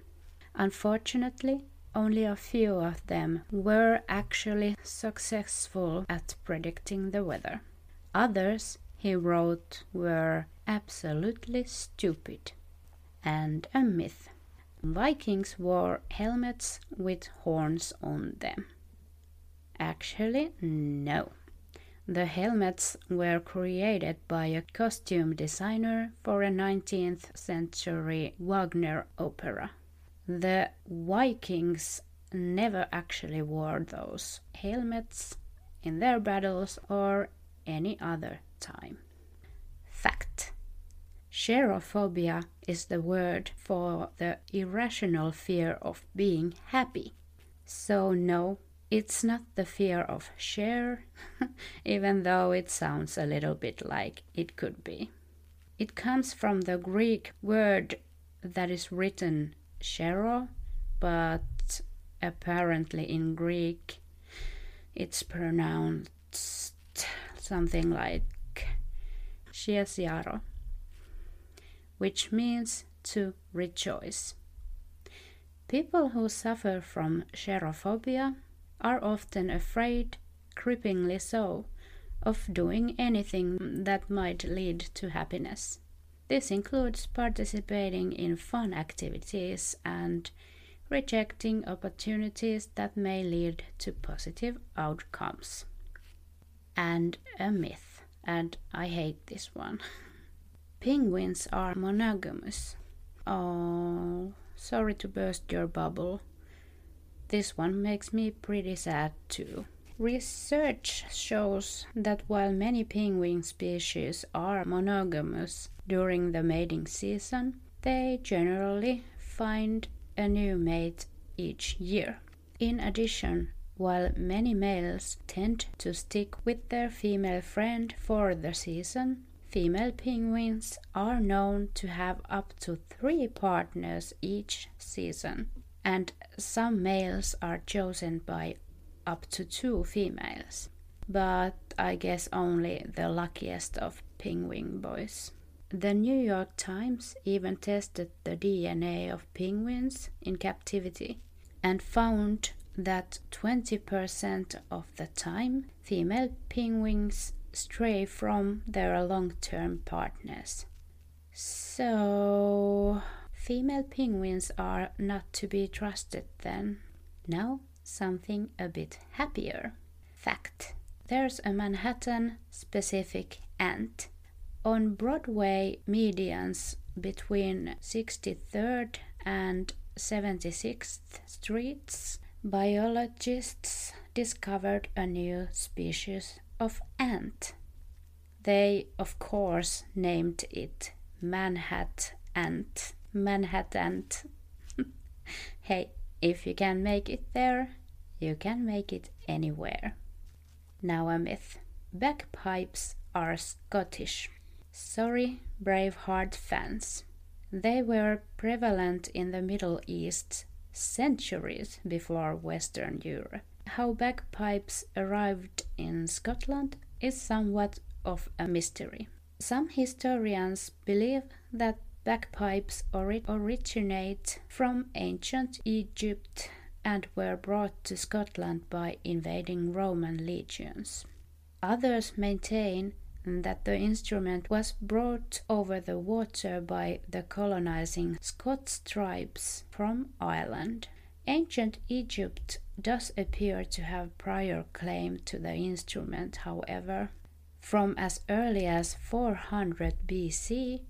Unfortunately, only a few of them were actually successful at predicting the weather. Others, he wrote, were absolutely stupid and a myth. Vikings wore helmets with horns on them. Actually, no. The helmets were created by a costume designer for a 19th century Wagner opera. The Vikings never actually wore those helmets in their battles or any other time. Fact Cherophobia is the word for the irrational fear of being happy. So, no, it's not the fear of share, even though it sounds a little bit like it could be. It comes from the Greek word that is written chero, but apparently in Greek it's pronounced something like chiesiaro, which means to rejoice. People who suffer from cherophobia are often afraid, creepingly so, of doing anything that might lead to happiness. This includes participating in fun activities and rejecting opportunities that may lead to positive outcomes. And a myth, and I hate this one. Penguins are monogamous. Oh, sorry to burst your bubble. This one makes me pretty sad too. Research shows that while many penguin species are monogamous during the mating season, they generally find a new mate each year. In addition, while many males tend to stick with their female friend for the season, female penguins are known to have up to three partners each season and some males are chosen by up to two females, but I guess only the luckiest of penguin boys. The New York Times even tested the DNA of penguins in captivity and found that 20% of the time female penguins stray from their long term partners. So, Female penguins are not to be trusted then. Now, something a bit happier. Fact There's a Manhattan specific ant. On Broadway medians between 63rd and 76th streets, biologists discovered a new species of ant. They, of course, named it Manhattan ant. Manhattan. hey, if you can make it there, you can make it anywhere. Now a myth. Bagpipes are Scottish. Sorry, Braveheart fans. They were prevalent in the Middle East centuries before Western Europe. How bagpipes arrived in Scotland is somewhat of a mystery. Some historians believe that bagpipes ori- originate from ancient Egypt and were brought to Scotland by invading Roman legions. Others maintain that the instrument was brought over the water by the colonizing Scots tribes from Ireland. Ancient Egypt does appear to have prior claim to the instrument, however. From as early as 400 BC,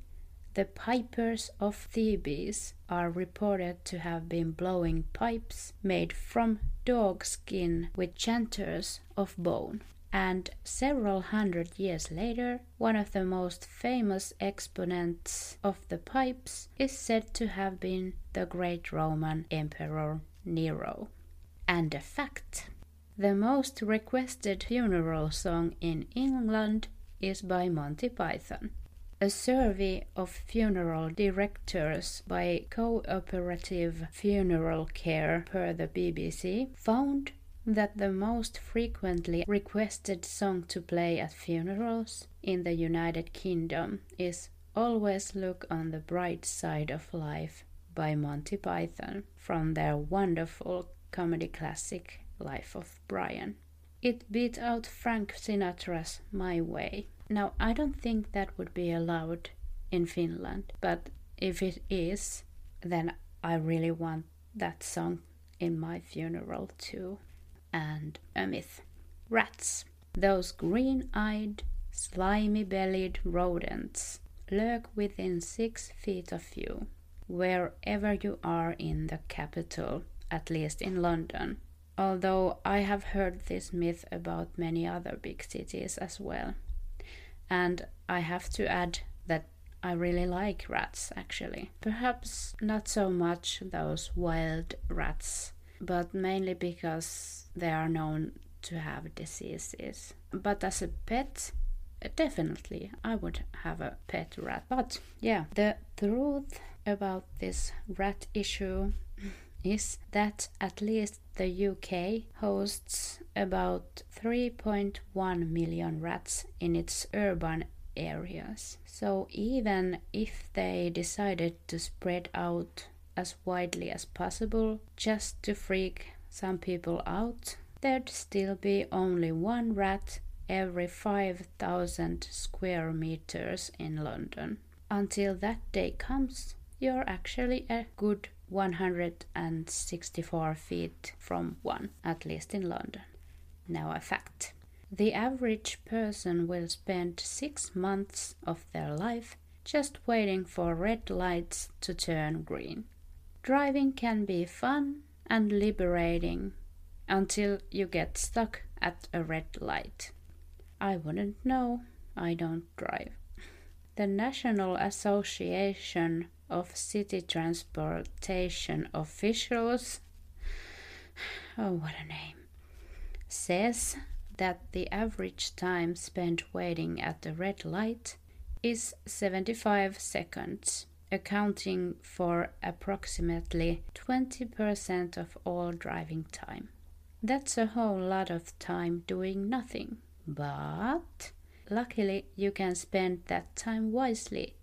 the pipers of Thebes are reported to have been blowing pipes made from dog skin with chanters of bone. And several hundred years later, one of the most famous exponents of the pipes is said to have been the great Roman Emperor Nero. And a fact the most requested funeral song in England is by Monty Python. A survey of funeral directors by Cooperative Funeral Care per the BBC found that the most frequently requested song to play at funerals in the United Kingdom is Always Look on the Bright Side of Life by Monty Python from their wonderful comedy classic Life of Brian. It beat out Frank Sinatra's My Way. Now, I don't think that would be allowed in Finland, but if it is, then I really want that song in my funeral too. And a myth rats, those green eyed, slimy bellied rodents, lurk within six feet of you, wherever you are in the capital, at least in London. Although I have heard this myth about many other big cities as well. And I have to add that I really like rats actually. Perhaps not so much those wild rats, but mainly because they are known to have diseases. But as a pet, definitely I would have a pet rat. But yeah, the truth about this rat issue is that at least the UK hosts about 3.1 million rats in its urban areas. So even if they decided to spread out as widely as possible just to freak some people out, there'd still be only one rat every 5,000 square meters in London. Until that day comes, you're actually a good 164 feet from one, at least in London. Now, a fact the average person will spend six months of their life just waiting for red lights to turn green. Driving can be fun and liberating until you get stuck at a red light. I wouldn't know, I don't drive. The National Association of City Transportation Officials, oh, what a name, says that the average time spent waiting at the red light is 75 seconds, accounting for approximately 20% of all driving time. That's a whole lot of time doing nothing, but luckily you can spend that time wisely.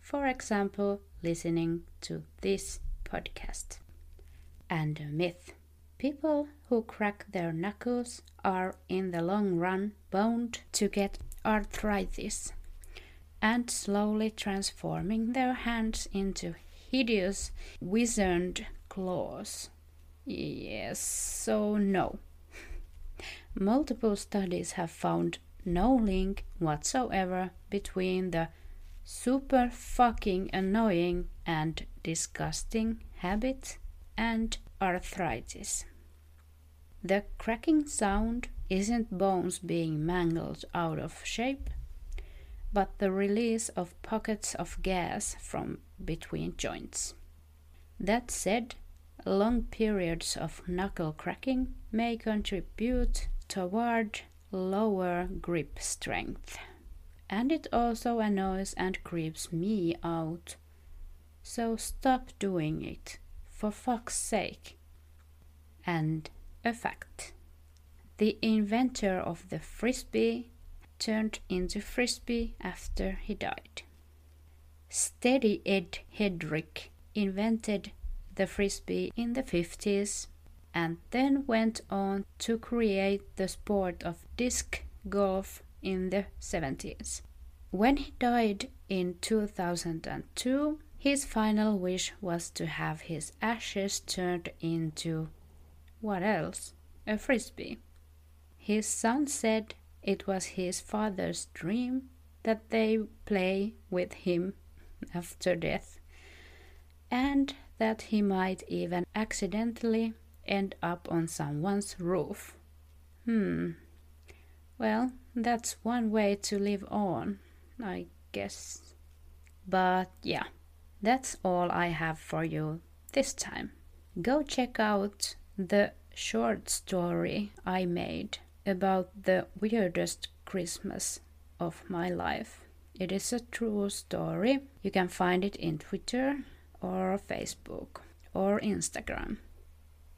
For example, listening to this podcast. And a myth people who crack their knuckles are in the long run bound to get arthritis and slowly transforming their hands into hideous wizened claws. Yes, so no. Multiple studies have found no link whatsoever between the super fucking annoying and disgusting habit and arthritis. The cracking sound isn't bones being mangled out of shape, but the release of pockets of gas from between joints. That said, long periods of knuckle cracking may contribute toward lower grip strength and it also annoys and creeps me out. So stop doing it. for fuck's sake. And a fact. The inventor of the frisbee turned into frisbee after he died. Steady Ed Hedrick invented the frisbee in the 50s and then went on to create the sport of disc golf in the 70s. When he died in 2002, his final wish was to have his ashes turned into what else? A frisbee. His son said it was his father's dream that they play with him after death, and that he might even accidentally end up on someone's roof. Hmm. Well, that's one way to live on, I guess. But yeah, that's all I have for you this time. Go check out the short story I made about the weirdest Christmas of my life. It is a true story. You can find it in Twitter or Facebook or Instagram.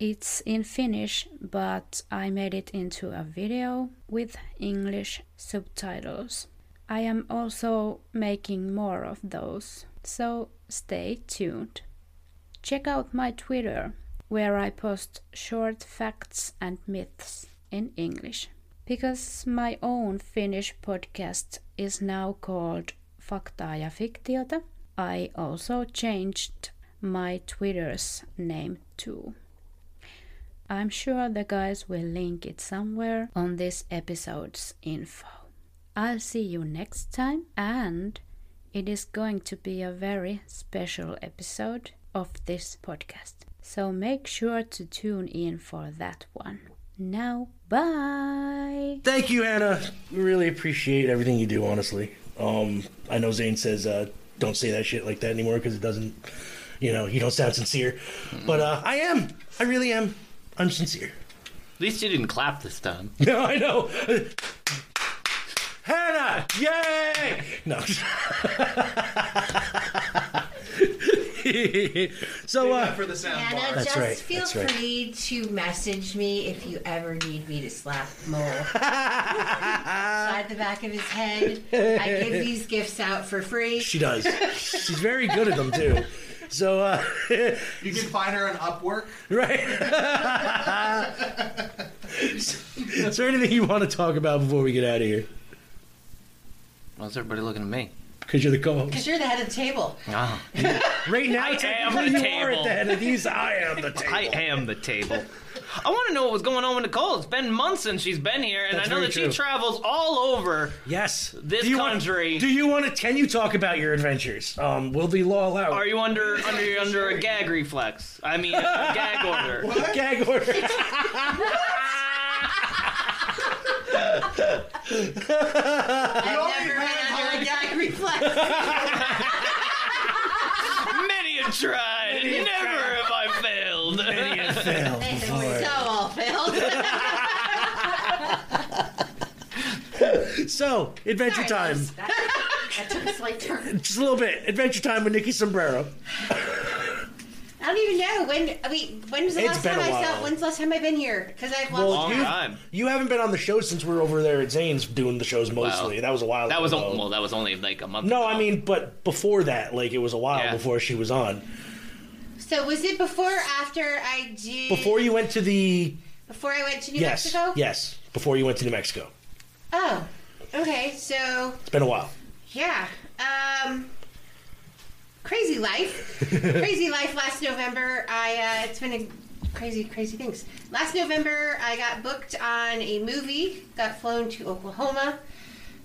It's in Finnish, but I made it into a video with English subtitles. I am also making more of those, so stay tuned. Check out my Twitter, where I post short facts and myths in English. Because my own Finnish podcast is now called Faktaa ja Fiktiota, I also changed my Twitter's name too. I'm sure the guys will link it somewhere on this episode's info. I'll see you next time, and it is going to be a very special episode of this podcast. So make sure to tune in for that one. Now, bye!
Thank you, Hannah. We really appreciate everything you do, honestly. Um, I know Zane says uh, don't say that shit like that anymore because it doesn't, you know, you don't sound sincere. But uh, I am. I really am. I'm sincere.
At least you didn't clap this time.
No, I know. Hannah! Yay! No. so, uh,
for the sound
Anna,
bar.
just
That's right,
feel
that's right.
free to message me if you ever need me to slap Mole. Slide the back of his head. I give these gifts out for free.
she does. She's very good at them, too. So, uh,
You can find her on Upwork.
right. Is there anything you want to talk about before we get out of here?
Why is everybody looking at me?
Because you're the co host.
Because you're the head of the table.
Ah.
Right now,
I am
technically
the
you are at
table.
the head of these. I am the table.
I am the table. I want to know what was going on with Nicole. It's been months since she's been here, and
That's
I know
very
that
true.
she travels all over.
Yes.
This
do you
country.
Want, do you want to? Can you talk about your adventures? Um, will the law allow?
Are you under under you're under a gag reflex? I mean, a gag order.
Gag order.
I've never been under a gag reflex.
Many have tried, and never have I failed. Many have
failed.
So all failed.
so, adventure time.
that took a slight turn.
Just a little bit. Adventure time with Nikki Sombrero.
I don't even know when. I mean, when was the
It's
last
been
time
a
I saw?
while.
When's the last time I've been here? Because I've lost track.
you, you haven't been on the show since we were over there at Zane's doing the shows mostly. That was a while.
That was
ago.
on, well, that was only like a month.
No, I mean, but before that, like it was a while before she was on.
So was it before, or after I did?
Before you went to the
Before I went to New
yes,
Mexico.
yes, before you went to New Mexico.
Oh. Okay. So
It's been a while.
yeah. Um. Crazy life. crazy life. Last November, I. Uh, it's been a crazy, crazy things. Last November, I got booked on a movie. Got flown to Oklahoma.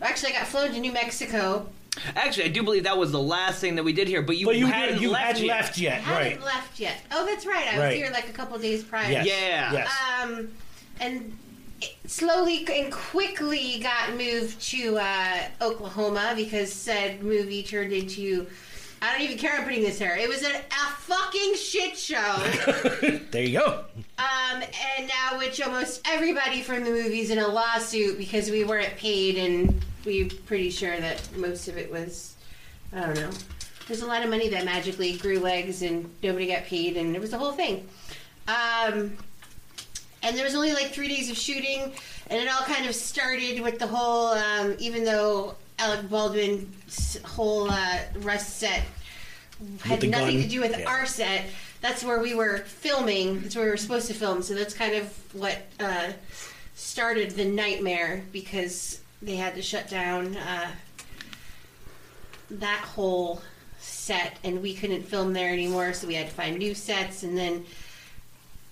Actually, I got flown to New Mexico.
Actually, I do believe that was the last thing that we did here, but you,
But you did-
hadn't
you
left
hadn't
yet.
left yet,
I haven't left yet. Oh, that's right. I was
Right.
here like a couple days prior.
Yes. Yeah. Yes.
Um, and it slowly and quickly got moved to uh, Oklahoma because said movie turned into. I don't even care. I'm putting this there. It was an, a fucking shit show.
There you go.
Um, and now, which almost everybody from the movies in a lawsuit because we weren't paid, and we're pretty sure that most of it was, I don't know, There's a lot of money that magically grew legs and nobody got paid, and it was the whole thing. Um, and there was only like three days of shooting, and it all kind of started with the whole, um, even though Alec Baldwin's whole uh, Rust set had
the
nothing
gun.
to do with
Yeah.
our set. That's where we were filming. That's where we were supposed to film. So that's kind of what uh, started the nightmare because they had to shut down uh, that whole set, and we couldn't film there anymore. So we had to find new sets, and then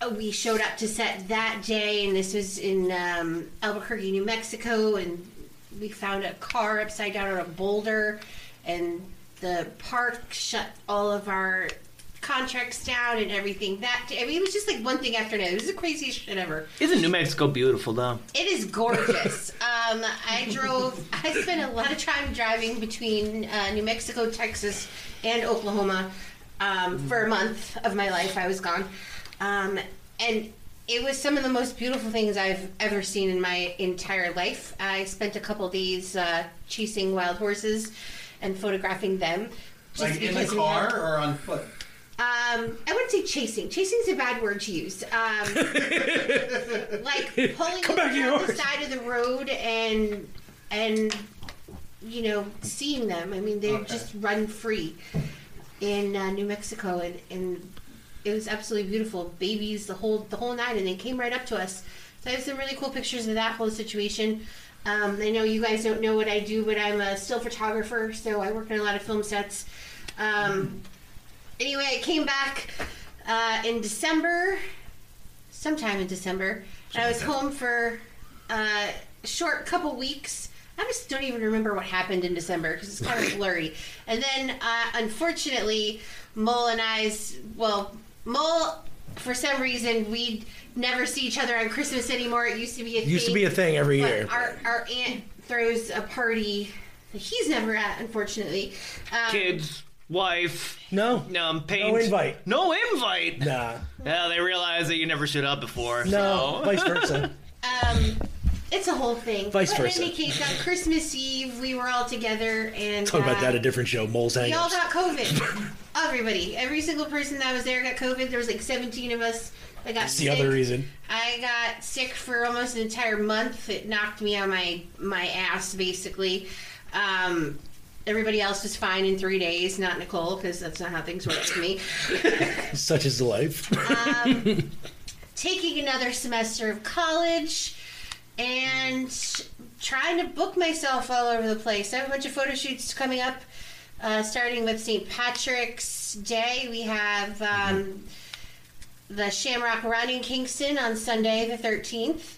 uh, we showed up to set that day, and this was in um, Albuquerque, New Mexico, and we found a car upside down on a boulder, and the park shut all of our contracts down and everything that day. I mean, it was just like one thing after another. It was the craziest shit ever.
Isn't New Mexico beautiful, though?
It is gorgeous. um, I drove. I spent a lot of time driving between uh, New Mexico, Texas, and Oklahoma um, for a month of my life. I was gone, um, and it was some of the most beautiful things I've ever seen in my entire life. I spent a couple days uh, chasing wild horses and photographing them. just
Like in the
because we
car
had-
or on foot?
um, I wouldn't say chasing. Chasing is a bad word to use. Um, like pulling
Come
over
back to
on the
yours.
side of the road and and you know seeing them. I mean, they
Okay.
just run free in uh, New Mexico, and, and it was absolutely beautiful. Babies, the whole the whole nine, and they came right up to us. So I have some really cool pictures of that whole situation. Um, I know you guys don't know what I do, but I'm a still photographer, so I work on a lot of film sets. Um, anyway, I came back uh, in December, sometime in December, and I was home for uh, a short couple weeks. I just don't even remember what happened in December because it's kind of blurry. And then, uh, unfortunately, Mole and I's well, Mole for some reason we never see each other on Christmas anymore. It used to be a
Used to be a thing every
but
year.
Our our aunt throws a party. that He's never at, unfortunately. Um,
Kids, wife.
No.
Um, paint. No
invite.
No invite.
Nah.
Well, they realize that you never showed up before.
No,
so.
vice versa.
Um, it's a whole thing.
Vice
but
versa.
in any case, on Christmas Eve, we were all together and
Talk
uh,
about that a different show. Moles
We all
hang-ups.
got COVID. Everybody, every single person that was there got COVID. There was like 17 of us that got
That's the
sick.
other e- reason.
I got sick for almost an entire month. It knocked me on my my ass basically. Um, everybody else was fine in three days, not Nicole because that's not how things work for me.
Such is life.
taking another semester of college and trying to book myself all over the place. I have a bunch of photo shoots coming up, uh, starting with St. Patrick's Day. We have um, the Shamrock Run in Kingston on Sunday, the 13th,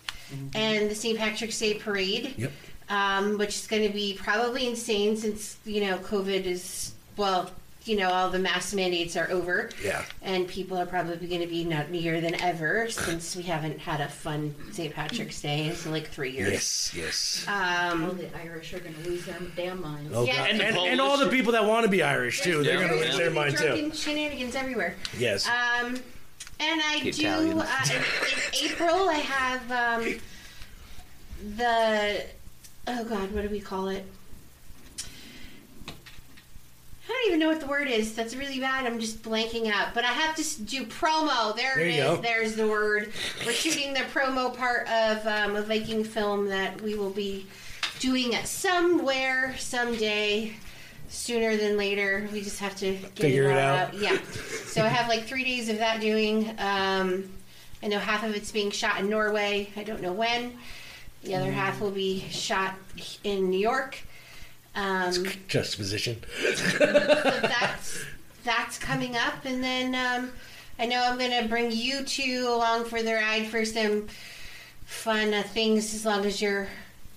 and the St. Patrick's Day Parade
Yep.
um, which is going to be probably insane since you know COVID is well, you know all the mask mandates are over.
Yeah.
and people are probably going to be nuttier than ever since we haven't had a fun St. Patrick's Day in like three years.
Yes, yes.
Um,
All the Irish are going to lose their damn minds.
Oh, God. And, and, all the people that want to be Irish too, they're going to lose their mind too.
Drunken shenanigans everywhere.
Yes.
Um, and I
The
do. Uh, in, in
Italians.
April, I have um, the oh god, what do we call it? I don't even know what the word is. That's really bad. I'm just blanking out. But I have to s- do promo. There,
There
it
you
is.
go.
There's the word. We're shooting the promo part of um, a Viking film that we will be doing somewhere someday. Sooner than later, we just have to get
Figure it
all
out.
Yeah, so I have like three days of that doing. Um, I know half of it's being shot in Norway. I don't know when. The
Mm.
other half will be shot in New York. Um,
Juxtaposition.
that's coming up, and then um, I know I'm going to bring you two along for the ride for some fun uh, things as long as you're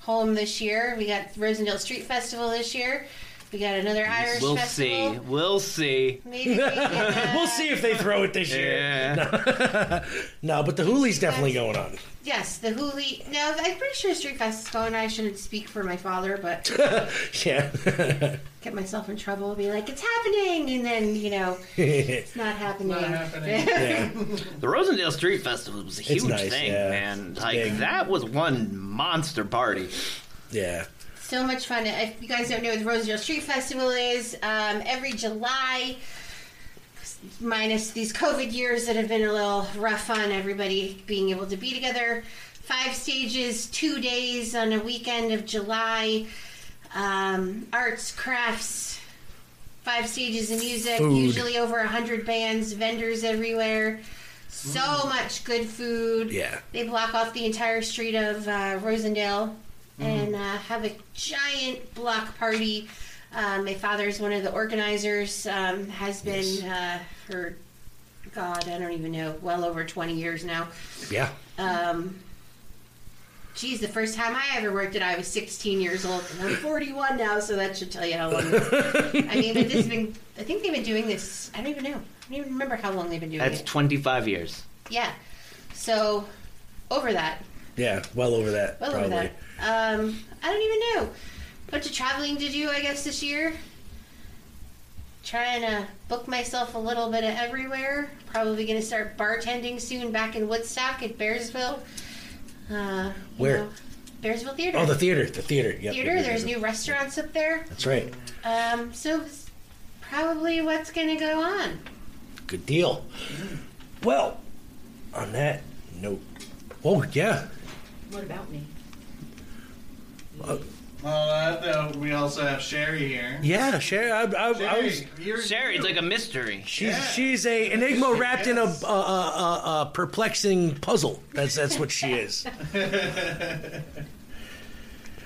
home this year. We got Rosendale Street Festival this year. We got another Irish
We'll
festival.
see. We'll see.
Maybe we can,
we'll see if they throw it this year. No, but the Hooli's definitely going on.
Yes, the Hooli. No, I'm pretty sure Street Fest is going. I shouldn't speak for my father, but
Yeah.
get myself in trouble. Be like, it's happening, and then you know, it's not happening.
The Rosendale Street Festival was a
It's
huge
nice,
thing,
yeah.
man.
It's
Like
big.
that was one monster party.
Yeah.
so much fun. If you guys don't know what the Roseville Street Festival is, um, every July, minus these COVID years that have been a little rough on everybody being able to be together, five stages, two days on a weekend of July, um, arts, crafts, five stages of music,
Food.
usually over 100 bands, vendors everywhere. So much good food.
Yeah.
They block off the entire street of uh, Rosendale
Mhm.
and uh, have a giant block party. Um, my father is one of the organizers, um, has been uh, for, God, I don't even know, well over 20 years now.
Yeah.
Um, geez, the first time I ever worked it, I was 16 years old, and I'm 41 now, so that should tell you how long. I mean, but this has been, I think they've been doing this, I don't even know. I don't even remember how long they've been doing
That's
it.
25 years.
Yeah. So, over that.
Yeah, well over that.
Well,
probably.
over that. Um, I don't even know. Bunch of traveling to do, I guess, this year. Trying to book myself a little bit of everywhere. Probably going to start bartending soon back in Woodstock at Bearsville. Uh, you
Where?
know, Bearsville Theater.
Oh, the theater. The theater. Yep,
theater.
yep,
There's
yep.
new restaurants up there.
That's right.
Um, so it's probably what's going to go on.
Good deal. Well, on that note. Oh, yeah.
What about me?
Uh,
Well, uh, no, we also have Sherry here.
yeah, Sherry. I, I, I was.
Sherry's like a mystery.
She's she's a enigma wrapped in a, a, a, a, a perplexing puzzle. That's that's what she is.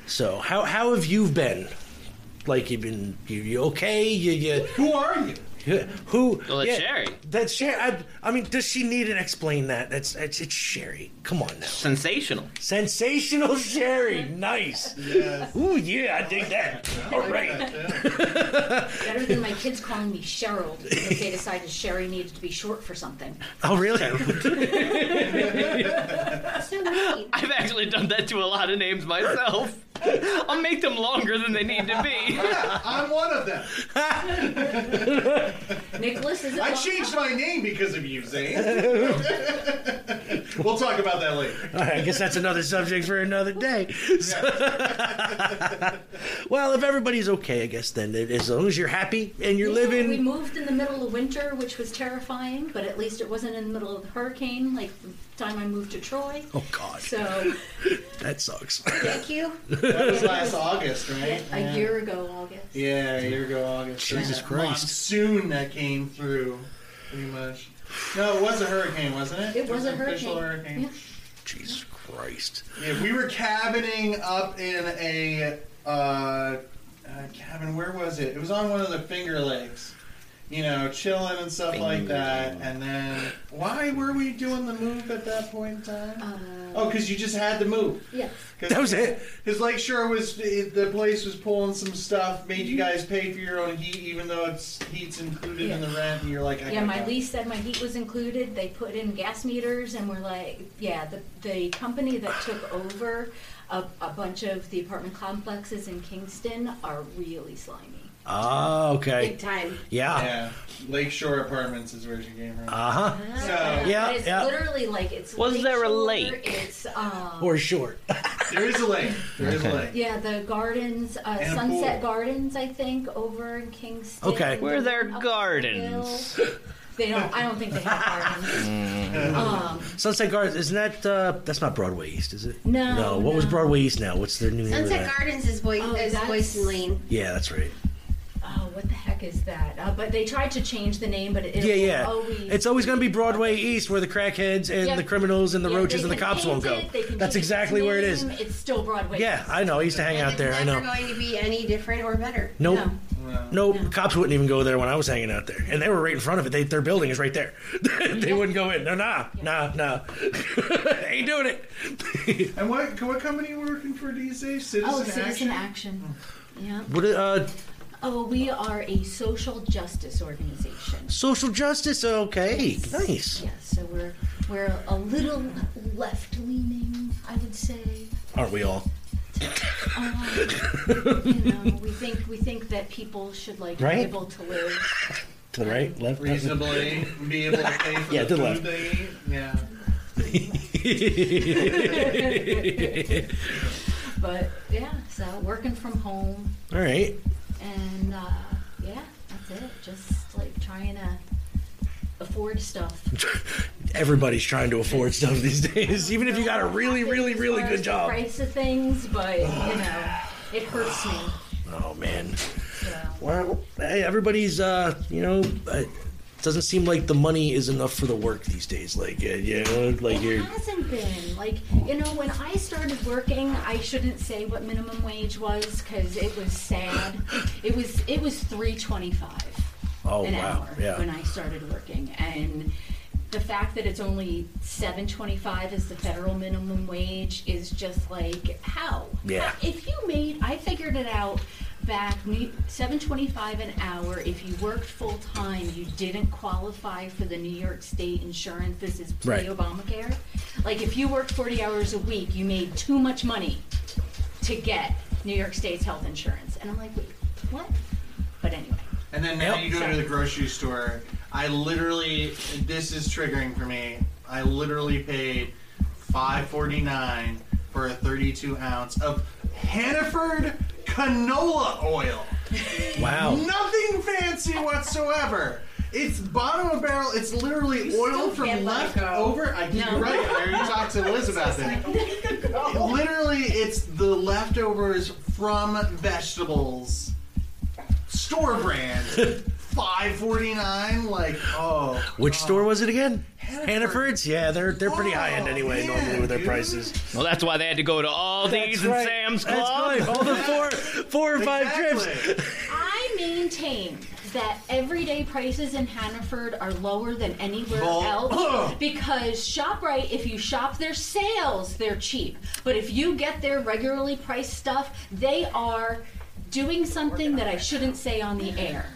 So how how have you been? Like you been you, you okay? You, you
who are you?
Who?
Well, that's Sherry.
That's Sherry. I, I mean, does she need to explain that? That's, that's it's Sherry. Come on now.
Sensational.
Sensational Sherry. Nice. Ooh yeah, I dig that. All right.
Better than my kids calling me Cheryl if they decided Sherry needed to be short for something.
Oh really?
I've actually done that to a lot of names myself. I'll make them longer than they need to be.
I'm one of them.
Nicholas is.
I changed my name because of you, Zane. we'll talk about that later.
All right, I guess that's another subject for another day. well, if everybody's okay, I guess then as long as you're happy and you're
Yeah, We
living.
moved in the middle of winter, which was terrifying, but at least it wasn't in the middle of the hurricane like the time I moved to Troy.
Oh God,
So
that sucks.
thank you.
That was last August, right?
A year ago, August.
Yeah, a year ago August.
Jesus
Yeah.
Christ.
Monsoon that came through, pretty much. No, it was a hurricane, wasn't it?
It was a
an official
hurricane.
hurricane.
Jesus Christ.
Yeah, we were cabining up in a uh, uh, cabin. Where was it? It was on one of the Finger Lakes. You know, chilling and stuff like that. And then, why were we doing the move at that point in time? oh, because you just had to move.
Yes.
That was it.
Because Lakeshore was the place was pulling some stuff, made you guys pay for your own heat, even though it's heat's included in the rent. And you're like, I
Yeah,
gotta
my
go.
lease said my heat was included. They put in gas meters, and we're like, yeah, the, the company that took over a, a bunch of the apartment complexes in Kingston are really slimy.
Ah, okay.
Big time.
Yeah.
Yeah. Lakeshore Apartments is where she came from.
Uh huh.
So
But it's Uh-huh. literally like it's.
Was there a
lakeshore, It's um,
Or short.
there is a lake. There is a
Okay.
lake.
Yeah, the gardens, uh,
And a
Sunset Gardens, I think, over in Kingston.
Okay. Where are their
Up
gardens?
the hill. They don't. I don't think they have gardens. Um,
Sunset Gardens isn't that? Uh, that's not Broadway East, is it?
No,
No. What was Broadway East now? What's their new name? of
Sunset
that?
Gardens is, Boy- is Boyson Lane.
Yeah, that's right.
oh, what the heck is that? Uh, but they tried to change the name, but it, it
yeah, yeah.
always.
it's always going to be Broadway East, where the crackheads and
Yeah.
the criminals and the
Yeah,
roaches
they
and the
can
cops won't go.
paint it, they can
That's
change its
exactly where it is.
name, It's still Broadway.
Yeah, I know. I used to hang out there. I know.
Never going to be any different or better.
Nope. Nope. Cops wouldn't even go there when I was hanging out there. And they were right in front of it. They, their building is right there. they wouldn't go in. No, nah, nah, nah. Ain't doing it.
And what what company were working for these days? Citizen,
oh, Citizen
Action.
Action. Yeah.
What, uh,
Oh, we are a social justice organization.
social justice. Okay. Nice.
Yeah, so we're we're a little left leaning, I would say.
Aren't we all?
Um, you know, we think we think that people should like
Right?
be able to live.
To the right, left,
reasonably be able to pay for
Yeah,
the
to the
food
left.
they eat. Yeah.
But yeah, so working from home
All right.
and uh, yeah, that's it. Just like trying to afford stuff.
Everybody's trying to afford stuff these days, even if you got a really, really, really
As far as
good
the
job.
Price of things, but you know, it hurts me.
Oh man. Well, hey, everybody's uh, you know, uh, doesn't seem like the money is enough for the work these days. Like, uh, you know, like
it
you're.
hasn't been like you know when i started working i shouldn't say what minimum wage was because it was sad it was it was 325
Oh,
an
wow.
hour
Yeah.
when i started working and the fact that it's only 725 is the federal minimum wage is just like how
Yeah.
if you made i figured it out back New- 725 an hour if you worked full time you didn't qualify for the new york state insurance this is
Right.
pre-obamacare like if you worked 40 hours a week you made too much money to get new york state's health insurance and i'm like wait what but anyway
And then now
Yep.
you go to the grocery store. I literally, this is triggering for me. I literally paid five forty nine for a thirty two ounce of Hannaford canola oil.
Wow.
Nothing fancy whatsoever. It's bottom of barrel. It's literally
You
oil
still can't let
from left
it go.
over. I
No.
you're right. I already talked to Liz about that. Literally, it's the leftovers from vegetables. Store brand. Five forty nine. Like, oh,
Which store was it again? Hannaford's. Yeah, they're they're pretty high
Oh,
end anyway. normally with their prices.
Well, that's why they had to go to Aldi's
That's
and
right.
Sam's
That's
Club.
right. All the four, four or five trips.
I maintain that everyday prices in Hannaford are lower than anywhere
Bull-
else because ShopRite, if you shop their sales, they're cheap. But if you get their regularly priced stuff, they are doing something that I shouldn't say on the air.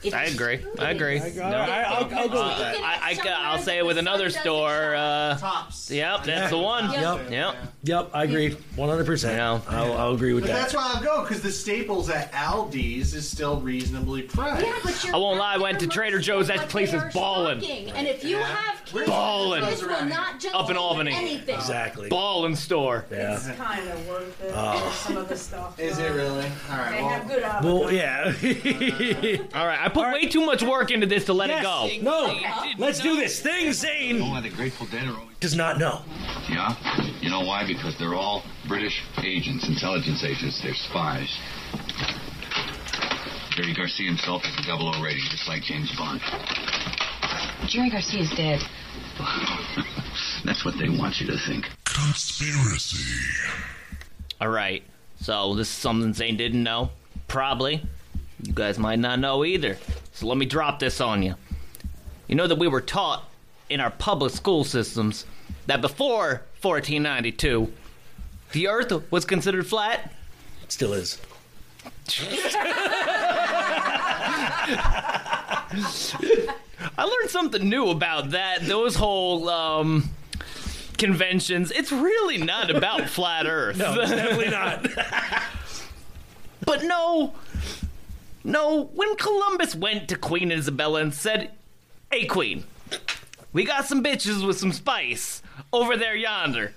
If
I agree. I agree.
I-
No. Uh,
I- I'll- I'll go with that.
I, I, will say it with another store. Uh,
Tops.
Yep, that's the one.
Yep.
Yep.
Yep. I agree. One hundred percent. I'll, I'll agree with
But
that.
that's why I'll go because the staples at Aldi's is still reasonably priced.
Yeah, but you're
I won't lie. I went to Trader Joe's. That place is balling.
fucking- and if you
Yeah.
have kids,
Ballin'.
this will not just
Up in
do
Albany.
anything.
Ballin' store.
Yeah.
kind of worth it.
Oh.
Some of the stuff.
Is it really? All right.
They
well-
have good avocado.
Well,
yeah.
All right, I put way too much work into this to let it go.
Yes. No. Let's do this thing, Zane.
the Grateful Dead are
Does not know.
Yeah? You know why? Because they're all British agents, intelligence agents. They're spies. Jerry Garcia himself is a double O rating, just like James Bond.
Jerry Garcia's dead.
That's what they want you to think.
Conspiracy. All right. So this is something Zane didn't know. Probably. You guys might not know either. So let me drop this on you. You know that we were taught in our public school systems that before 1492, the Earth was considered flat.
Still is.
I learned something new about that. Those whole um, conventions. It's really not about flat Earth.
No, it's definitely not.
but no, no. When Columbus went to Queen Isabella and said, "Hey, Queen, we got some bitches with some spice over there yonder."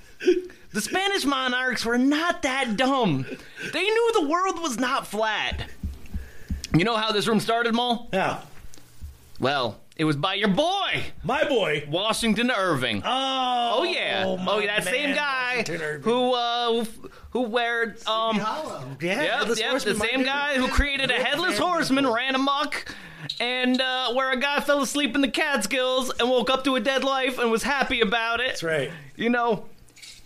The Spanish monarchs were not that dumb. They knew the world was not flat. You know how this room started, Maul?
Yeah.
Well, it was by your boy.
My boy.
Washington Irving.
Oh.
Oh, yeah.
oh,
Oh,
my
that same
man,
guy
Washington Irving.
who, uh, who, f- who wear, um.
Yeah,
yep,
Headless
yep, the
Horseman, my
same
favorite
guy who
band.
created a
Great
headless
band.
horseman ran amok. And uh, where a guy fell asleep in the Catskills and woke up to a dead life and was happy about it. That's
right.
You know,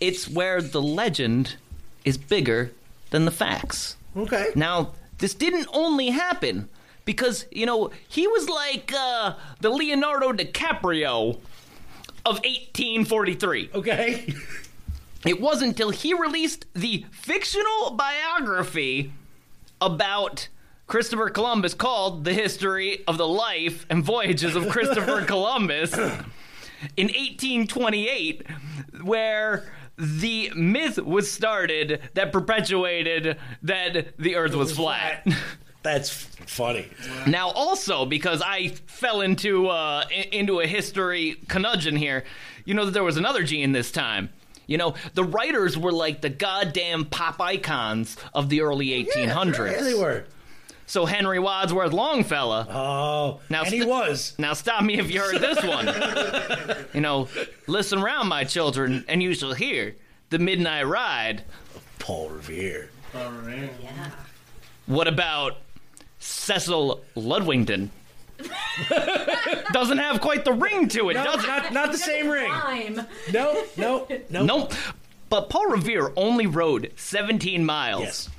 it's where the legend is bigger than the facts.
Okay.
Now, this didn't only happen because, you know, he was like uh, the Leonardo DiCaprio of 1843.
Okay.
It wasn't until he released the fictional biography about Christopher Columbus called The History of the Life and Voyages of Christopher Columbus in 1828, where the myth was started that perpetuated that the earth was flat.
That's f- funny.
Now, also because I fell into uh, i- into a history conudgeon here, you know that there was another G in this time. You know, the writers were like the goddamn pop icons of the early 1800s.
Yeah, they were.
So Henry Wadsworth Longfellow.
Oh,
now
and he was.
Now stop me if you heard this one. you know, listen round, my children, and you shall hear the midnight ride.
Paul Revere.
Yeah.
What about Cecil Ludwington? Doesn't have quite the ring to it,
No,
does it?
not- not the same ring.
Time.
Nope, nope, nope.
Nope. But Paul Revere only rode 17 miles.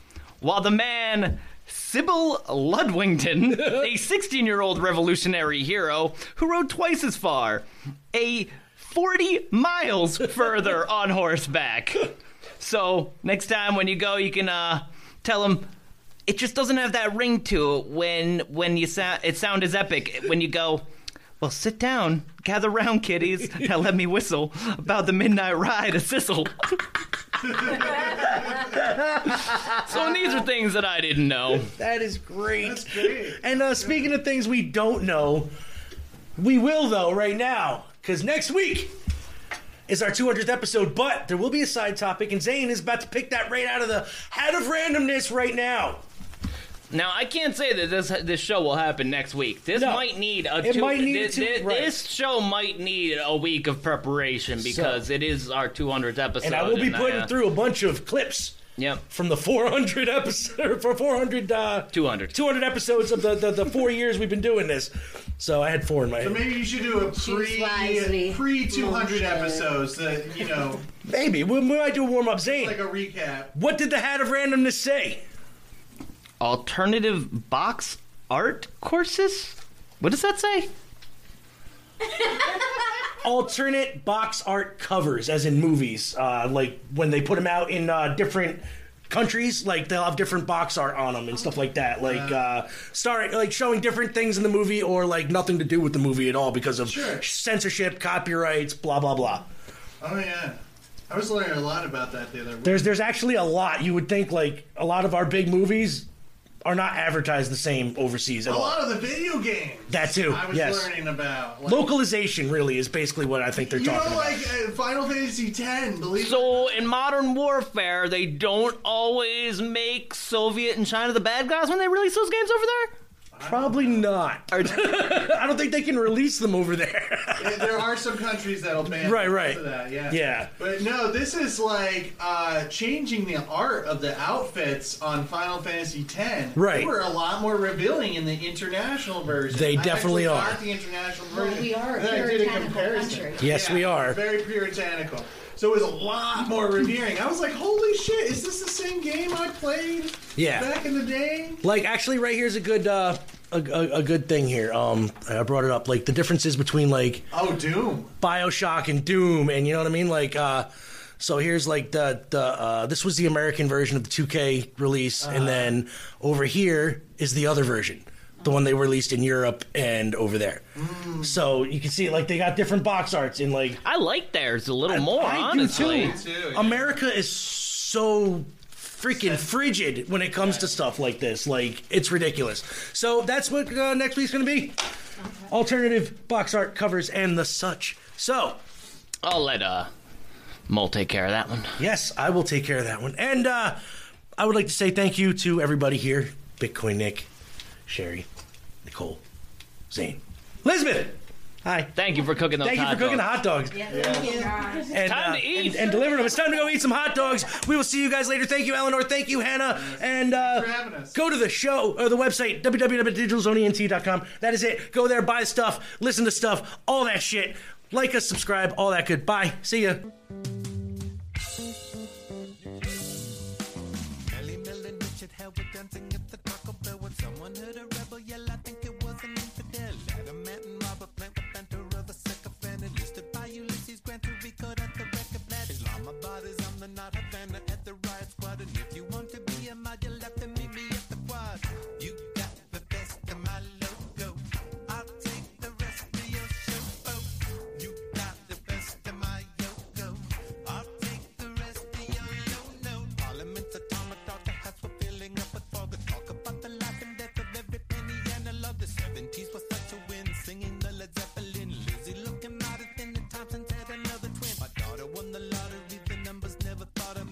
While the man Sybil Ludwington, a 16 year old revolutionary hero who rode twice as far, a 40 miles further on horseback. So next time when you go, you can uh, tell him. It just doesn't have that ring to it when when you sound it sound is epic when you go. Well, sit down, gather round, kiddies. Now let me whistle about the midnight ride of Sissel. so these are things that I didn't know.
That is great. And uh, speaking of things we don't know, we will though right now because next week is our 200th episode. But there will be a side topic, and Zane is about to pick that right out of the hat of randomness right now.
Now I can't say that this this show will happen next week. This
No.
might need a
It
two,
might need
thi-
to-
thi-
right.
this show might need a week of preparation because it is our 200th episode.
and I will be putting
uh,
through a bunch of clips.
Yep.
From the 400 episode for 400 uh,
200
200 episodes of the, the the four years we've been doing this. So I had four in my
So
head.
maybe you should do a pre pre two hundred episodes. That you know,
Maybe we, we might do a warm up, Zane.
like a recap.
What did the hat of randomness say?
Alternative box art courses. What does that say?
Alternate box art covers, as in movies, uh, like when they put them out in uh, different countries, like they'll have different box art on them and stuff like
Oh.
that, like uh, star, like showing different things in the movie or like nothing to do with the movie at all because of censorship, copyrights, blah blah blah.
Oh yeah, I was learning a lot about that the other week.
There's there's actually a lot. You would think like a lot of our big movies are not advertised the same overseas
a
at all.
lot of the video games.
That too,
I was
yes.
learning about. Like,
Localization really is basically what I think they're
you
talking
know,
about.
like uh, Final Fantasy X. Believe
So in modern warfare, they don't always make Soviet and China the bad guys when they release those games over there.
Probably not. I don't think they can release them over there.
Yeah, there are some countries that'll ban
Right, right.
because of that, yeah,
Yeah.
But no, this is like uh, changing the art of the outfits on Final Fantasy X.
Right.
they were a lot more revealing in the international version.
They
I actually
definitely are.
Got the international
Well,
version.
we are a
Then I did a
puritanical
comparison.
country.
Yes, we are.
Very puritanical. So it was a lot more revering. I was like, "Holy shit! Is this the same game I played
Yeah.
back in the day?"
Like actually, right here's a good uh, a, a, a good thing here. Um, I brought it up. Like the differences between like
oh Doom,
Bioshock, and Doom, and you know what I mean. Like uh, so here's like the the uh, this was the American version of the 2K release,
Uh-huh.
and then over here is the other version, the one they released in Europe and over there. So you can see like they got different box arts in like
I like theirs a little more,
I do,
honestly.
too. America is so freaking frigid when it comes to stuff like this. Like it's ridiculous. So that's what uh, next week's going to be: alternative box art covers and the such. So
I'll let uh, Mole take care of that one.
Yes, I will take care of that one. And uh, I would like to say thank you to everybody here: Bitcoin Nick, Sherry, Nicole, Zane, Elizabeth. Hi.
Thank you for cooking those
Thank you for
hot
cooking the
dogs.
hot dogs. and,
Time
uh,
to eat.
And, and deliver them. It's time to go eat some hot dogs. We will see you guys later. Thank you, Eleanor. Thank you, Hannah. And uh, go to the show or the website www.digitalzoneent.com. That is it. Go there, buy stuff, listen to stuff, all that shit. Like us, subscribe, all that good. Bye. See ya.
Ellie Mellon should have with dancing at the Taco Bell when someone heard a rebel yell. I think it was an infidel. Adamant and Robert Plant, the banter of a sycophant, enlisted by Ulysses Grant to record at the record plant. Islamabad is on the not Havana at the riot squad, and if you want to be a mod, you'll have to meet me at the quad. You got the best of my logo. I'll take the rest of your show. Oh, you got the best of my yo-yo. I'll take the rest of your yo-yo. Parliament's automata, the house we're filling up with fog. Talk about the life and death of every penny and I love. The 70s was such a win, singing the Led Zeppelin. Lizzie looking mighty thin at times and had another twin. My daughter won the lottery the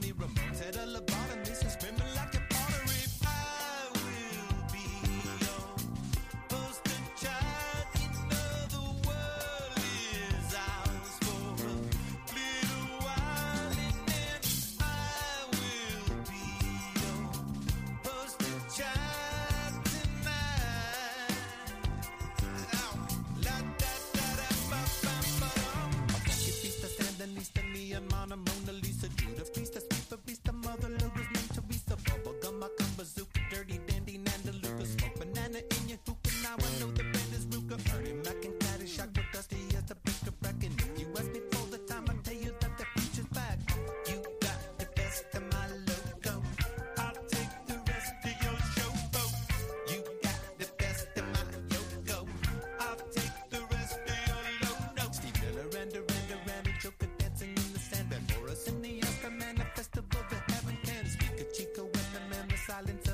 The priest, the sweet, the beast, the mother Luger's meant to be the bubble gum, my cum bazooka, dirty dandy, Nanda Luger, smoke banana in your hookah. Now I know the band is Ruger, Ernie Mac and Caddyshack, but dusty as the blister back. And if you ask me for the time, I tell you that the future's back. You got the best of my logo. I'll take the rest of your showboat. You got the best of my yo I'll take the rest of your logo. Steve Miller and Duran Duran and Joker dancing in the sand. That for us in the Oscar Man, a festival that heaven can. Speak a chico and the man, the silence of